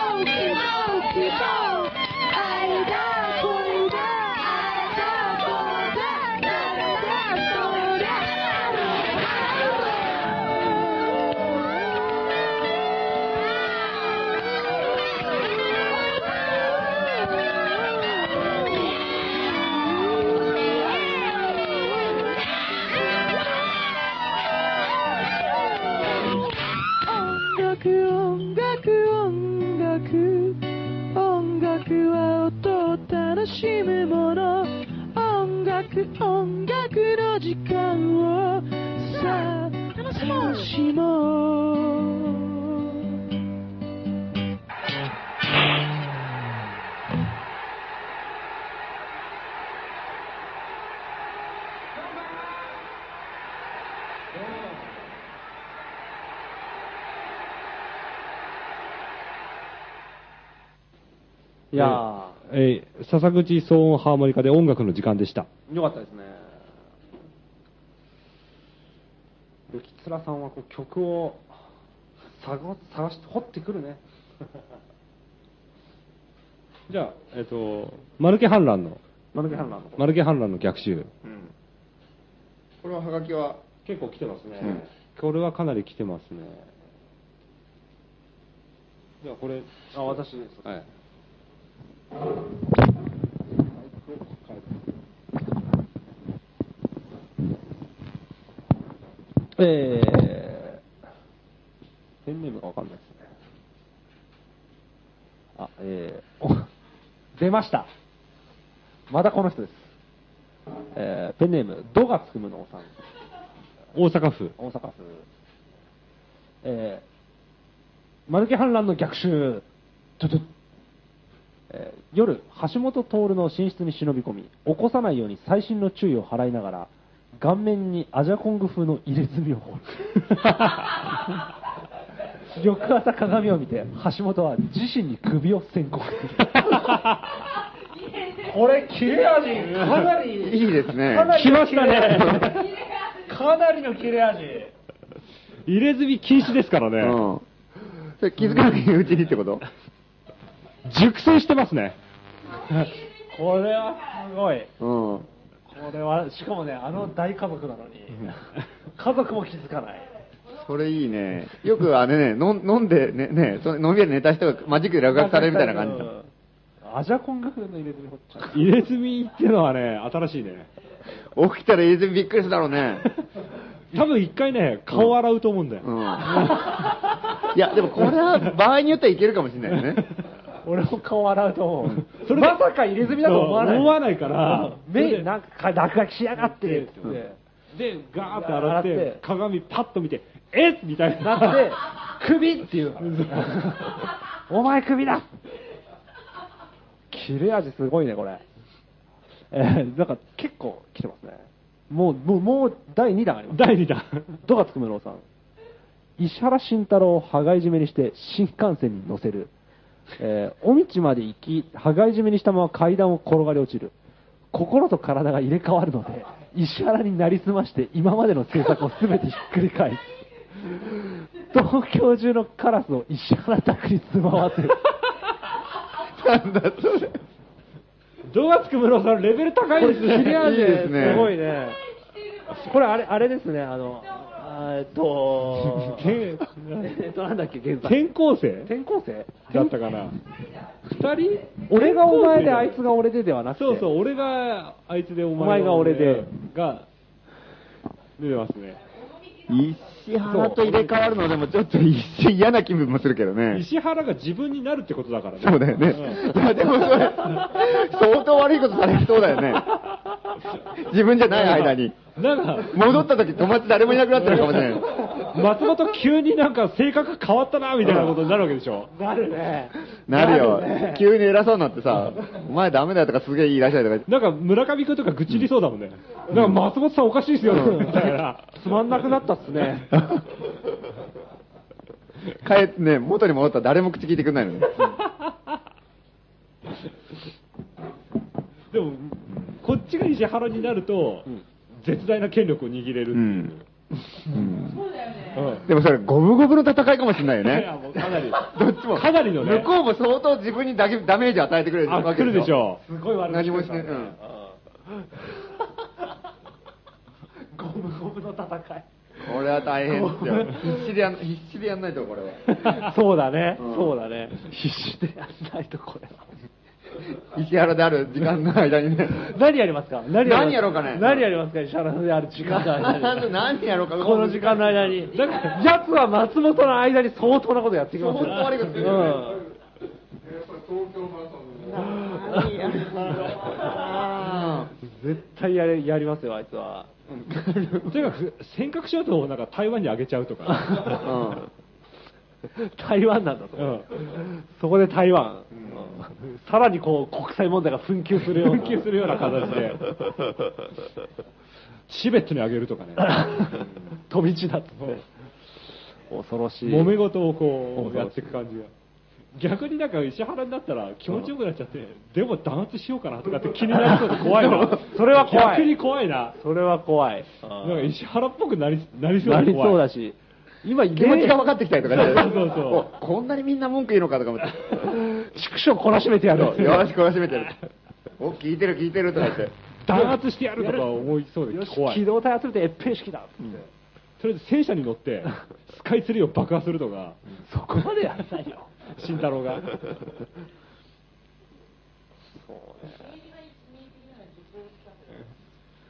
[SPEAKER 6] 希望，爱的苦的，爱的苦的，爱的苦的，爱的音楽音楽音楽音楽は音を楽しむもの音楽音楽の時間をさあ楽しもう
[SPEAKER 2] いやー、
[SPEAKER 1] えー笹口騒音ハーモニカで音楽の時間でした。
[SPEAKER 2] よかったですね。ルキツラさんはこう曲を探探して掘ってくるね。
[SPEAKER 1] じゃあ、えっ、と、マルケ反乱の、
[SPEAKER 2] マヌケハンラーの方。
[SPEAKER 1] マルケ反乱の逆襲。
[SPEAKER 3] うんこれはハガキは、
[SPEAKER 1] 結構来てますね
[SPEAKER 3] うん
[SPEAKER 1] これはかなり来てますね。じゃあ、これ、
[SPEAKER 2] あ、私です。
[SPEAKER 1] はい。
[SPEAKER 2] えー、ペンネームがわかんないですね。あ、えー、 お出ました。まだこの人です。えー、ペンネーム、ドがつくむのおさん。
[SPEAKER 1] 大阪府。
[SPEAKER 2] 大阪府。えー、マルケ反乱の逆襲。ドゥドゥえー夜、橋本徹の寝室に忍び込み、起こさないように細心の注意を払いながら、顔面にアジャコング風の入れ墨を彫 る。翌朝鏡を見て、橋本は自身に首を宣告する。これ、切れ味、かなり
[SPEAKER 3] いいですね。
[SPEAKER 2] 来ましたね。かなりの切れ味。
[SPEAKER 1] 入れ墨禁止ですからね。
[SPEAKER 3] うん。それ気づかないうちにってこと
[SPEAKER 1] 熟成してますね。
[SPEAKER 2] これはすごい。
[SPEAKER 3] うん。
[SPEAKER 2] これは、しかもね、あの大家族なのに、家族も気づかない。
[SPEAKER 3] それいいね。よくあれね、の飲んでね、ね、その飲み屋で寝た人がマジックで落書きされるみたいな感じだ。
[SPEAKER 2] アジャコング風の入れ墨掘っちゃう。
[SPEAKER 1] 入れ墨っていうのはね、新しいね。
[SPEAKER 3] 起きたら家全びっくりするだろう ね。
[SPEAKER 1] 多分一回ね、顔洗うと思うんだよ。
[SPEAKER 3] うん。 いや、でもこれは場合によってはいけるかもしれないよね。
[SPEAKER 2] 俺も顔洗うと思う。
[SPEAKER 1] それで
[SPEAKER 2] まさか入れ墨だと思わない。
[SPEAKER 1] そう思わないから
[SPEAKER 2] うん目、なんか落書きしやがってって言って。
[SPEAKER 1] で、ガーって洗って、
[SPEAKER 2] 洗って
[SPEAKER 1] 鏡パッと見て、えっみたいな。
[SPEAKER 2] なって、首っていうからお前首だ切れ味すごいね、これ。えー、なんか結構来てますね。もう、もう、もう第2弾ありま す。
[SPEAKER 1] 第2弾。
[SPEAKER 2] ドガつくむろうさん。石原慎太郎を羽交い締めにして新幹線に乗せる。えー、尾道まで行き、羽交い締めにしたまま階段を転がり落ちる。心と体が入れ替わるので、石原になりすまして今までの制作を全てひっくり返す。東京中のカラスを石原宅に住まわせる。
[SPEAKER 3] なんだそれ。
[SPEAKER 1] 動画つくむろさん、レベル高いですね。
[SPEAKER 3] これ切れ味いいですねすごい
[SPEAKER 2] ね。これあれ、あれですね、あの、えっと
[SPEAKER 1] え
[SPEAKER 2] っと、なんだっけ、現
[SPEAKER 1] 転校生
[SPEAKER 2] 転校生
[SPEAKER 1] だったかな。二人
[SPEAKER 2] 俺がお前であいつが俺でではなくて。
[SPEAKER 1] そうそう、俺があいつでお前
[SPEAKER 2] お前が俺で
[SPEAKER 1] が、出てますね。
[SPEAKER 3] 石原と入れ替わるのでもちょっと一瞬嫌な気分もするけどね。
[SPEAKER 1] 石原が自分になるってことだからね。
[SPEAKER 3] そうだよね。いや、でもそれ、相当悪いことされそうだよね。自分じゃ ない間に。
[SPEAKER 1] うん。なんか、
[SPEAKER 3] 戻った時友達誰もいなくなってるかもしれない。
[SPEAKER 1] 松本急になんか性格変わったな、みたいなことになるわけでしょ。
[SPEAKER 2] なるね。
[SPEAKER 3] なるよ。
[SPEAKER 2] ね
[SPEAKER 3] 急に偉そうになってさ、お前ダメだよとかすげえ言い出したりとか言って。
[SPEAKER 1] なんか村上くんとか愚痴りそうだもんね。なんか松本さんおかしいですよ、みたいな。
[SPEAKER 2] つまんなくなったっすね。
[SPEAKER 3] 帰ってね、元に戻ったら誰も口聞いてくんないのね。
[SPEAKER 1] でも、こっちが石原になると、絶大な権力を握れるっていう。
[SPEAKER 3] うんでもそれ、五分五分の戦いかもしれないよ
[SPEAKER 1] いやも
[SPEAKER 3] ね
[SPEAKER 1] う。かなり
[SPEAKER 3] どっちも。
[SPEAKER 1] かなりのね
[SPEAKER 3] 向こうも相当自分にだけダメージ与えてくれる
[SPEAKER 1] あ
[SPEAKER 3] わけ
[SPEAKER 1] 来るでしょ
[SPEAKER 2] すごい悪
[SPEAKER 3] 何
[SPEAKER 2] 口
[SPEAKER 3] も
[SPEAKER 2] で
[SPEAKER 3] し
[SPEAKER 2] す
[SPEAKER 3] ない。
[SPEAKER 2] ね
[SPEAKER 3] うん。
[SPEAKER 2] ゴ ムゴムの戦い
[SPEAKER 3] これは大変ですよ。必死でやん、必死でやんないと、これ は。
[SPEAKER 2] そうだね、
[SPEAKER 3] うん
[SPEAKER 2] そうだね。必死でやらないとこれは。
[SPEAKER 3] 石原である時間の間にね。
[SPEAKER 2] 何やりますか何
[SPEAKER 3] 何やろうかね
[SPEAKER 2] 何やりますか石原である時間の間に。
[SPEAKER 3] 何やろうか
[SPEAKER 2] この時間の間に。だから、奴は松本の間に相当なことやってきますよ。
[SPEAKER 3] 相当悪いことする
[SPEAKER 2] う
[SPEAKER 3] よね
[SPEAKER 2] ん。
[SPEAKER 3] 何やろうか
[SPEAKER 2] 絶対やれやりますよ、あいつは。
[SPEAKER 1] とにかく尖閣諸島をなんか台湾にあげちゃうとか、
[SPEAKER 3] なうん。
[SPEAKER 2] 台湾なんだと、
[SPEAKER 1] うん
[SPEAKER 2] そこで台湾、うんさらにこう国際問題が紛糾するような
[SPEAKER 1] 紛糾するような形でチベットにあげると かね、
[SPEAKER 2] 飛び地だって恐ろしい。
[SPEAKER 1] 揉め事をこうやっていく感じが。逆になんか石原になったら気持ちよくなっちゃって、でも弾圧しようかなとかって気になりそうで怖いな
[SPEAKER 2] それは怖い
[SPEAKER 1] 逆に怖いな。
[SPEAKER 2] それは怖い
[SPEAKER 1] なんか石原っぽくなりなりそう
[SPEAKER 2] な
[SPEAKER 1] で
[SPEAKER 2] り
[SPEAKER 1] 怖い。
[SPEAKER 2] そうだし今
[SPEAKER 3] 気持ちが分かってきたりとかね。
[SPEAKER 1] そうそうそう
[SPEAKER 3] おこんなにみんな文句言うのかとか思って。
[SPEAKER 2] 畜生懲らしめて やる
[SPEAKER 3] よし、懲らしめてる。お、聞いてる聞いてるとか言って。
[SPEAKER 1] 弾圧してやるとか思いそう
[SPEAKER 2] よ
[SPEAKER 1] で
[SPEAKER 2] し
[SPEAKER 1] 怖い。
[SPEAKER 2] 機動隊集めて越平式だ、
[SPEAKER 1] とりあえず戦車に乗って、スカイツリーを爆破すると か、
[SPEAKER 2] そこまでやらないよ
[SPEAKER 1] 慎太郎が。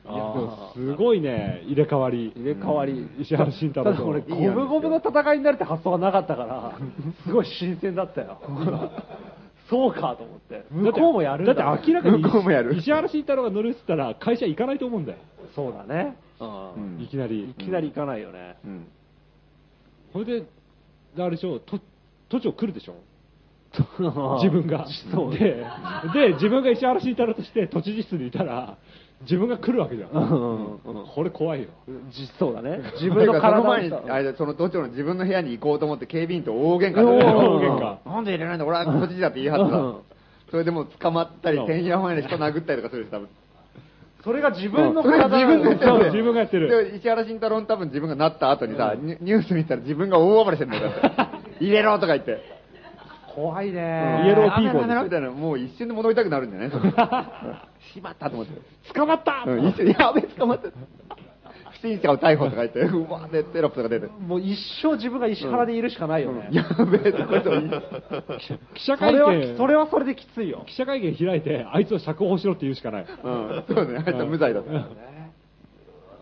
[SPEAKER 1] いやでもすごいね、入れ替わり。
[SPEAKER 2] 入れ替わり、
[SPEAKER 1] 石原慎太
[SPEAKER 2] た
[SPEAKER 1] 郎
[SPEAKER 2] だ
[SPEAKER 1] と
[SPEAKER 2] 俺、
[SPEAKER 1] い
[SPEAKER 2] ゴ
[SPEAKER 1] いや
[SPEAKER 2] ムゴムの戦いになるって発想がなかったから、すごい新鮮だった よ。そうかと思って。向こうもやるんだ。
[SPEAKER 1] だって明らかに
[SPEAKER 3] 向こうもやる
[SPEAKER 1] 石原慎太郎が乗るっつったら会社行かないと思うんだよ、
[SPEAKER 2] そうだね。
[SPEAKER 3] うん
[SPEAKER 1] いきなり
[SPEAKER 2] いきなり行かないよね。
[SPEAKER 3] うん。
[SPEAKER 1] これであれでしょ都都庁来るでしょ自分が
[SPEAKER 2] そう
[SPEAKER 1] でで自分が石原慎太郎として都知事室にいたら自分が来るわけじゃん
[SPEAKER 2] うんうんうん
[SPEAKER 1] これ怖いよ
[SPEAKER 2] じそうだね。自
[SPEAKER 3] 自分
[SPEAKER 2] 分の
[SPEAKER 3] のそ
[SPEAKER 2] 体
[SPEAKER 3] の
[SPEAKER 2] を
[SPEAKER 3] 前に、あれだその都庁の自分の部屋に行こうと思って警備員と大喧嘩う
[SPEAKER 1] おー
[SPEAKER 3] ん
[SPEAKER 1] 大喧嘩
[SPEAKER 3] なんで入れないんだ、俺は都知事だって言い張って
[SPEAKER 2] うん
[SPEAKER 3] た。それでもう捕まったり
[SPEAKER 1] う、ん
[SPEAKER 3] 天平前で人殴ったりとかするし、多分。
[SPEAKER 2] それが自分の
[SPEAKER 3] それ
[SPEAKER 2] 体
[SPEAKER 3] が自分でやってるんだよ
[SPEAKER 1] そう自分がやってる
[SPEAKER 3] で石原慎太郎の多分自分がなった後にさ、ニュニュース見たら自分が大暴れしてんだ よ、だって入れろとか言って。
[SPEAKER 2] 怖いね。
[SPEAKER 1] イエローピーコ
[SPEAKER 3] ダメだ
[SPEAKER 1] ー
[SPEAKER 3] ダメだみ
[SPEAKER 1] で
[SPEAKER 3] たいな、もう一瞬で戻りたくなるんじゃ ないしまったと思って。
[SPEAKER 1] す捕まった
[SPEAKER 3] うん、一瞬、やべえ、捕まった。不審者を逮捕とか言って、うわーでテロップとか出て。
[SPEAKER 2] もう一生自分が石原でいるしかないよね。
[SPEAKER 3] やべえ、これと言い
[SPEAKER 1] 記者
[SPEAKER 2] そ
[SPEAKER 1] 会
[SPEAKER 2] れは、
[SPEAKER 1] 見
[SPEAKER 2] それはそれできついよ。
[SPEAKER 1] 記者会見開いてあいつを釈放しろって言うしかない
[SPEAKER 3] うん、そうね、あいつは無罪だった。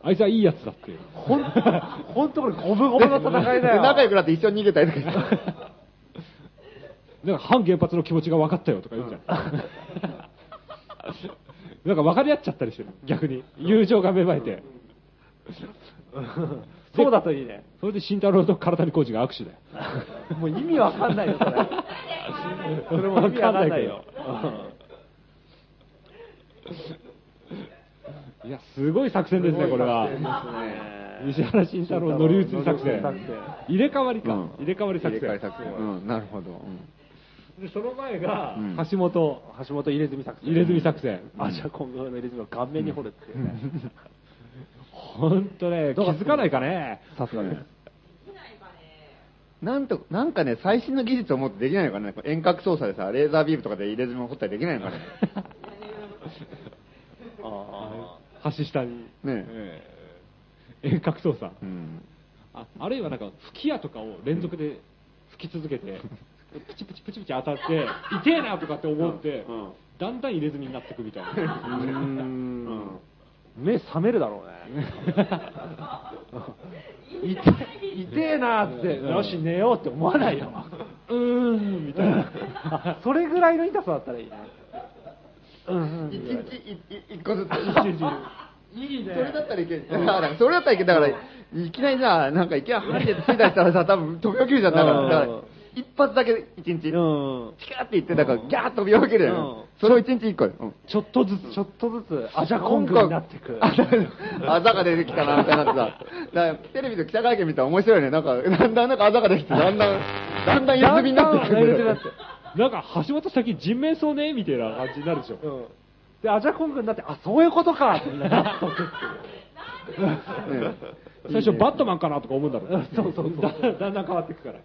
[SPEAKER 1] あいつはいいやつだっていう
[SPEAKER 2] ほん、ほんとこれゴムゴムの戦いだ
[SPEAKER 3] で
[SPEAKER 2] よ。
[SPEAKER 3] 仲良くなって一緒に逃げたりとか して。
[SPEAKER 1] なんか反原発の気持ちが分かったよとか言うじゃん。なんか分かり合っちゃったりしてる、逆に。友情が芽生えて。
[SPEAKER 2] そうだといいね。
[SPEAKER 1] それで慎太郎と体にコーチが握手だよ。
[SPEAKER 2] もう意味わかんな いよ、それ。 それも意味わかんないよ
[SPEAKER 1] わ。いや、すごい作戦ですね、これは。西原慎太郎乗り移り作戦。入れ替わりか。入れ替わり作
[SPEAKER 3] 入れ替わ
[SPEAKER 1] 戦
[SPEAKER 3] り。作戦。うん、なるほど。 うん
[SPEAKER 1] で、その前が
[SPEAKER 3] うん、
[SPEAKER 1] 橋本、
[SPEAKER 2] 橋本入れ墨作戦。
[SPEAKER 1] 入れ墨作戦。
[SPEAKER 2] あ、じゃあ今後の入れ墨を顔面に掘るっていうね。
[SPEAKER 1] ほんとね、気づかないかね。
[SPEAKER 3] さすがね。なんと、なんかね、最新の技術を持ってできないのかね。遠隔操作でさ、レーザービームとかで入れ墨を掘ったりできないの かね。
[SPEAKER 1] 橋下に。
[SPEAKER 3] ね
[SPEAKER 1] ええ遠隔操作。
[SPEAKER 3] うん。
[SPEAKER 1] ああるいはなんか吹き矢とかを連続で吹き続け て、プチプチプチプチ当たって、痛えなとかって思って、だんだん入れ墨になっていく みたいな。
[SPEAKER 2] うん目覚めるだろうね。いて痛えなーって、
[SPEAKER 1] うん
[SPEAKER 2] よし寝ようって思わないよ。
[SPEAKER 1] うーん、みたいな。
[SPEAKER 2] それぐらいの痛さだったらいいね。うん
[SPEAKER 3] 一日いい一個 ずつ。
[SPEAKER 2] いい
[SPEAKER 3] それだったらいける。だから、それだったらいける。だから、いきなりさ、なんかいきなり針でついたりしたらさ、多分飛び起きるじゃん。だから、
[SPEAKER 2] うん
[SPEAKER 3] だから一発だけ一日、チ
[SPEAKER 2] う
[SPEAKER 3] カ
[SPEAKER 2] ん。
[SPEAKER 3] ーって言って、だからギャーッと飛び起きるじゃ
[SPEAKER 2] うん
[SPEAKER 3] ん。それを一日一個で。うん
[SPEAKER 2] ちょっとず つ、ちょっとずつ、アジャコングになっていく。
[SPEAKER 3] ああざが出てきたな、みたいになってさ。だからテレビの記者会見見たら面白いね。なんか、だんだんなんかあざができて、だんだん、だんだん入れ墨になってくるんだよ。
[SPEAKER 1] なんか橋本先人面相ねみたいな感じになるでしょ。
[SPEAKER 2] うんで、アジャコングになって、あ、そういうことかってみんな納得っていう
[SPEAKER 1] 最初バットマンかなとか思うんだろう
[SPEAKER 2] そうそうそう
[SPEAKER 1] だだんだん変わっていくから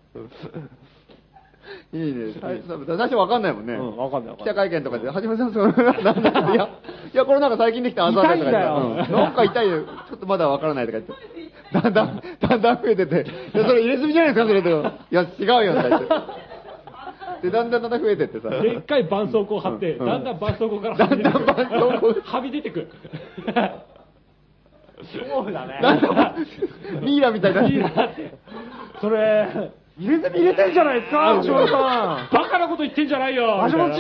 [SPEAKER 3] いいね。最初最初わかんないもんね。
[SPEAKER 2] うんわかんないわか
[SPEAKER 3] 記
[SPEAKER 2] んない
[SPEAKER 3] 者会見とかで、はじめさん、その、なんだいや、いや、これなんか最近できたアンサーとか言って
[SPEAKER 2] 痛いんだよ
[SPEAKER 3] うんなんか痛いよ。ちょっとまだわからないとか言って。だんだん、だんだん増えてて、いや、それ入れすぎじゃないですか、それと。いや、違うよ、とか言って。で、だんだんだんだん増えてってさ。
[SPEAKER 1] でっかい絆創膏貼って、
[SPEAKER 3] うん
[SPEAKER 1] だんだん絆創膏からはみ出てくる
[SPEAKER 3] だんだん絆創膏
[SPEAKER 1] はみ出てくる
[SPEAKER 2] そうだね。
[SPEAKER 3] なんかミイラみたいな。
[SPEAKER 2] それ、入れて、入れてんじゃないですか、橋本さ
[SPEAKER 1] バカなこと言ってんじゃないよ
[SPEAKER 2] 橋本知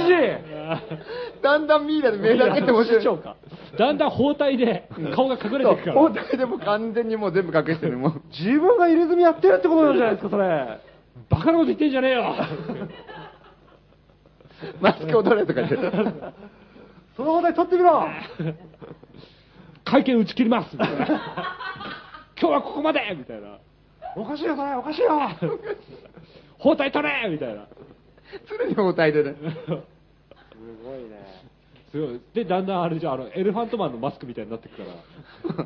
[SPEAKER 3] だんだんミイラで目だけって面白い。
[SPEAKER 1] 事だんだん包帯で顔が隠れていくから
[SPEAKER 3] そう包帯でもう完全にもう全部隠してる、も う。
[SPEAKER 2] ん。自分が入れ墨やってるってことなんじゃないですか、それ。
[SPEAKER 1] バカなこと言ってんじゃねえよ
[SPEAKER 3] マスクを取れとか言って。
[SPEAKER 2] その話題取ってみろ
[SPEAKER 1] 会見打ち切 りますみたいな今日はここまでみたいな
[SPEAKER 2] おかしいよ、それ、おかしいよ
[SPEAKER 1] 包帯取れみたいな
[SPEAKER 3] 常に包帯でね。
[SPEAKER 2] すごいね。
[SPEAKER 1] すごいでだんだんあれじゃあのエレファントマンのマスクみたいになってくから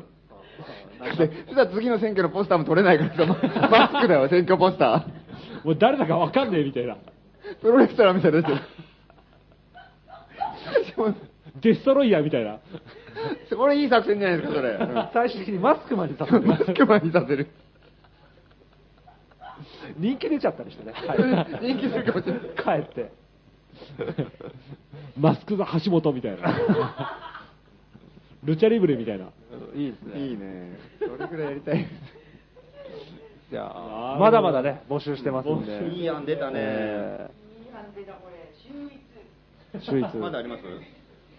[SPEAKER 3] で、そしたら次の選挙のポスターも取れないからさ、 ママスクだよ、選挙ポスタ
[SPEAKER 1] もう誰だかわかんねえみたいな
[SPEAKER 3] ー。プロレスラーみたいになってる。
[SPEAKER 1] デストロイヤーみたいな
[SPEAKER 3] これいい作戦じゃないですか、それ。うん
[SPEAKER 2] 最終的にマスクまで立って
[SPEAKER 3] マスクマンにさせる。
[SPEAKER 2] 人気出ちゃったりしてね。
[SPEAKER 3] 人気するかもしれない。
[SPEAKER 2] 帰って。
[SPEAKER 1] マスク座橋本みたいなルチャリブレみたいない
[SPEAKER 2] いですね。
[SPEAKER 3] いいね。それぐらいやりたい。
[SPEAKER 2] じゃ
[SPEAKER 1] あ
[SPEAKER 2] あ、まだまだね、募集してますんで。
[SPEAKER 3] いい案出たね
[SPEAKER 2] えー。秀逸。
[SPEAKER 3] まだあります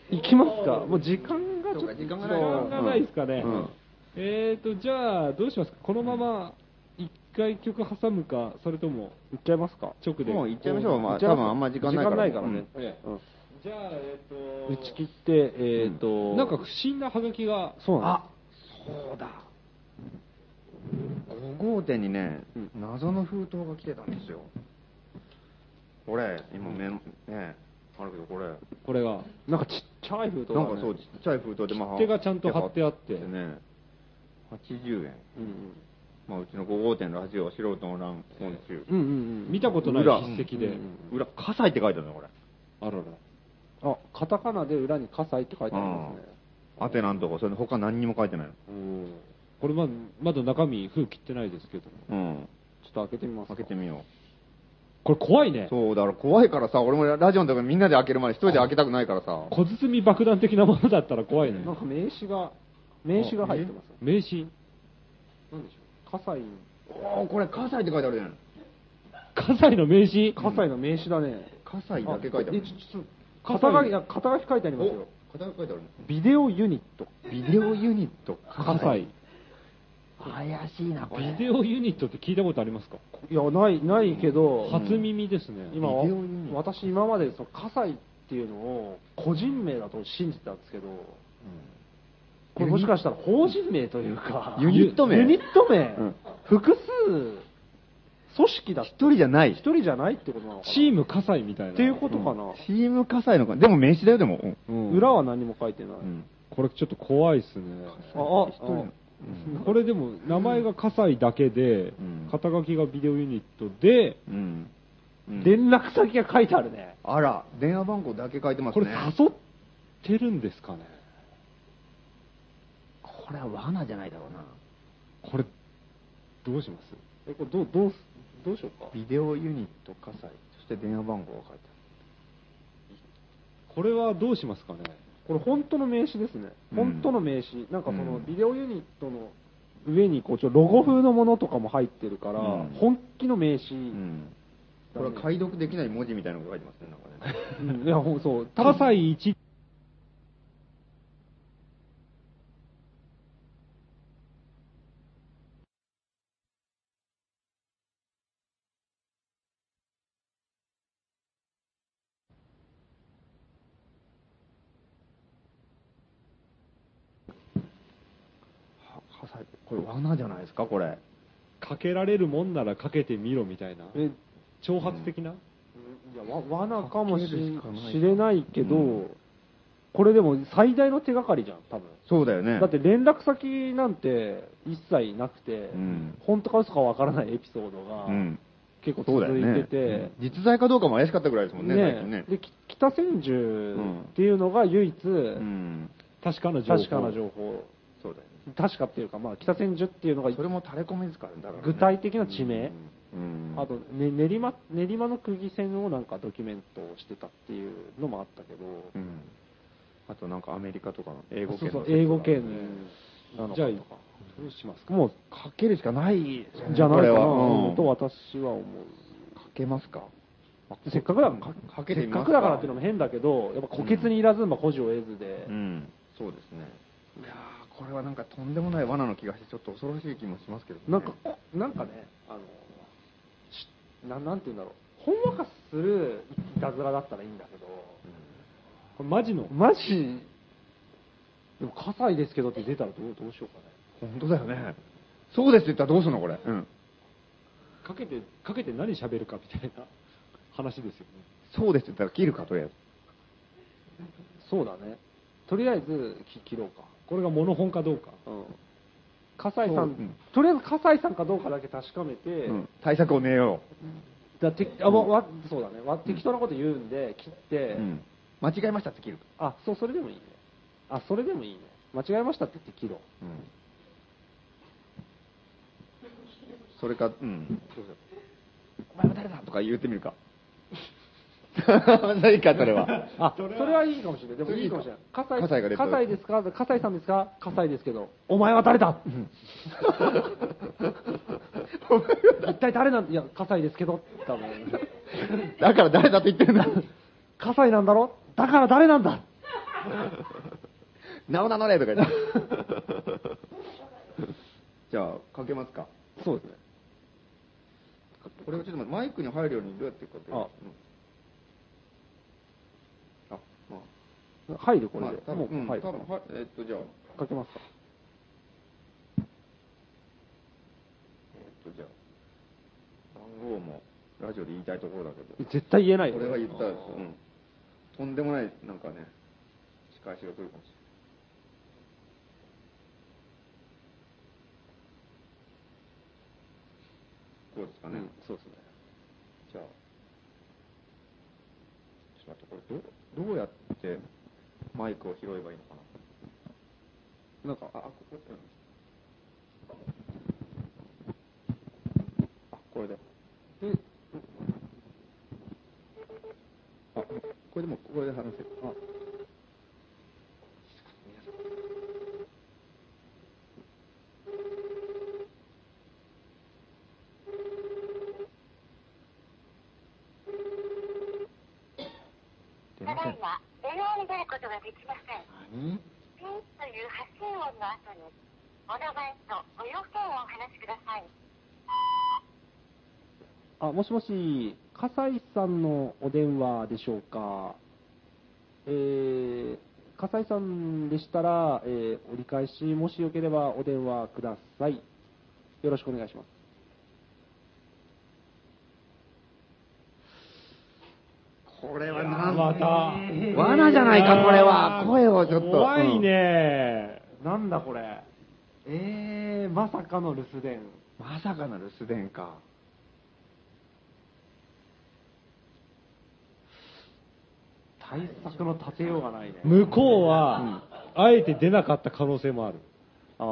[SPEAKER 2] 行きますか。もう時間がちょっ
[SPEAKER 3] そうか
[SPEAKER 2] と。
[SPEAKER 3] 時間が
[SPEAKER 1] 時間がないですかね、
[SPEAKER 3] うん
[SPEAKER 1] えーとじゃあどうしますかこのまま一回曲挟むかそれとも
[SPEAKER 2] 行っちゃいますか。
[SPEAKER 1] 直で
[SPEAKER 3] もう行っちゃいましょう、ま
[SPEAKER 2] 行
[SPEAKER 3] あ、
[SPEAKER 2] っち
[SPEAKER 3] 多
[SPEAKER 2] ゃいます
[SPEAKER 3] 分あんま時間ないから。
[SPEAKER 2] 時間ない
[SPEAKER 3] うん
[SPEAKER 2] からね。うん
[SPEAKER 1] じゃあえーと
[SPEAKER 2] 打ち切って、えっと、
[SPEAKER 1] なんか不審なハガキが
[SPEAKER 2] そうなん
[SPEAKER 4] あそ
[SPEAKER 2] で
[SPEAKER 4] うだ
[SPEAKER 3] 5号店にね、謎の封筒が来てたんですよ。これ、今メモ、ね、あるけどこれ。
[SPEAKER 1] これが
[SPEAKER 2] す。なんかちっちゃい封筒
[SPEAKER 3] なん
[SPEAKER 2] がね
[SPEAKER 3] かそう、ちっちゃい封筒で、まあ、
[SPEAKER 1] 切手がちゃんと貼ってあって
[SPEAKER 3] ね、80円。
[SPEAKER 2] うんうん
[SPEAKER 3] まあ、うちの5号店ラジオ素人の欄、今週。
[SPEAKER 2] うんうんうん。
[SPEAKER 1] 見たことない
[SPEAKER 3] 裏
[SPEAKER 1] 筆跡で、
[SPEAKER 3] 裏、火災って書いてあるね、これ。
[SPEAKER 1] あらら
[SPEAKER 2] あ、カタカナで裏に火災って書いてありますね。
[SPEAKER 3] アテナのとこ、それで他何にも書いてないの。
[SPEAKER 1] うんこれままだ中身封切ってないですけど
[SPEAKER 3] うん。
[SPEAKER 2] ちょっと開けてみますか。
[SPEAKER 3] 開けてみよ。
[SPEAKER 1] これ怖いうね
[SPEAKER 3] そう、だから怖いからさ、俺もラジオのとこみんなで開けるまで一人で開けたくないからさ。
[SPEAKER 1] 小包爆弾的なものだったら怖いね
[SPEAKER 2] なんか名刺が、名刺が入ってますね。
[SPEAKER 1] 迷信
[SPEAKER 2] なんでしょう。葛西、
[SPEAKER 3] おーこれ、火災って書いてあるじゃない。
[SPEAKER 1] 葛西の迷信
[SPEAKER 2] 葛西の名刺だね。
[SPEAKER 3] 火災だけ書いてあ
[SPEAKER 2] あ
[SPEAKER 3] る
[SPEAKER 2] え。ちょっと肩書き、あ肩書き書いてありますよ。
[SPEAKER 3] お、肩書き書いてあるね。
[SPEAKER 2] ビデオユニット。
[SPEAKER 3] ビデオユニット。
[SPEAKER 1] 葛西
[SPEAKER 3] 怪しいな、これ。
[SPEAKER 1] ビデオユニットって聞いたことありますか
[SPEAKER 2] いや、ない、ないけど、
[SPEAKER 1] 初耳ですね、
[SPEAKER 3] ビ
[SPEAKER 2] 今
[SPEAKER 3] デオユニッ、ト
[SPEAKER 2] 私今までその葛西っていうのを個人名だと信じてたんですけど、これもしかしたら法人名というか、
[SPEAKER 3] ユニット名
[SPEAKER 2] ユニット名、
[SPEAKER 3] うん
[SPEAKER 2] 複数、組織だ
[SPEAKER 3] 一人じゃない。
[SPEAKER 2] 一人じゃないってことなのかな
[SPEAKER 1] チーム葛西みたいな
[SPEAKER 2] っていうことかな、
[SPEAKER 3] チーム火災のか。でも名刺だよ、でも。
[SPEAKER 1] うん
[SPEAKER 2] 裏は何も書いてない、
[SPEAKER 3] うん。
[SPEAKER 1] これちょっと怖いですね
[SPEAKER 2] ああ
[SPEAKER 3] 一人の
[SPEAKER 1] これでも名前が葛西だけで、
[SPEAKER 3] ん
[SPEAKER 1] 肩書きがビデオユニットで
[SPEAKER 3] うん。
[SPEAKER 2] あ連絡先が書いてあるね
[SPEAKER 3] あら、電話番号だけ書いてます
[SPEAKER 1] こ
[SPEAKER 3] ね。
[SPEAKER 1] れ誘ってるんですかね
[SPEAKER 3] これは罠じゃないだろうな。
[SPEAKER 1] これどうします
[SPEAKER 2] えこれどうどうすどうしようか
[SPEAKER 3] ビデオユニット火災。そして電話番号が書いて
[SPEAKER 1] これはどうしますかね
[SPEAKER 2] これ本当の名刺ですね
[SPEAKER 3] うん
[SPEAKER 2] 本当の名刺、なんかその
[SPEAKER 3] うん
[SPEAKER 2] ビデオユニットの上にこうちょロゴ風のものとかも入ってるから、
[SPEAKER 3] うん
[SPEAKER 2] 本気の名刺、
[SPEAKER 3] ある。うん。こ
[SPEAKER 2] だ
[SPEAKER 3] れ
[SPEAKER 2] ね
[SPEAKER 3] は解読できない文字みたいなのが書いてますね、なんかね。
[SPEAKER 2] うんいやほんそう
[SPEAKER 1] 葛西一
[SPEAKER 3] 火災。これ罠じゃないですか、これ。
[SPEAKER 1] かけられるもんならかけてみろみたいな
[SPEAKER 2] え
[SPEAKER 1] 挑発的な、
[SPEAKER 2] いやわ罠かもし
[SPEAKER 3] かけるしかない
[SPEAKER 2] しれないけど、
[SPEAKER 3] うん
[SPEAKER 2] これでも最大の手がかりじゃん、多分。
[SPEAKER 3] そうだよね。
[SPEAKER 2] だって連絡先なんて一切なくて、
[SPEAKER 3] うん
[SPEAKER 2] 本当か嘘かわからないエピソードが
[SPEAKER 3] うん。
[SPEAKER 2] 結構
[SPEAKER 3] そうだよ
[SPEAKER 2] 続いて
[SPEAKER 3] ね
[SPEAKER 2] て、。
[SPEAKER 3] 実在かどうかも怪しかったぐらいですもんね、最近ね
[SPEAKER 2] ね。でき北千住っていうのが唯一、
[SPEAKER 3] うん。
[SPEAKER 1] 確かな情報。
[SPEAKER 2] 確かな情報、
[SPEAKER 3] そうだよね。
[SPEAKER 2] 確かっていうか、まあ、北千住っていうのが
[SPEAKER 3] それも垂れ込みですからねだからね
[SPEAKER 2] 具体的な地名、
[SPEAKER 3] うん
[SPEAKER 2] あと、ね、練馬練馬の釘線をなんかドキュメントをしてたっていうのもあったけど、
[SPEAKER 3] うんあとなんかアメリカとかの英語
[SPEAKER 2] そう
[SPEAKER 3] 圏
[SPEAKER 2] そう
[SPEAKER 3] の
[SPEAKER 2] 英語圏なの
[SPEAKER 1] じゃあ、
[SPEAKER 2] か
[SPEAKER 1] ど
[SPEAKER 2] とか
[SPEAKER 1] うしますか
[SPEAKER 2] もう
[SPEAKER 3] かけるしかないですよね
[SPEAKER 2] じゃない
[SPEAKER 3] こ
[SPEAKER 2] か
[SPEAKER 3] れ
[SPEAKER 2] な
[SPEAKER 3] は
[SPEAKER 2] と
[SPEAKER 3] うんか
[SPEAKER 2] 私は思
[SPEAKER 3] けますか
[SPEAKER 2] う。せっかくだから、
[SPEAKER 3] かけて
[SPEAKER 2] せっ
[SPEAKER 3] みま
[SPEAKER 2] か
[SPEAKER 3] す
[SPEAKER 2] くだからっていうのも変だけど、やっぱ虎穴にいらず、まあ、孤児を得ずで、
[SPEAKER 3] うんそうですねいやーこれはなんかとんでもない罠の気がしてちょっと恐ろしい気もしますけどね
[SPEAKER 2] なんか、なんかね、あの、しななんて言うんだろう、ほんわかするいたずらだったらいいんだけど、
[SPEAKER 1] これマジの。
[SPEAKER 2] マジ、でも、火災ですけどって出たらどうどうしようかね。
[SPEAKER 3] 本当だよねそうですって言ったらどうすんのこれうん
[SPEAKER 1] かけて、かけて何喋るかみたいな 話ですよね。
[SPEAKER 3] そうですって言ったら切るかとりあえず
[SPEAKER 2] そうだね。とりあえず、き切ろうか。
[SPEAKER 1] これがモノ本かどうか。
[SPEAKER 2] うん。葛西さん、
[SPEAKER 3] そううん
[SPEAKER 2] とりあえず葛西さんかどうかだけ確かめて、
[SPEAKER 3] うん対策を練よ
[SPEAKER 2] だてあわわそうだねわ適当なこと言うんで切って、
[SPEAKER 3] ううん間違えましたって切る
[SPEAKER 2] あそうそれでもいいねあそれでもいいね間違えましたって言って切ろう
[SPEAKER 3] うんそれかうんお前は誰だとか言ってみる かないかそれは
[SPEAKER 2] あそれはいいかもしれないでもいいかもしれない葛西
[SPEAKER 3] 葛西が出たら
[SPEAKER 2] 葛西ですか葛西さんですか葛西ですけどお前は誰だ 一体誰なんいや葛西ですけど多分
[SPEAKER 3] だから誰だって言ってるんだ
[SPEAKER 2] 葛西なんだろだから誰なんだ
[SPEAKER 3] なおなのれとか言ってじゃあかけますか
[SPEAKER 2] そうですね
[SPEAKER 3] これをちょっと待ってマイクに入るようにどうやってかける
[SPEAKER 2] あ
[SPEAKER 3] うんあまあ
[SPEAKER 2] 入るこれ
[SPEAKER 3] まあ
[SPEAKER 2] で、
[SPEAKER 3] 多
[SPEAKER 2] も
[SPEAKER 3] 分
[SPEAKER 2] う、
[SPEAKER 3] うん
[SPEAKER 2] 入る
[SPEAKER 3] 多分はいえーっとじゃあ
[SPEAKER 2] かけますか
[SPEAKER 3] えーっとじゃあ番号もラジオで言いたいところだけど
[SPEAKER 2] 絶対言えないよ
[SPEAKER 3] これは言ったら、うん、とんでもない、なんかね、仕返しが来るかもしれない。どうですかね。そうですね。じゃあ、ちょっと待って、これどう、どうやってマイクを拾えばいいのかな。なんか、あ、あここうんあ、これだ。あ、これでも、これで話せる。あ出
[SPEAKER 5] た
[SPEAKER 3] ま
[SPEAKER 5] だ
[SPEAKER 3] せ
[SPEAKER 5] い
[SPEAKER 3] ん。
[SPEAKER 5] ま、電話に出ることができませ
[SPEAKER 3] 何
[SPEAKER 5] ん。ピーという発信音の後に、お名前とご用件をお話しください。
[SPEAKER 2] あ、もしもし、笠井さんのお電話でしょうか。えー、笠井さんでしたら、えー折り返し、もしよければお電話ください。よろしくお願いします。
[SPEAKER 3] これはなん
[SPEAKER 1] また。
[SPEAKER 3] 罠じゃないかこれは
[SPEAKER 1] あー
[SPEAKER 3] 声をちょっと
[SPEAKER 1] 怖いね。
[SPEAKER 2] なんだこれ。えー、まさかの留守電。
[SPEAKER 3] まさかの留守電か。
[SPEAKER 2] 対策の立てようがないね
[SPEAKER 1] 向こうは、あえて出なかった可能性もある。
[SPEAKER 2] あ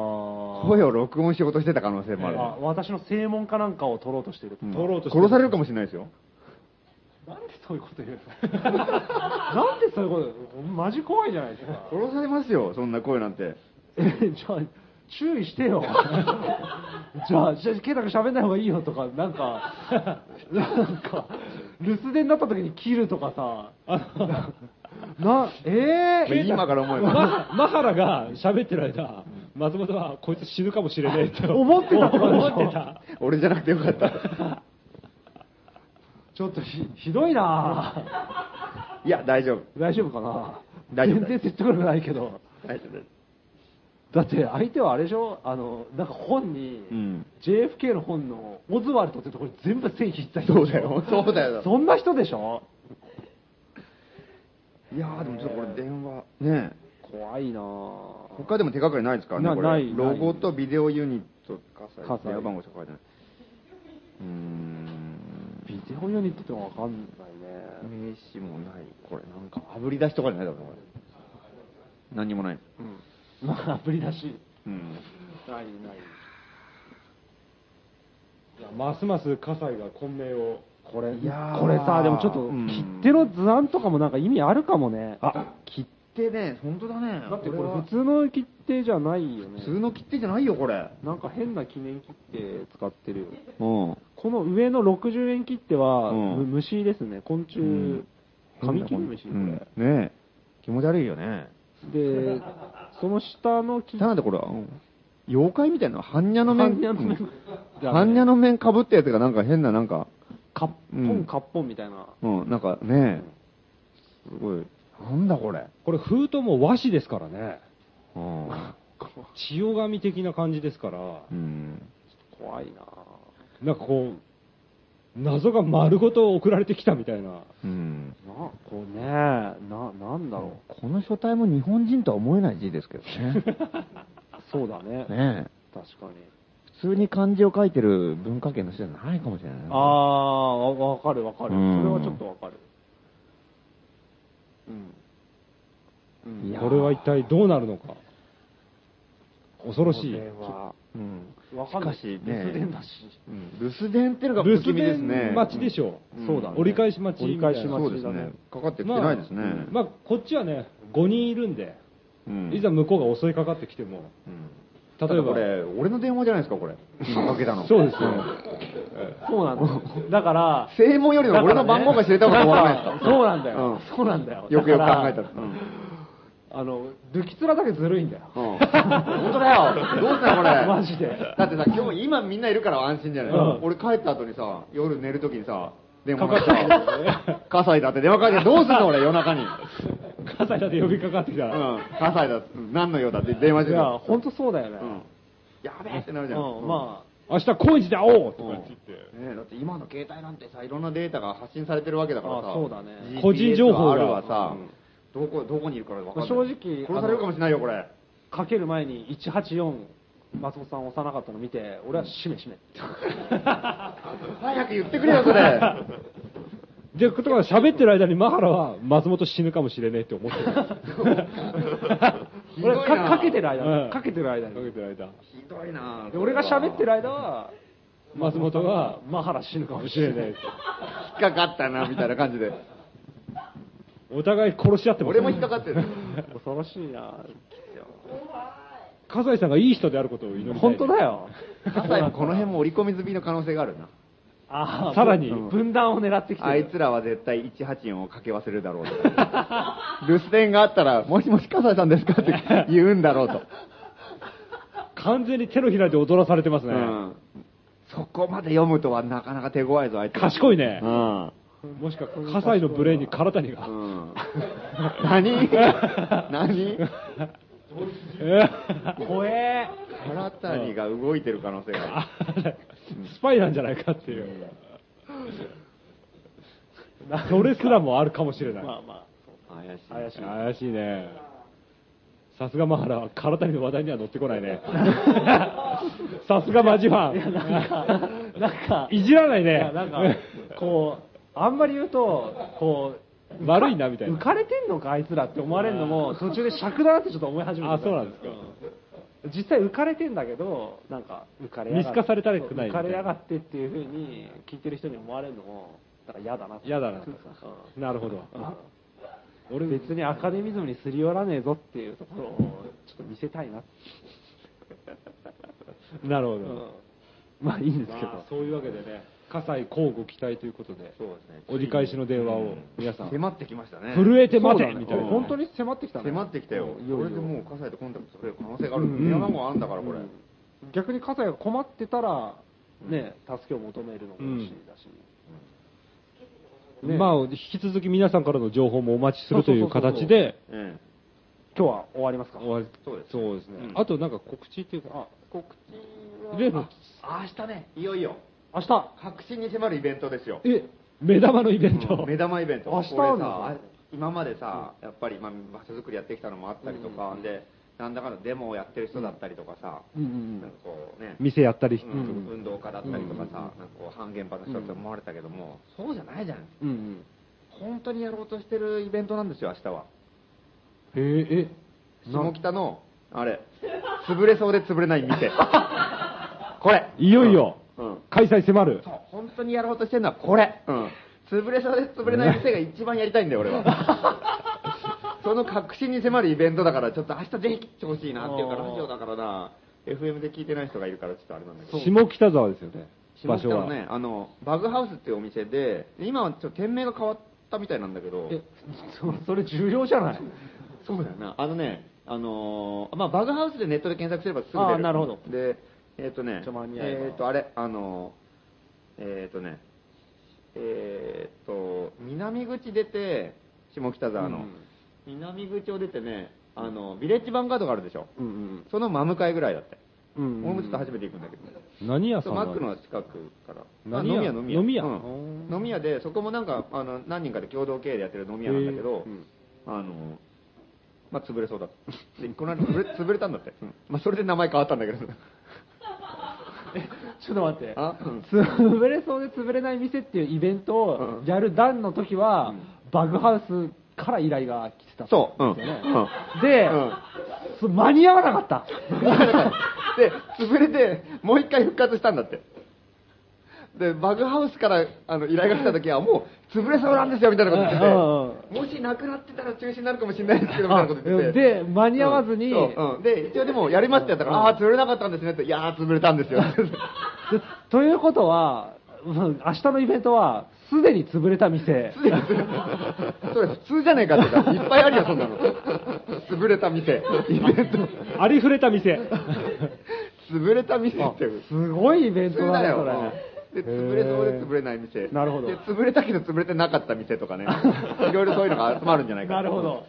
[SPEAKER 3] 声を録音しようとしてた可能性もある。
[SPEAKER 2] あ私の正門かなんかを取ろうとしてる。
[SPEAKER 3] うん
[SPEAKER 1] 取ろうとしてる
[SPEAKER 3] 殺されるかもしれないですよ。
[SPEAKER 2] なんでそういうこと言うのなんでそういうこと言うのマジ怖いじゃないですか。
[SPEAKER 3] 殺されますよ、そんな声なんて。
[SPEAKER 2] え じゃあ、注意して よ。じゃあ、じゃあ、ケイタ君喋んない方がいいよとか、なんか、 なんか、留守電になった時に切るとかさ、な、えー、
[SPEAKER 3] 今から思えば。
[SPEAKER 1] ママハラが喋ってる間、松本はこいつ死ぬかもしれないって
[SPEAKER 2] 思ってたとかでしょ
[SPEAKER 1] 思ってた。
[SPEAKER 3] 俺じゃなくてよかった。
[SPEAKER 2] ちょっとひひどいない
[SPEAKER 3] や、大丈夫。
[SPEAKER 2] 大丈夫かな
[SPEAKER 3] 大丈夫
[SPEAKER 2] 全然説得力ないけど。
[SPEAKER 3] 大丈夫です。
[SPEAKER 2] だって相手はあれでしょあの、なんか本に、
[SPEAKER 3] うん
[SPEAKER 2] JFK の本のオズワルドってところに全部線引いてた人
[SPEAKER 3] そう
[SPEAKER 2] でし
[SPEAKER 3] だ
[SPEAKER 2] ょ
[SPEAKER 3] よ、そうだよ。
[SPEAKER 2] そんな人でしょ
[SPEAKER 3] いやー、でもちょっとこれ電話、ねえ
[SPEAKER 2] 怖いなぁ
[SPEAKER 3] 他でも手がかりないですからね、
[SPEAKER 2] な
[SPEAKER 3] これ
[SPEAKER 2] ない
[SPEAKER 3] ロゴとビデオユニット、
[SPEAKER 2] 葛
[SPEAKER 3] 火
[SPEAKER 2] 西
[SPEAKER 3] 災、電話番号しか書いてない。うーん、
[SPEAKER 2] ビデオユニットってのは分かんないね、
[SPEAKER 3] 名刺もない、これなんか、あぶり出しとかじゃないだろうな、これ。何にもない。
[SPEAKER 2] うん、まあ、ぶり出し、
[SPEAKER 3] うん。
[SPEAKER 2] ないない、
[SPEAKER 1] いやますます葛西が混迷を
[SPEAKER 2] これ、
[SPEAKER 3] いやー
[SPEAKER 2] これさ、でもちょっと
[SPEAKER 3] うん、
[SPEAKER 2] 切手の図案とかもなんか意味あるかもね、
[SPEAKER 3] あ、切手ね、本当だね。
[SPEAKER 2] だってこ
[SPEAKER 3] これ
[SPEAKER 2] れ、
[SPEAKER 3] は
[SPEAKER 2] 普通の切手じゃないよね、
[SPEAKER 3] 普通の切手じゃないよ、これ。
[SPEAKER 2] なんか変な記念切手使ってるよ。
[SPEAKER 3] うん。
[SPEAKER 2] この上の60円切手は、
[SPEAKER 3] うん
[SPEAKER 2] む虫ですね、昆虫、
[SPEAKER 3] うん
[SPEAKER 2] カミキリムシ、こ
[SPEAKER 3] うんねえ。気持ち悪いよね。
[SPEAKER 2] れ。で、その下の切
[SPEAKER 3] ただこれ、うん妖怪みたいな、般若の面、
[SPEAKER 2] 般若の面
[SPEAKER 3] うん般若の面かぶったやつがなんか変な、なんか、
[SPEAKER 2] カッポ
[SPEAKER 3] うん
[SPEAKER 2] ンカッポンみたいな、
[SPEAKER 3] うん、なんかねえ、すごい、なんだこれ。
[SPEAKER 1] これ封筒も和紙ですからね
[SPEAKER 3] うん。
[SPEAKER 1] 千代紙的な感じですから
[SPEAKER 3] うん
[SPEAKER 2] 怖いなぁ
[SPEAKER 1] なんかこう謎が丸ごと送られてきたみたいな
[SPEAKER 3] うん。
[SPEAKER 2] なこうねななんだ ろ
[SPEAKER 3] この書体も日本人とは思えない字ですけどね。
[SPEAKER 2] うそうだね
[SPEAKER 3] ねえ。
[SPEAKER 2] 確かに
[SPEAKER 3] 普通に漢字を書いてる文化圏の人じゃないかもしれない。
[SPEAKER 2] ああわわかるわかるそ
[SPEAKER 3] うん
[SPEAKER 2] れはちょっとわかるうん、うん、
[SPEAKER 3] いやー
[SPEAKER 1] これは一体どうなるのか恐ろしい
[SPEAKER 2] これは
[SPEAKER 3] うん。
[SPEAKER 2] わかんない
[SPEAKER 3] しかしね
[SPEAKER 2] 留守電だし
[SPEAKER 3] うん留守電ってのが不
[SPEAKER 1] 留
[SPEAKER 3] 気
[SPEAKER 1] 守
[SPEAKER 3] 味ですね。
[SPEAKER 1] 電待ちでし
[SPEAKER 3] ょ。
[SPEAKER 1] ょ
[SPEAKER 3] うん
[SPEAKER 2] そうだね
[SPEAKER 1] 折り返し待ち
[SPEAKER 2] 折り返し
[SPEAKER 1] う
[SPEAKER 2] 待
[SPEAKER 3] そうで
[SPEAKER 2] ち
[SPEAKER 3] す
[SPEAKER 2] だね
[SPEAKER 3] ね。かかってきてないですね。
[SPEAKER 1] まあ、こっちはね5人いるんで、
[SPEAKER 3] うん
[SPEAKER 1] いざ向こうが襲いかかってきても
[SPEAKER 3] うん
[SPEAKER 1] 例えば
[SPEAKER 3] ただこれ、俺の電話じゃないですか、これ。今かけたの。
[SPEAKER 1] そうですよ
[SPEAKER 2] そう なのだから
[SPEAKER 3] 正門よりも俺の番号が知れた方が怖くないですか。
[SPEAKER 2] そうなんだよ、
[SPEAKER 3] うん
[SPEAKER 2] そうなんだよ
[SPEAKER 3] よくよく
[SPEAKER 2] だか
[SPEAKER 3] 考
[SPEAKER 2] ら
[SPEAKER 3] えたら。うん
[SPEAKER 2] あのルキツラだけずるいんだよ、
[SPEAKER 3] うん本当だよ。どうしたのこれ。
[SPEAKER 2] マジで
[SPEAKER 3] だってさ、今日、今みんないるから安心じゃない、
[SPEAKER 1] うん
[SPEAKER 3] 俺帰った後にさ、夜寝るときにさ、電話かかって、葛西だって電話かけて、どうすんの俺、夜中に。う
[SPEAKER 1] 葛西だって呼びかかってきたら、
[SPEAKER 3] ん。葛西だって、うん何の用だって電話し
[SPEAKER 2] い
[SPEAKER 3] て
[SPEAKER 2] や
[SPEAKER 3] た。
[SPEAKER 2] 本当そうだよね、
[SPEAKER 3] うん。やべえってなるじゃん。
[SPEAKER 2] うんま
[SPEAKER 1] 明日高円寺で会おうと
[SPEAKER 3] うん
[SPEAKER 1] かって言って、
[SPEAKER 3] ねえだって今の携帯なんてさ、いろんなデータが発信されてるわけだからさ、
[SPEAKER 2] あそうだね
[SPEAKER 3] GPS
[SPEAKER 1] 個人情報が
[SPEAKER 3] あるわさ、どこ、どこにいるから分かんない。
[SPEAKER 2] 正直
[SPEAKER 3] 殺されるかもしれないよ、これ。
[SPEAKER 2] あかける前に184松本さん押さなかったの見て俺はし めしめって
[SPEAKER 3] 早く言ってくれよ、それ。
[SPEAKER 1] で、ことが喋ってる間にマハラは松本死ぬかもしれねえって思ってる。
[SPEAKER 3] ひどい
[SPEAKER 2] 俺
[SPEAKER 3] な
[SPEAKER 2] はかかけてる間に、
[SPEAKER 1] うん
[SPEAKER 2] かけてる間
[SPEAKER 1] かけ
[SPEAKER 2] に
[SPEAKER 1] てる間、
[SPEAKER 3] ひどいな
[SPEAKER 2] で俺が喋ってる間は
[SPEAKER 1] 松本は
[SPEAKER 2] マハラ死ぬか
[SPEAKER 1] か
[SPEAKER 2] も
[SPEAKER 1] も
[SPEAKER 2] し
[SPEAKER 1] し
[SPEAKER 2] れ
[SPEAKER 1] れ
[SPEAKER 2] な
[SPEAKER 1] ないい。
[SPEAKER 3] 引っかかったな、みたいな感 じで。
[SPEAKER 1] お互い殺し合ってます
[SPEAKER 3] 俺も引っかかってる。
[SPEAKER 2] 恐ろしいな
[SPEAKER 1] 葛西さんがいい人であることを祈りたい。
[SPEAKER 2] 本当だ。よ
[SPEAKER 3] 葛西もこの辺も折り込み済みの可能性があるな。
[SPEAKER 2] あー
[SPEAKER 1] さらに
[SPEAKER 2] 分断を狙ってきてる
[SPEAKER 3] あいつらは絶対184をかけ忘れるだろうと。 留守電があったら、もしもし葛西さんですか って言うんだろうと。
[SPEAKER 1] 完全に手のひらで踊らされてます
[SPEAKER 3] う
[SPEAKER 1] ね。
[SPEAKER 3] ん。そこまで読むとはなかなか手強いぞ、あいつ。
[SPEAKER 1] 賢いね
[SPEAKER 3] う。ん。
[SPEAKER 1] もしか、葛西のブレーンに唐谷が
[SPEAKER 3] う。ん。 何何
[SPEAKER 1] え
[SPEAKER 2] 怖え
[SPEAKER 3] 唐谷が動いてる可能性がある。
[SPEAKER 1] スパイなんじゃないかっていう。それすらもあるかもしれない。
[SPEAKER 2] まあま
[SPEAKER 3] 怪しい。
[SPEAKER 2] あ怪しい
[SPEAKER 1] 怪しいね。さすがマハラ、唐谷の話題には乗ってこない ね。さすがマジファン。
[SPEAKER 2] なんか
[SPEAKER 1] いじらない
[SPEAKER 2] い
[SPEAKER 1] ね
[SPEAKER 2] や。なんかこうあんまり言うとこう
[SPEAKER 1] 悪いなみたい
[SPEAKER 2] 浮
[SPEAKER 1] な。
[SPEAKER 2] かれてんのかあいつらって思われるのも途中で尺だなってちょっと思い始めて
[SPEAKER 1] あそうなんですか
[SPEAKER 2] うん実際浮かれてんだけどなんか浮かれやがって
[SPEAKER 1] 見透かされたくない
[SPEAKER 2] 浮
[SPEAKER 1] みた
[SPEAKER 2] か
[SPEAKER 1] いな
[SPEAKER 2] れやがってっていうふうに聞いてる人に思われるのもだから嫌だなって
[SPEAKER 1] 嫌だな
[SPEAKER 2] う
[SPEAKER 1] なるほど。
[SPEAKER 2] んうん
[SPEAKER 1] 俺、
[SPEAKER 2] 別にアカデミズムにすり寄らねえぞっていうところをちょっと見せたいな、
[SPEAKER 1] なるほ
[SPEAKER 2] う
[SPEAKER 1] ど
[SPEAKER 2] ん。まあいいんですけど、
[SPEAKER 1] まあそういうわけでね、葛西交互期待ということで、
[SPEAKER 3] そうですね
[SPEAKER 1] 折り返しの電話を皆さん、
[SPEAKER 3] 迫ってきましたね。
[SPEAKER 1] 震えて待
[SPEAKER 2] そう
[SPEAKER 1] て
[SPEAKER 2] だね
[SPEAKER 1] みたいな。
[SPEAKER 3] うん
[SPEAKER 2] 本当に迫ってきたね
[SPEAKER 3] 迫ってきたよ。
[SPEAKER 2] いよいよ
[SPEAKER 3] これでもう、葛西とコンタクト取れる可能性がある。
[SPEAKER 1] うん
[SPEAKER 3] 電話番号あんだから、これ。
[SPEAKER 2] 逆に葛西が困ってたら、ね、助けを求めるのも嬉しいだし、ね
[SPEAKER 1] まあ、引き続き皆さんからの情報もお待ちするという形で、
[SPEAKER 3] うん。
[SPEAKER 2] 今日は終わりますか
[SPEAKER 1] 終わり
[SPEAKER 3] そうです
[SPEAKER 1] そうですね
[SPEAKER 3] うん。
[SPEAKER 1] あとなんか告知っていうか、あ
[SPEAKER 3] 告
[SPEAKER 1] 例の、
[SPEAKER 3] あ明日ね、いよいよ、
[SPEAKER 2] 明日
[SPEAKER 3] 確信に迫るイベントですよ。
[SPEAKER 1] え、目玉のイベント。
[SPEAKER 3] 目玉イベント。
[SPEAKER 2] 明日
[SPEAKER 3] これ
[SPEAKER 2] な
[SPEAKER 3] さ
[SPEAKER 2] ん、
[SPEAKER 3] あ今までさ、やっぱり、まあ、場所作りやってきたのもあったりとか、で、なんだかのデモをやってる人だったりとかさ、
[SPEAKER 2] うんうん
[SPEAKER 3] なんかこうね、
[SPEAKER 1] 店やったりして
[SPEAKER 3] う
[SPEAKER 1] る
[SPEAKER 3] ん運動家だったりとかさ、なんかこう、半原発の人って思われたけども、そうじゃないじゃん。
[SPEAKER 2] うんうん
[SPEAKER 3] 本当にやろうとしてるイベントなんですよ、明日は。
[SPEAKER 1] へええ
[SPEAKER 3] 下北の、あれ、潰れそうで潰れない店。これ。
[SPEAKER 1] いよいよ、
[SPEAKER 3] うんうん
[SPEAKER 1] 開催迫る
[SPEAKER 3] そう、本当にやろうとしてるのはこれ。うん。潰れそうで潰れない店が一番やりたいんだよ、俺は。その確信に迫るイベントだから、ちょっと明日ぜひ来てほしいなっていうか、
[SPEAKER 4] あー
[SPEAKER 3] ラジオだからな、FM で聞いてない人がいるから、ちょっとあれなんだけど。
[SPEAKER 1] 下北沢ですよね
[SPEAKER 3] 下
[SPEAKER 1] 場
[SPEAKER 3] 北
[SPEAKER 1] 所
[SPEAKER 3] の
[SPEAKER 1] は、
[SPEAKER 3] ね、あの、バグハウスっていうお店で、今はちょっと店名が変わったみたいなんだけど、
[SPEAKER 2] えそ それ重要じゃない
[SPEAKER 3] そうだよな。あのね、あのーまあバグハウスでネットで検索すればすぐ出る。
[SPEAKER 2] あーなるほど
[SPEAKER 3] で、えっ、とね
[SPEAKER 2] じゃあ間に、合えば
[SPEAKER 3] えっ、と、あれ、あのーえっ、とね、えっ、と、南口出て、下北沢の、南口を出てね、あの、ビレッジヴァンガードがあるでしょ。
[SPEAKER 2] うんうん
[SPEAKER 3] その真向かいぐらいだって。
[SPEAKER 2] うんうん
[SPEAKER 3] 俺もちょっと初めて行くんだけど。
[SPEAKER 1] 何屋さ
[SPEAKER 3] そ
[SPEAKER 1] ん
[SPEAKER 3] うマ
[SPEAKER 1] なん
[SPEAKER 3] ッ
[SPEAKER 1] です
[SPEAKER 3] ク
[SPEAKER 1] か
[SPEAKER 3] の近くから。あ
[SPEAKER 1] 何屋
[SPEAKER 3] 飲み屋、
[SPEAKER 1] 飲み屋
[SPEAKER 3] うん飲み屋で、そこもなんか、あの、何人かで共同経営でやってる飲み屋なんだけど、あの、まあ、潰れそうだ った。で、この間潰れ、潰れたんだって。まあ、それで名前変わったん だけど。
[SPEAKER 2] ちょっと待って
[SPEAKER 3] あうん
[SPEAKER 2] 潰れそうで潰れない店っていうイベントをやる段の時は、バグハウスから依頼が来てた
[SPEAKER 3] そう、うん。
[SPEAKER 2] んですよね
[SPEAKER 3] うん
[SPEAKER 2] で、
[SPEAKER 3] うん
[SPEAKER 2] そ間に合わなかった
[SPEAKER 3] で、潰れて、もう一回復活したんだって。で、バグハウスからあの依頼が来た時は、もう潰れそうなんですよみたいなこと言ってて、もしなくなってたら中止になるかもしれないですけどみたいなこと言ってて。
[SPEAKER 2] で間に合わず
[SPEAKER 3] うん
[SPEAKER 2] に
[SPEAKER 3] そううんで、一応でもやりましたよだから、ああー、潰れなかったんですねって、いやー、潰れたんです よ。
[SPEAKER 2] でということは、うん明日のイベントは、すでに潰れた 店。
[SPEAKER 3] それ普通じゃねえかってか、いっぱいあるよ、そんなの。潰れた店。イベント。
[SPEAKER 1] ありふれ た店
[SPEAKER 3] 潰れた店って。
[SPEAKER 2] すごいイベン
[SPEAKER 3] 普
[SPEAKER 2] ト
[SPEAKER 3] 通
[SPEAKER 2] だ
[SPEAKER 3] だ
[SPEAKER 2] ね、
[SPEAKER 3] よ
[SPEAKER 2] それ。。
[SPEAKER 3] で、潰れそうで潰れない店。
[SPEAKER 2] なるほど
[SPEAKER 3] で、潰れたけど潰れてなかった店とかね。いろいろそういうのが集まるんじゃないか
[SPEAKER 2] なるほど。。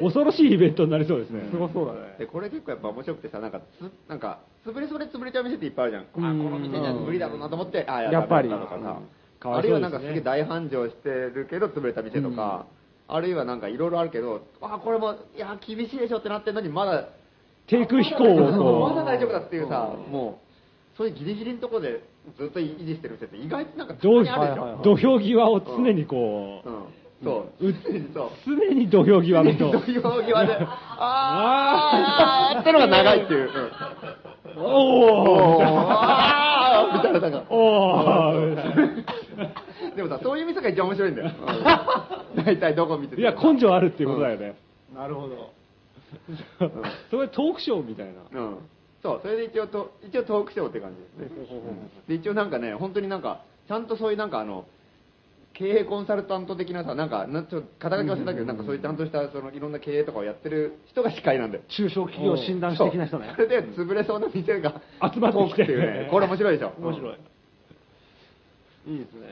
[SPEAKER 1] 恐ろしいイベントになりそうですね
[SPEAKER 2] すごそうだね。
[SPEAKER 3] で、これ結構やっぱ面白くてさ、なんか、つなんか、潰れそうで潰れちゃう店っていっぱいあるじゃん。あ、この店じゃ無理だろうなと思って、あ、
[SPEAKER 2] やっぱり
[SPEAKER 3] ダメだったとかさ
[SPEAKER 1] うん
[SPEAKER 3] あるいはなんかすげえ大繁盛してるけど潰れた店とか、あるいはなんかいろいろあるけど、あ、これも、いや、厳しいでしょってなってんのに、まだ、
[SPEAKER 1] 低空飛行を
[SPEAKER 3] まだ
[SPEAKER 1] こ
[SPEAKER 3] 大丈夫だっていうさ、もう、そういうギリギリのところでずっと維持してる店って意外となんか
[SPEAKER 1] う
[SPEAKER 3] たま
[SPEAKER 1] 土
[SPEAKER 3] にあるでしょ。
[SPEAKER 1] 土俵際を常にこう、
[SPEAKER 3] うん。そう。そう。
[SPEAKER 1] 常に土俵際の人
[SPEAKER 3] 土俵際で、あーあーってのが長いっていう。
[SPEAKER 1] お
[SPEAKER 3] お
[SPEAKER 1] お
[SPEAKER 3] ーあーみたいな、なんか。
[SPEAKER 1] お
[SPEAKER 3] でもさ、そういう店が一番面白い んだよ。大体どこ見て
[SPEAKER 1] い
[SPEAKER 3] ても
[SPEAKER 1] や根性あるっていうことだよね、
[SPEAKER 2] なるほど。
[SPEAKER 1] それトークショーみたいな
[SPEAKER 3] うん。そう、それで一応と、一応トークショーって感じですね。で、一応なんかね、本当になんか、ちゃんとそういうなんかあの、経営コンサルタント的なさ、なんか、なちょっと肩書き忘れたけど、なんかそういうちゃんとした、その、いろんな経営とかをやってる人が司会なんだよ。
[SPEAKER 2] 中小企業診断士的な人ね
[SPEAKER 3] そ。うそれで潰れそうな店が
[SPEAKER 1] 集まって
[SPEAKER 3] トー
[SPEAKER 1] きて
[SPEAKER 3] クっていうねこれ面白いでしょ
[SPEAKER 2] 面白い。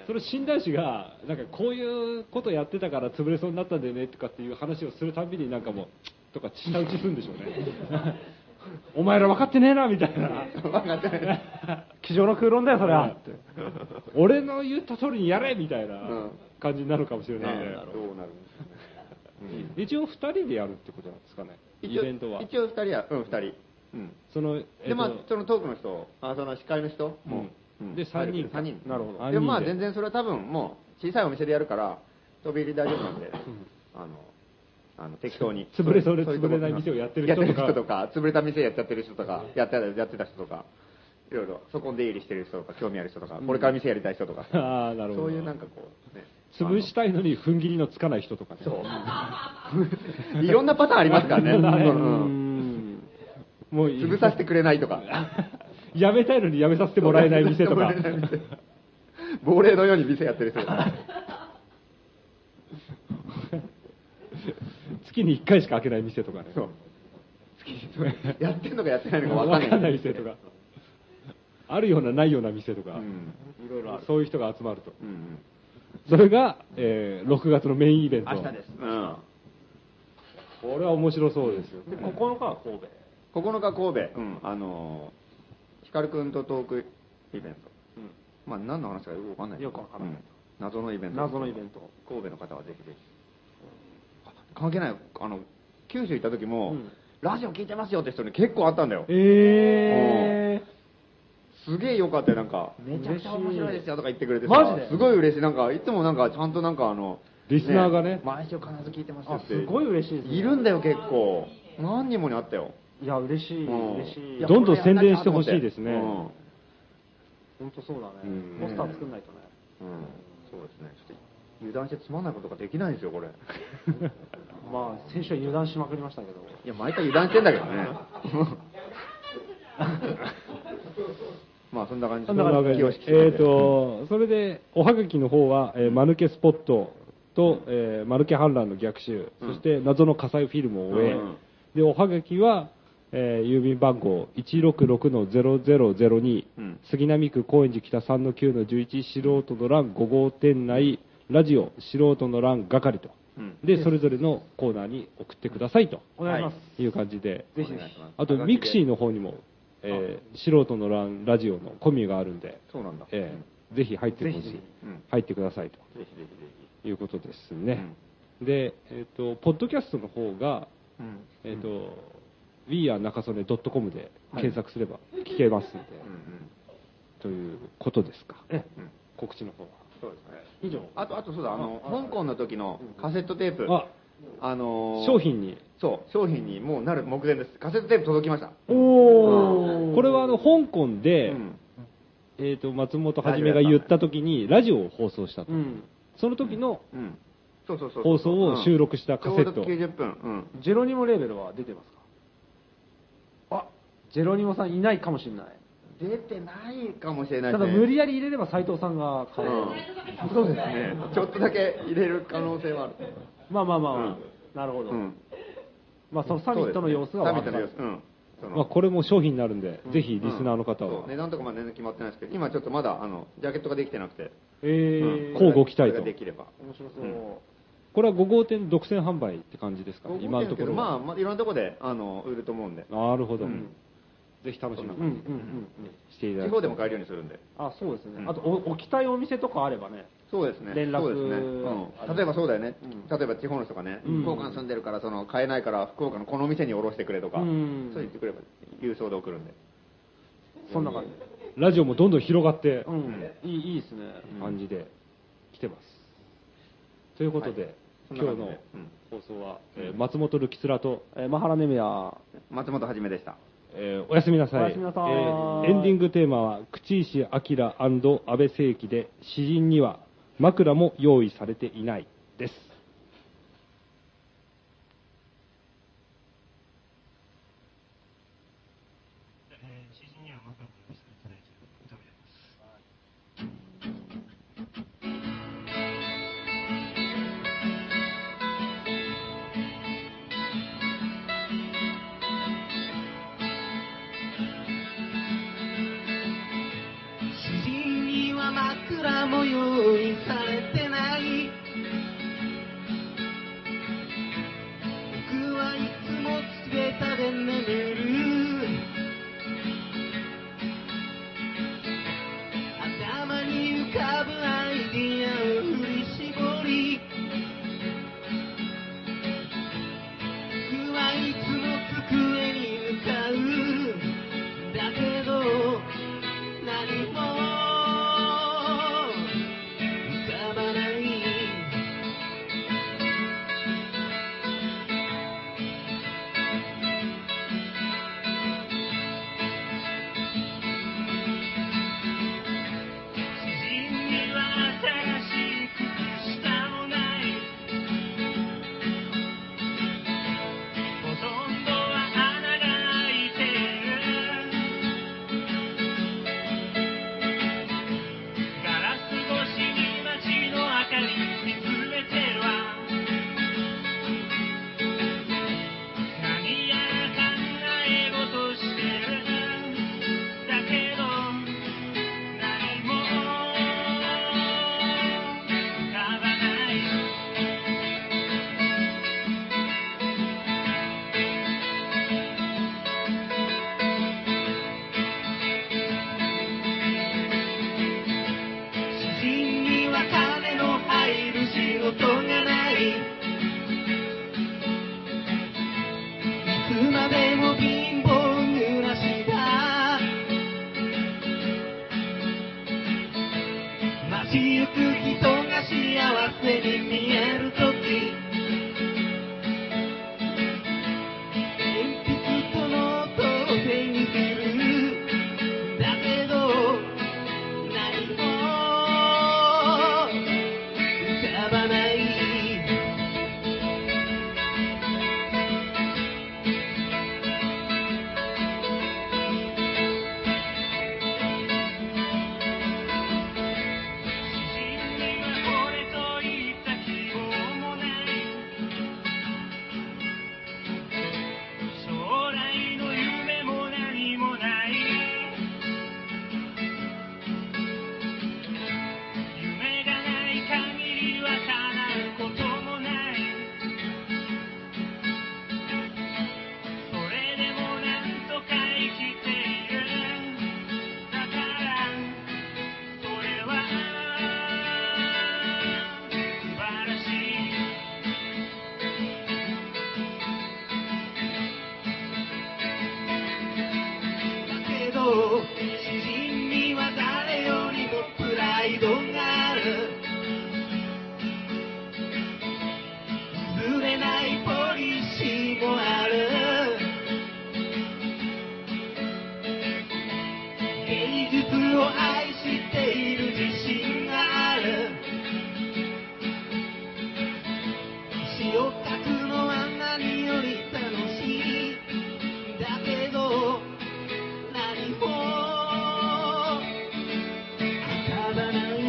[SPEAKER 1] それ診断士がなんかこういうことやってたから潰れそうになったんだよねとかっていう話をするたびになんかもうとか舌打ちするんでしょう ねお前ら分かってねえなみたいな
[SPEAKER 3] 分かってない
[SPEAKER 2] 机上の空論だよ、それは。
[SPEAKER 1] 俺の言った通りにやれみたいな感じになるかもしれ
[SPEAKER 3] ね
[SPEAKER 1] ないね、
[SPEAKER 3] どうなるんでしょうね
[SPEAKER 1] 一応2人でやるってことなんですかねイベントは
[SPEAKER 3] 一応二人やうん二人うん
[SPEAKER 1] その、えっと
[SPEAKER 3] でまあそのトークの人あその司会の人も
[SPEAKER 1] うん
[SPEAKER 3] うん
[SPEAKER 1] で三人か
[SPEAKER 3] 三人
[SPEAKER 1] なるほど
[SPEAKER 3] でもまあ
[SPEAKER 1] 三人で
[SPEAKER 3] 全然それは多分もう小さいお店でやるから飛び入り大丈夫なんであのあの適当に
[SPEAKER 1] 潰れそう
[SPEAKER 3] う
[SPEAKER 1] で
[SPEAKER 3] うとこ
[SPEAKER 1] 潰れない店をやってる人とか
[SPEAKER 3] やってとか潰れた店やっちゃってる人とかやってたやってた人とかいろいろそこで入りしてる人とか興味ある人とかこれから店やりたい人とか
[SPEAKER 1] ああなるほど
[SPEAKER 3] そういうなんかこうね
[SPEAKER 1] 潰したいのに踏ん切りのつかない人とかね
[SPEAKER 3] いろんなパターンありますから ね。
[SPEAKER 1] なるほど
[SPEAKER 3] う
[SPEAKER 1] ね
[SPEAKER 3] ん
[SPEAKER 1] もういい
[SPEAKER 3] 潰させてくれないとか。
[SPEAKER 1] やめたいのにやめさせてもらえない店とか
[SPEAKER 3] 亡霊のように店やってる人。
[SPEAKER 1] 月に1回しか開けない店とかね
[SPEAKER 3] そうやってんのかやってないのかわかんな
[SPEAKER 1] 分
[SPEAKER 3] い。
[SPEAKER 1] かんない店とかあるようなないような店とか、
[SPEAKER 3] うん。
[SPEAKER 1] そういう人が集まると
[SPEAKER 3] うん。
[SPEAKER 1] それが、えー6月のメインイベント
[SPEAKER 4] 明日です
[SPEAKER 3] うん。
[SPEAKER 1] これは面白そうですよね
[SPEAKER 4] 9日は神戸
[SPEAKER 3] 9日神戸、うん、あのー、光くんとトークイベント。まあ何の話かよくわかんないけど。
[SPEAKER 2] よくわからない
[SPEAKER 3] うん謎のイベント。
[SPEAKER 2] 謎のイベント。
[SPEAKER 3] 神戸の方はぜひぜひ。関係ないあの九州行った時も、
[SPEAKER 2] うん
[SPEAKER 3] ラジオ聞いてますよって人に結構あったんだよ
[SPEAKER 2] え
[SPEAKER 3] すげえよかったよなんかめ
[SPEAKER 2] しい
[SPEAKER 3] ちゃくちゃ面白いですよとか言ってくれて
[SPEAKER 2] マジです
[SPEAKER 3] ごい嬉しいなんかいつもなんかちゃんとなんかあの
[SPEAKER 1] リスナーがね
[SPEAKER 3] 毎週必ず聞いてますよ
[SPEAKER 2] あ
[SPEAKER 3] って
[SPEAKER 2] すごい嬉しいですね
[SPEAKER 3] いるんだよ結構何人もにあったよ
[SPEAKER 2] いや嬉しい
[SPEAKER 3] うん
[SPEAKER 2] 嬉しい
[SPEAKER 3] いや
[SPEAKER 1] どんどん宣伝してほしいです
[SPEAKER 3] こ
[SPEAKER 1] ね
[SPEAKER 3] れやんなきゃと思って
[SPEAKER 2] 本当そうだね、
[SPEAKER 3] うん
[SPEAKER 2] ポスター作んないとね、
[SPEAKER 3] うんそうですね。ちょっと油断してつまんないことができないんですよ、 これ。い
[SPEAKER 2] まあ先週は油断しまくりましたけど
[SPEAKER 3] や、毎回油断してんだけど ね。まあ、そんな感じ
[SPEAKER 1] そんな感じです
[SPEAKER 3] え
[SPEAKER 1] えっ、と、それで、おはがきの方は、えー、マヌケスポットと、えー、マヌケ反乱の逆襲、
[SPEAKER 3] うん
[SPEAKER 1] そして謎の火災フィルムを終え、
[SPEAKER 3] うん
[SPEAKER 1] で、おはがきは、えー郵便番号166-0002、
[SPEAKER 3] うん
[SPEAKER 1] 杉並区高円寺北3の9の11素人の欄5号店内ラジオ素人の欄係と、
[SPEAKER 3] うん
[SPEAKER 1] で、それぞれのコーナーに送ってくださいと
[SPEAKER 4] お願いします。
[SPEAKER 1] いう感じで、
[SPEAKER 3] ぜひぜひ
[SPEAKER 1] あとミクシーの方にも、えー素人のランラジオのコミュがあるんで、
[SPEAKER 3] そうなんだ。
[SPEAKER 1] えーぜひ入ってほしい
[SPEAKER 4] ぜひぜひ
[SPEAKER 3] うん
[SPEAKER 1] 入ってください
[SPEAKER 3] ぜひぜひぜひ。
[SPEAKER 1] ということですね、で、えー、とポッドキャストの方が、
[SPEAKER 3] うん。
[SPEAKER 1] えーと we are 中曽根 .com で検索すれば聞けますんで、
[SPEAKER 3] うんうん。
[SPEAKER 1] ということですか、
[SPEAKER 3] うん
[SPEAKER 1] 告知の方は
[SPEAKER 3] そうですね。
[SPEAKER 2] 以上
[SPEAKER 3] あと、あとそうだ、あの、香港の時のカセットテープ。
[SPEAKER 1] あ
[SPEAKER 3] あのー
[SPEAKER 1] 商品に
[SPEAKER 3] そう、商品にもうなる目前です。カセットテープ届きました。
[SPEAKER 1] おこれはあの香港で、
[SPEAKER 3] うん
[SPEAKER 1] えー、と松本はじめが言った時にラジオを放送したと、
[SPEAKER 2] うん
[SPEAKER 1] その時の
[SPEAKER 3] うん。そうそうそうそう。
[SPEAKER 1] 放送を収録したカセット
[SPEAKER 3] ちょうど90分。うん。
[SPEAKER 2] ジェロニモレーベルは出てますかあジェロニモさんいないかもしれない
[SPEAKER 3] 出てないかもしれない
[SPEAKER 2] た
[SPEAKER 3] で
[SPEAKER 2] だ
[SPEAKER 3] すね。
[SPEAKER 2] 無理やり入れれば斎藤さんが買える、
[SPEAKER 3] うん、そうですね。ちょっとだけ入れる可能性はある。
[SPEAKER 2] まあまあまあ、
[SPEAKER 3] うん
[SPEAKER 2] なるほど、
[SPEAKER 3] うん
[SPEAKER 2] まあそのサミットの様子が
[SPEAKER 3] サ
[SPEAKER 2] 分
[SPEAKER 3] ミ
[SPEAKER 2] か
[SPEAKER 3] ッ
[SPEAKER 2] っ
[SPEAKER 3] ト
[SPEAKER 2] た
[SPEAKER 3] の様子。うん。その
[SPEAKER 1] まあ、これも商品になるんで、ぜひリスナーの方
[SPEAKER 3] うん
[SPEAKER 1] は
[SPEAKER 3] そう、値段とかまで全然決まってないですけど、今ちょっとまだ、あの、ジャケットができてなくて。
[SPEAKER 2] え
[SPEAKER 3] うん
[SPEAKER 2] ー
[SPEAKER 1] 乞うご期待と
[SPEAKER 3] それができれば。
[SPEAKER 2] 面白そう、
[SPEAKER 3] うん
[SPEAKER 1] これは5号店独占販売って感じですか、
[SPEAKER 3] 僕
[SPEAKER 1] 今のところは
[SPEAKER 3] まあ、まあ、いろんなところで、あの、売ると思うんで。
[SPEAKER 1] なるほど、
[SPEAKER 3] うん
[SPEAKER 1] ぜひ楽しみに
[SPEAKER 2] うんうんうんうん
[SPEAKER 1] していただ
[SPEAKER 3] 地
[SPEAKER 1] き
[SPEAKER 3] 方でも買えるようにするんで。
[SPEAKER 2] あそうです
[SPEAKER 3] う
[SPEAKER 2] ね、
[SPEAKER 3] ん
[SPEAKER 2] あとお置きたいお店とかあればね
[SPEAKER 3] そうですね。
[SPEAKER 2] 連絡
[SPEAKER 3] そうですね。うん。例えばそうだよね。例えば地方の人がね、
[SPEAKER 2] うん
[SPEAKER 3] 福岡に住んでるから、その、買えないから、福岡のこの店に卸してくれとか、
[SPEAKER 2] う
[SPEAKER 3] そうん言ってくれば、郵送で送るんで。
[SPEAKER 2] そんな感じ
[SPEAKER 1] ラジオもどんどん広がって
[SPEAKER 2] う、ん、いいいいですね、
[SPEAKER 1] 感じで来てます。ということで、
[SPEAKER 3] そんな
[SPEAKER 1] 今
[SPEAKER 3] 感
[SPEAKER 1] 日
[SPEAKER 3] じで
[SPEAKER 1] の放送は、えー松本るきつらと、
[SPEAKER 2] えーマハラネミア
[SPEAKER 3] 松本はじめでした。
[SPEAKER 1] えーおやすみなさい
[SPEAKER 2] おやすみなさい
[SPEAKER 1] えーエンディングテーマは口石明安倍正規で詩人には枕も用意されていないです
[SPEAKER 7] 詩人には枕も用意されてない僕はいつもつべたで眠る頭に浮かぶアイディアを振り絞り僕はいつも机に向かうだけど何も浮かばない
[SPEAKER 6] の貧乏ぬらしだ街行く人が幸せに見えるとき鉛筆とノートを手にするだけど何も浮かばない「死んでは俺といった希望もない」「将来の夢も何もない」「夢がない限りは叶うこともない」「それでもなんとか生きているんだから」それは素晴らしいだけど詩人には誰よりもプライドがある譲れないポリシーもある芸術を愛している自信がある詩を書くのは何より楽しいだけど何も浮かばない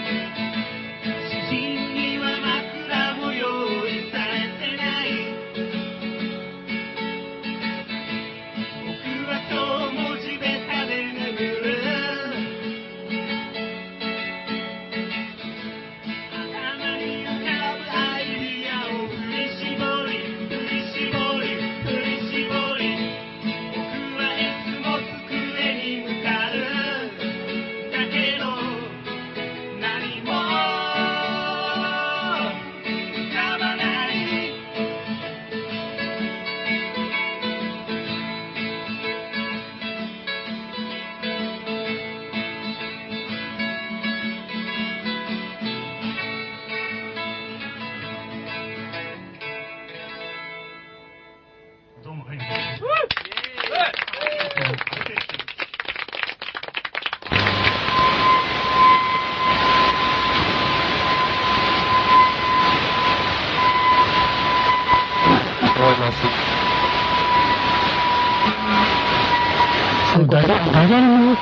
[SPEAKER 6] 詩人には枕も用意されてない僕は今日も地べたで眠る頭に浮かぶアイディアを振り絞り振り絞り振り絞り僕はいつも机に向かうだけど何も浮かばないどうもありがとうございます。
[SPEAKER 3] ダジャレの。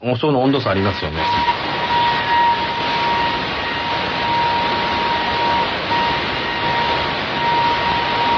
[SPEAKER 3] もうその温度差ありますよね。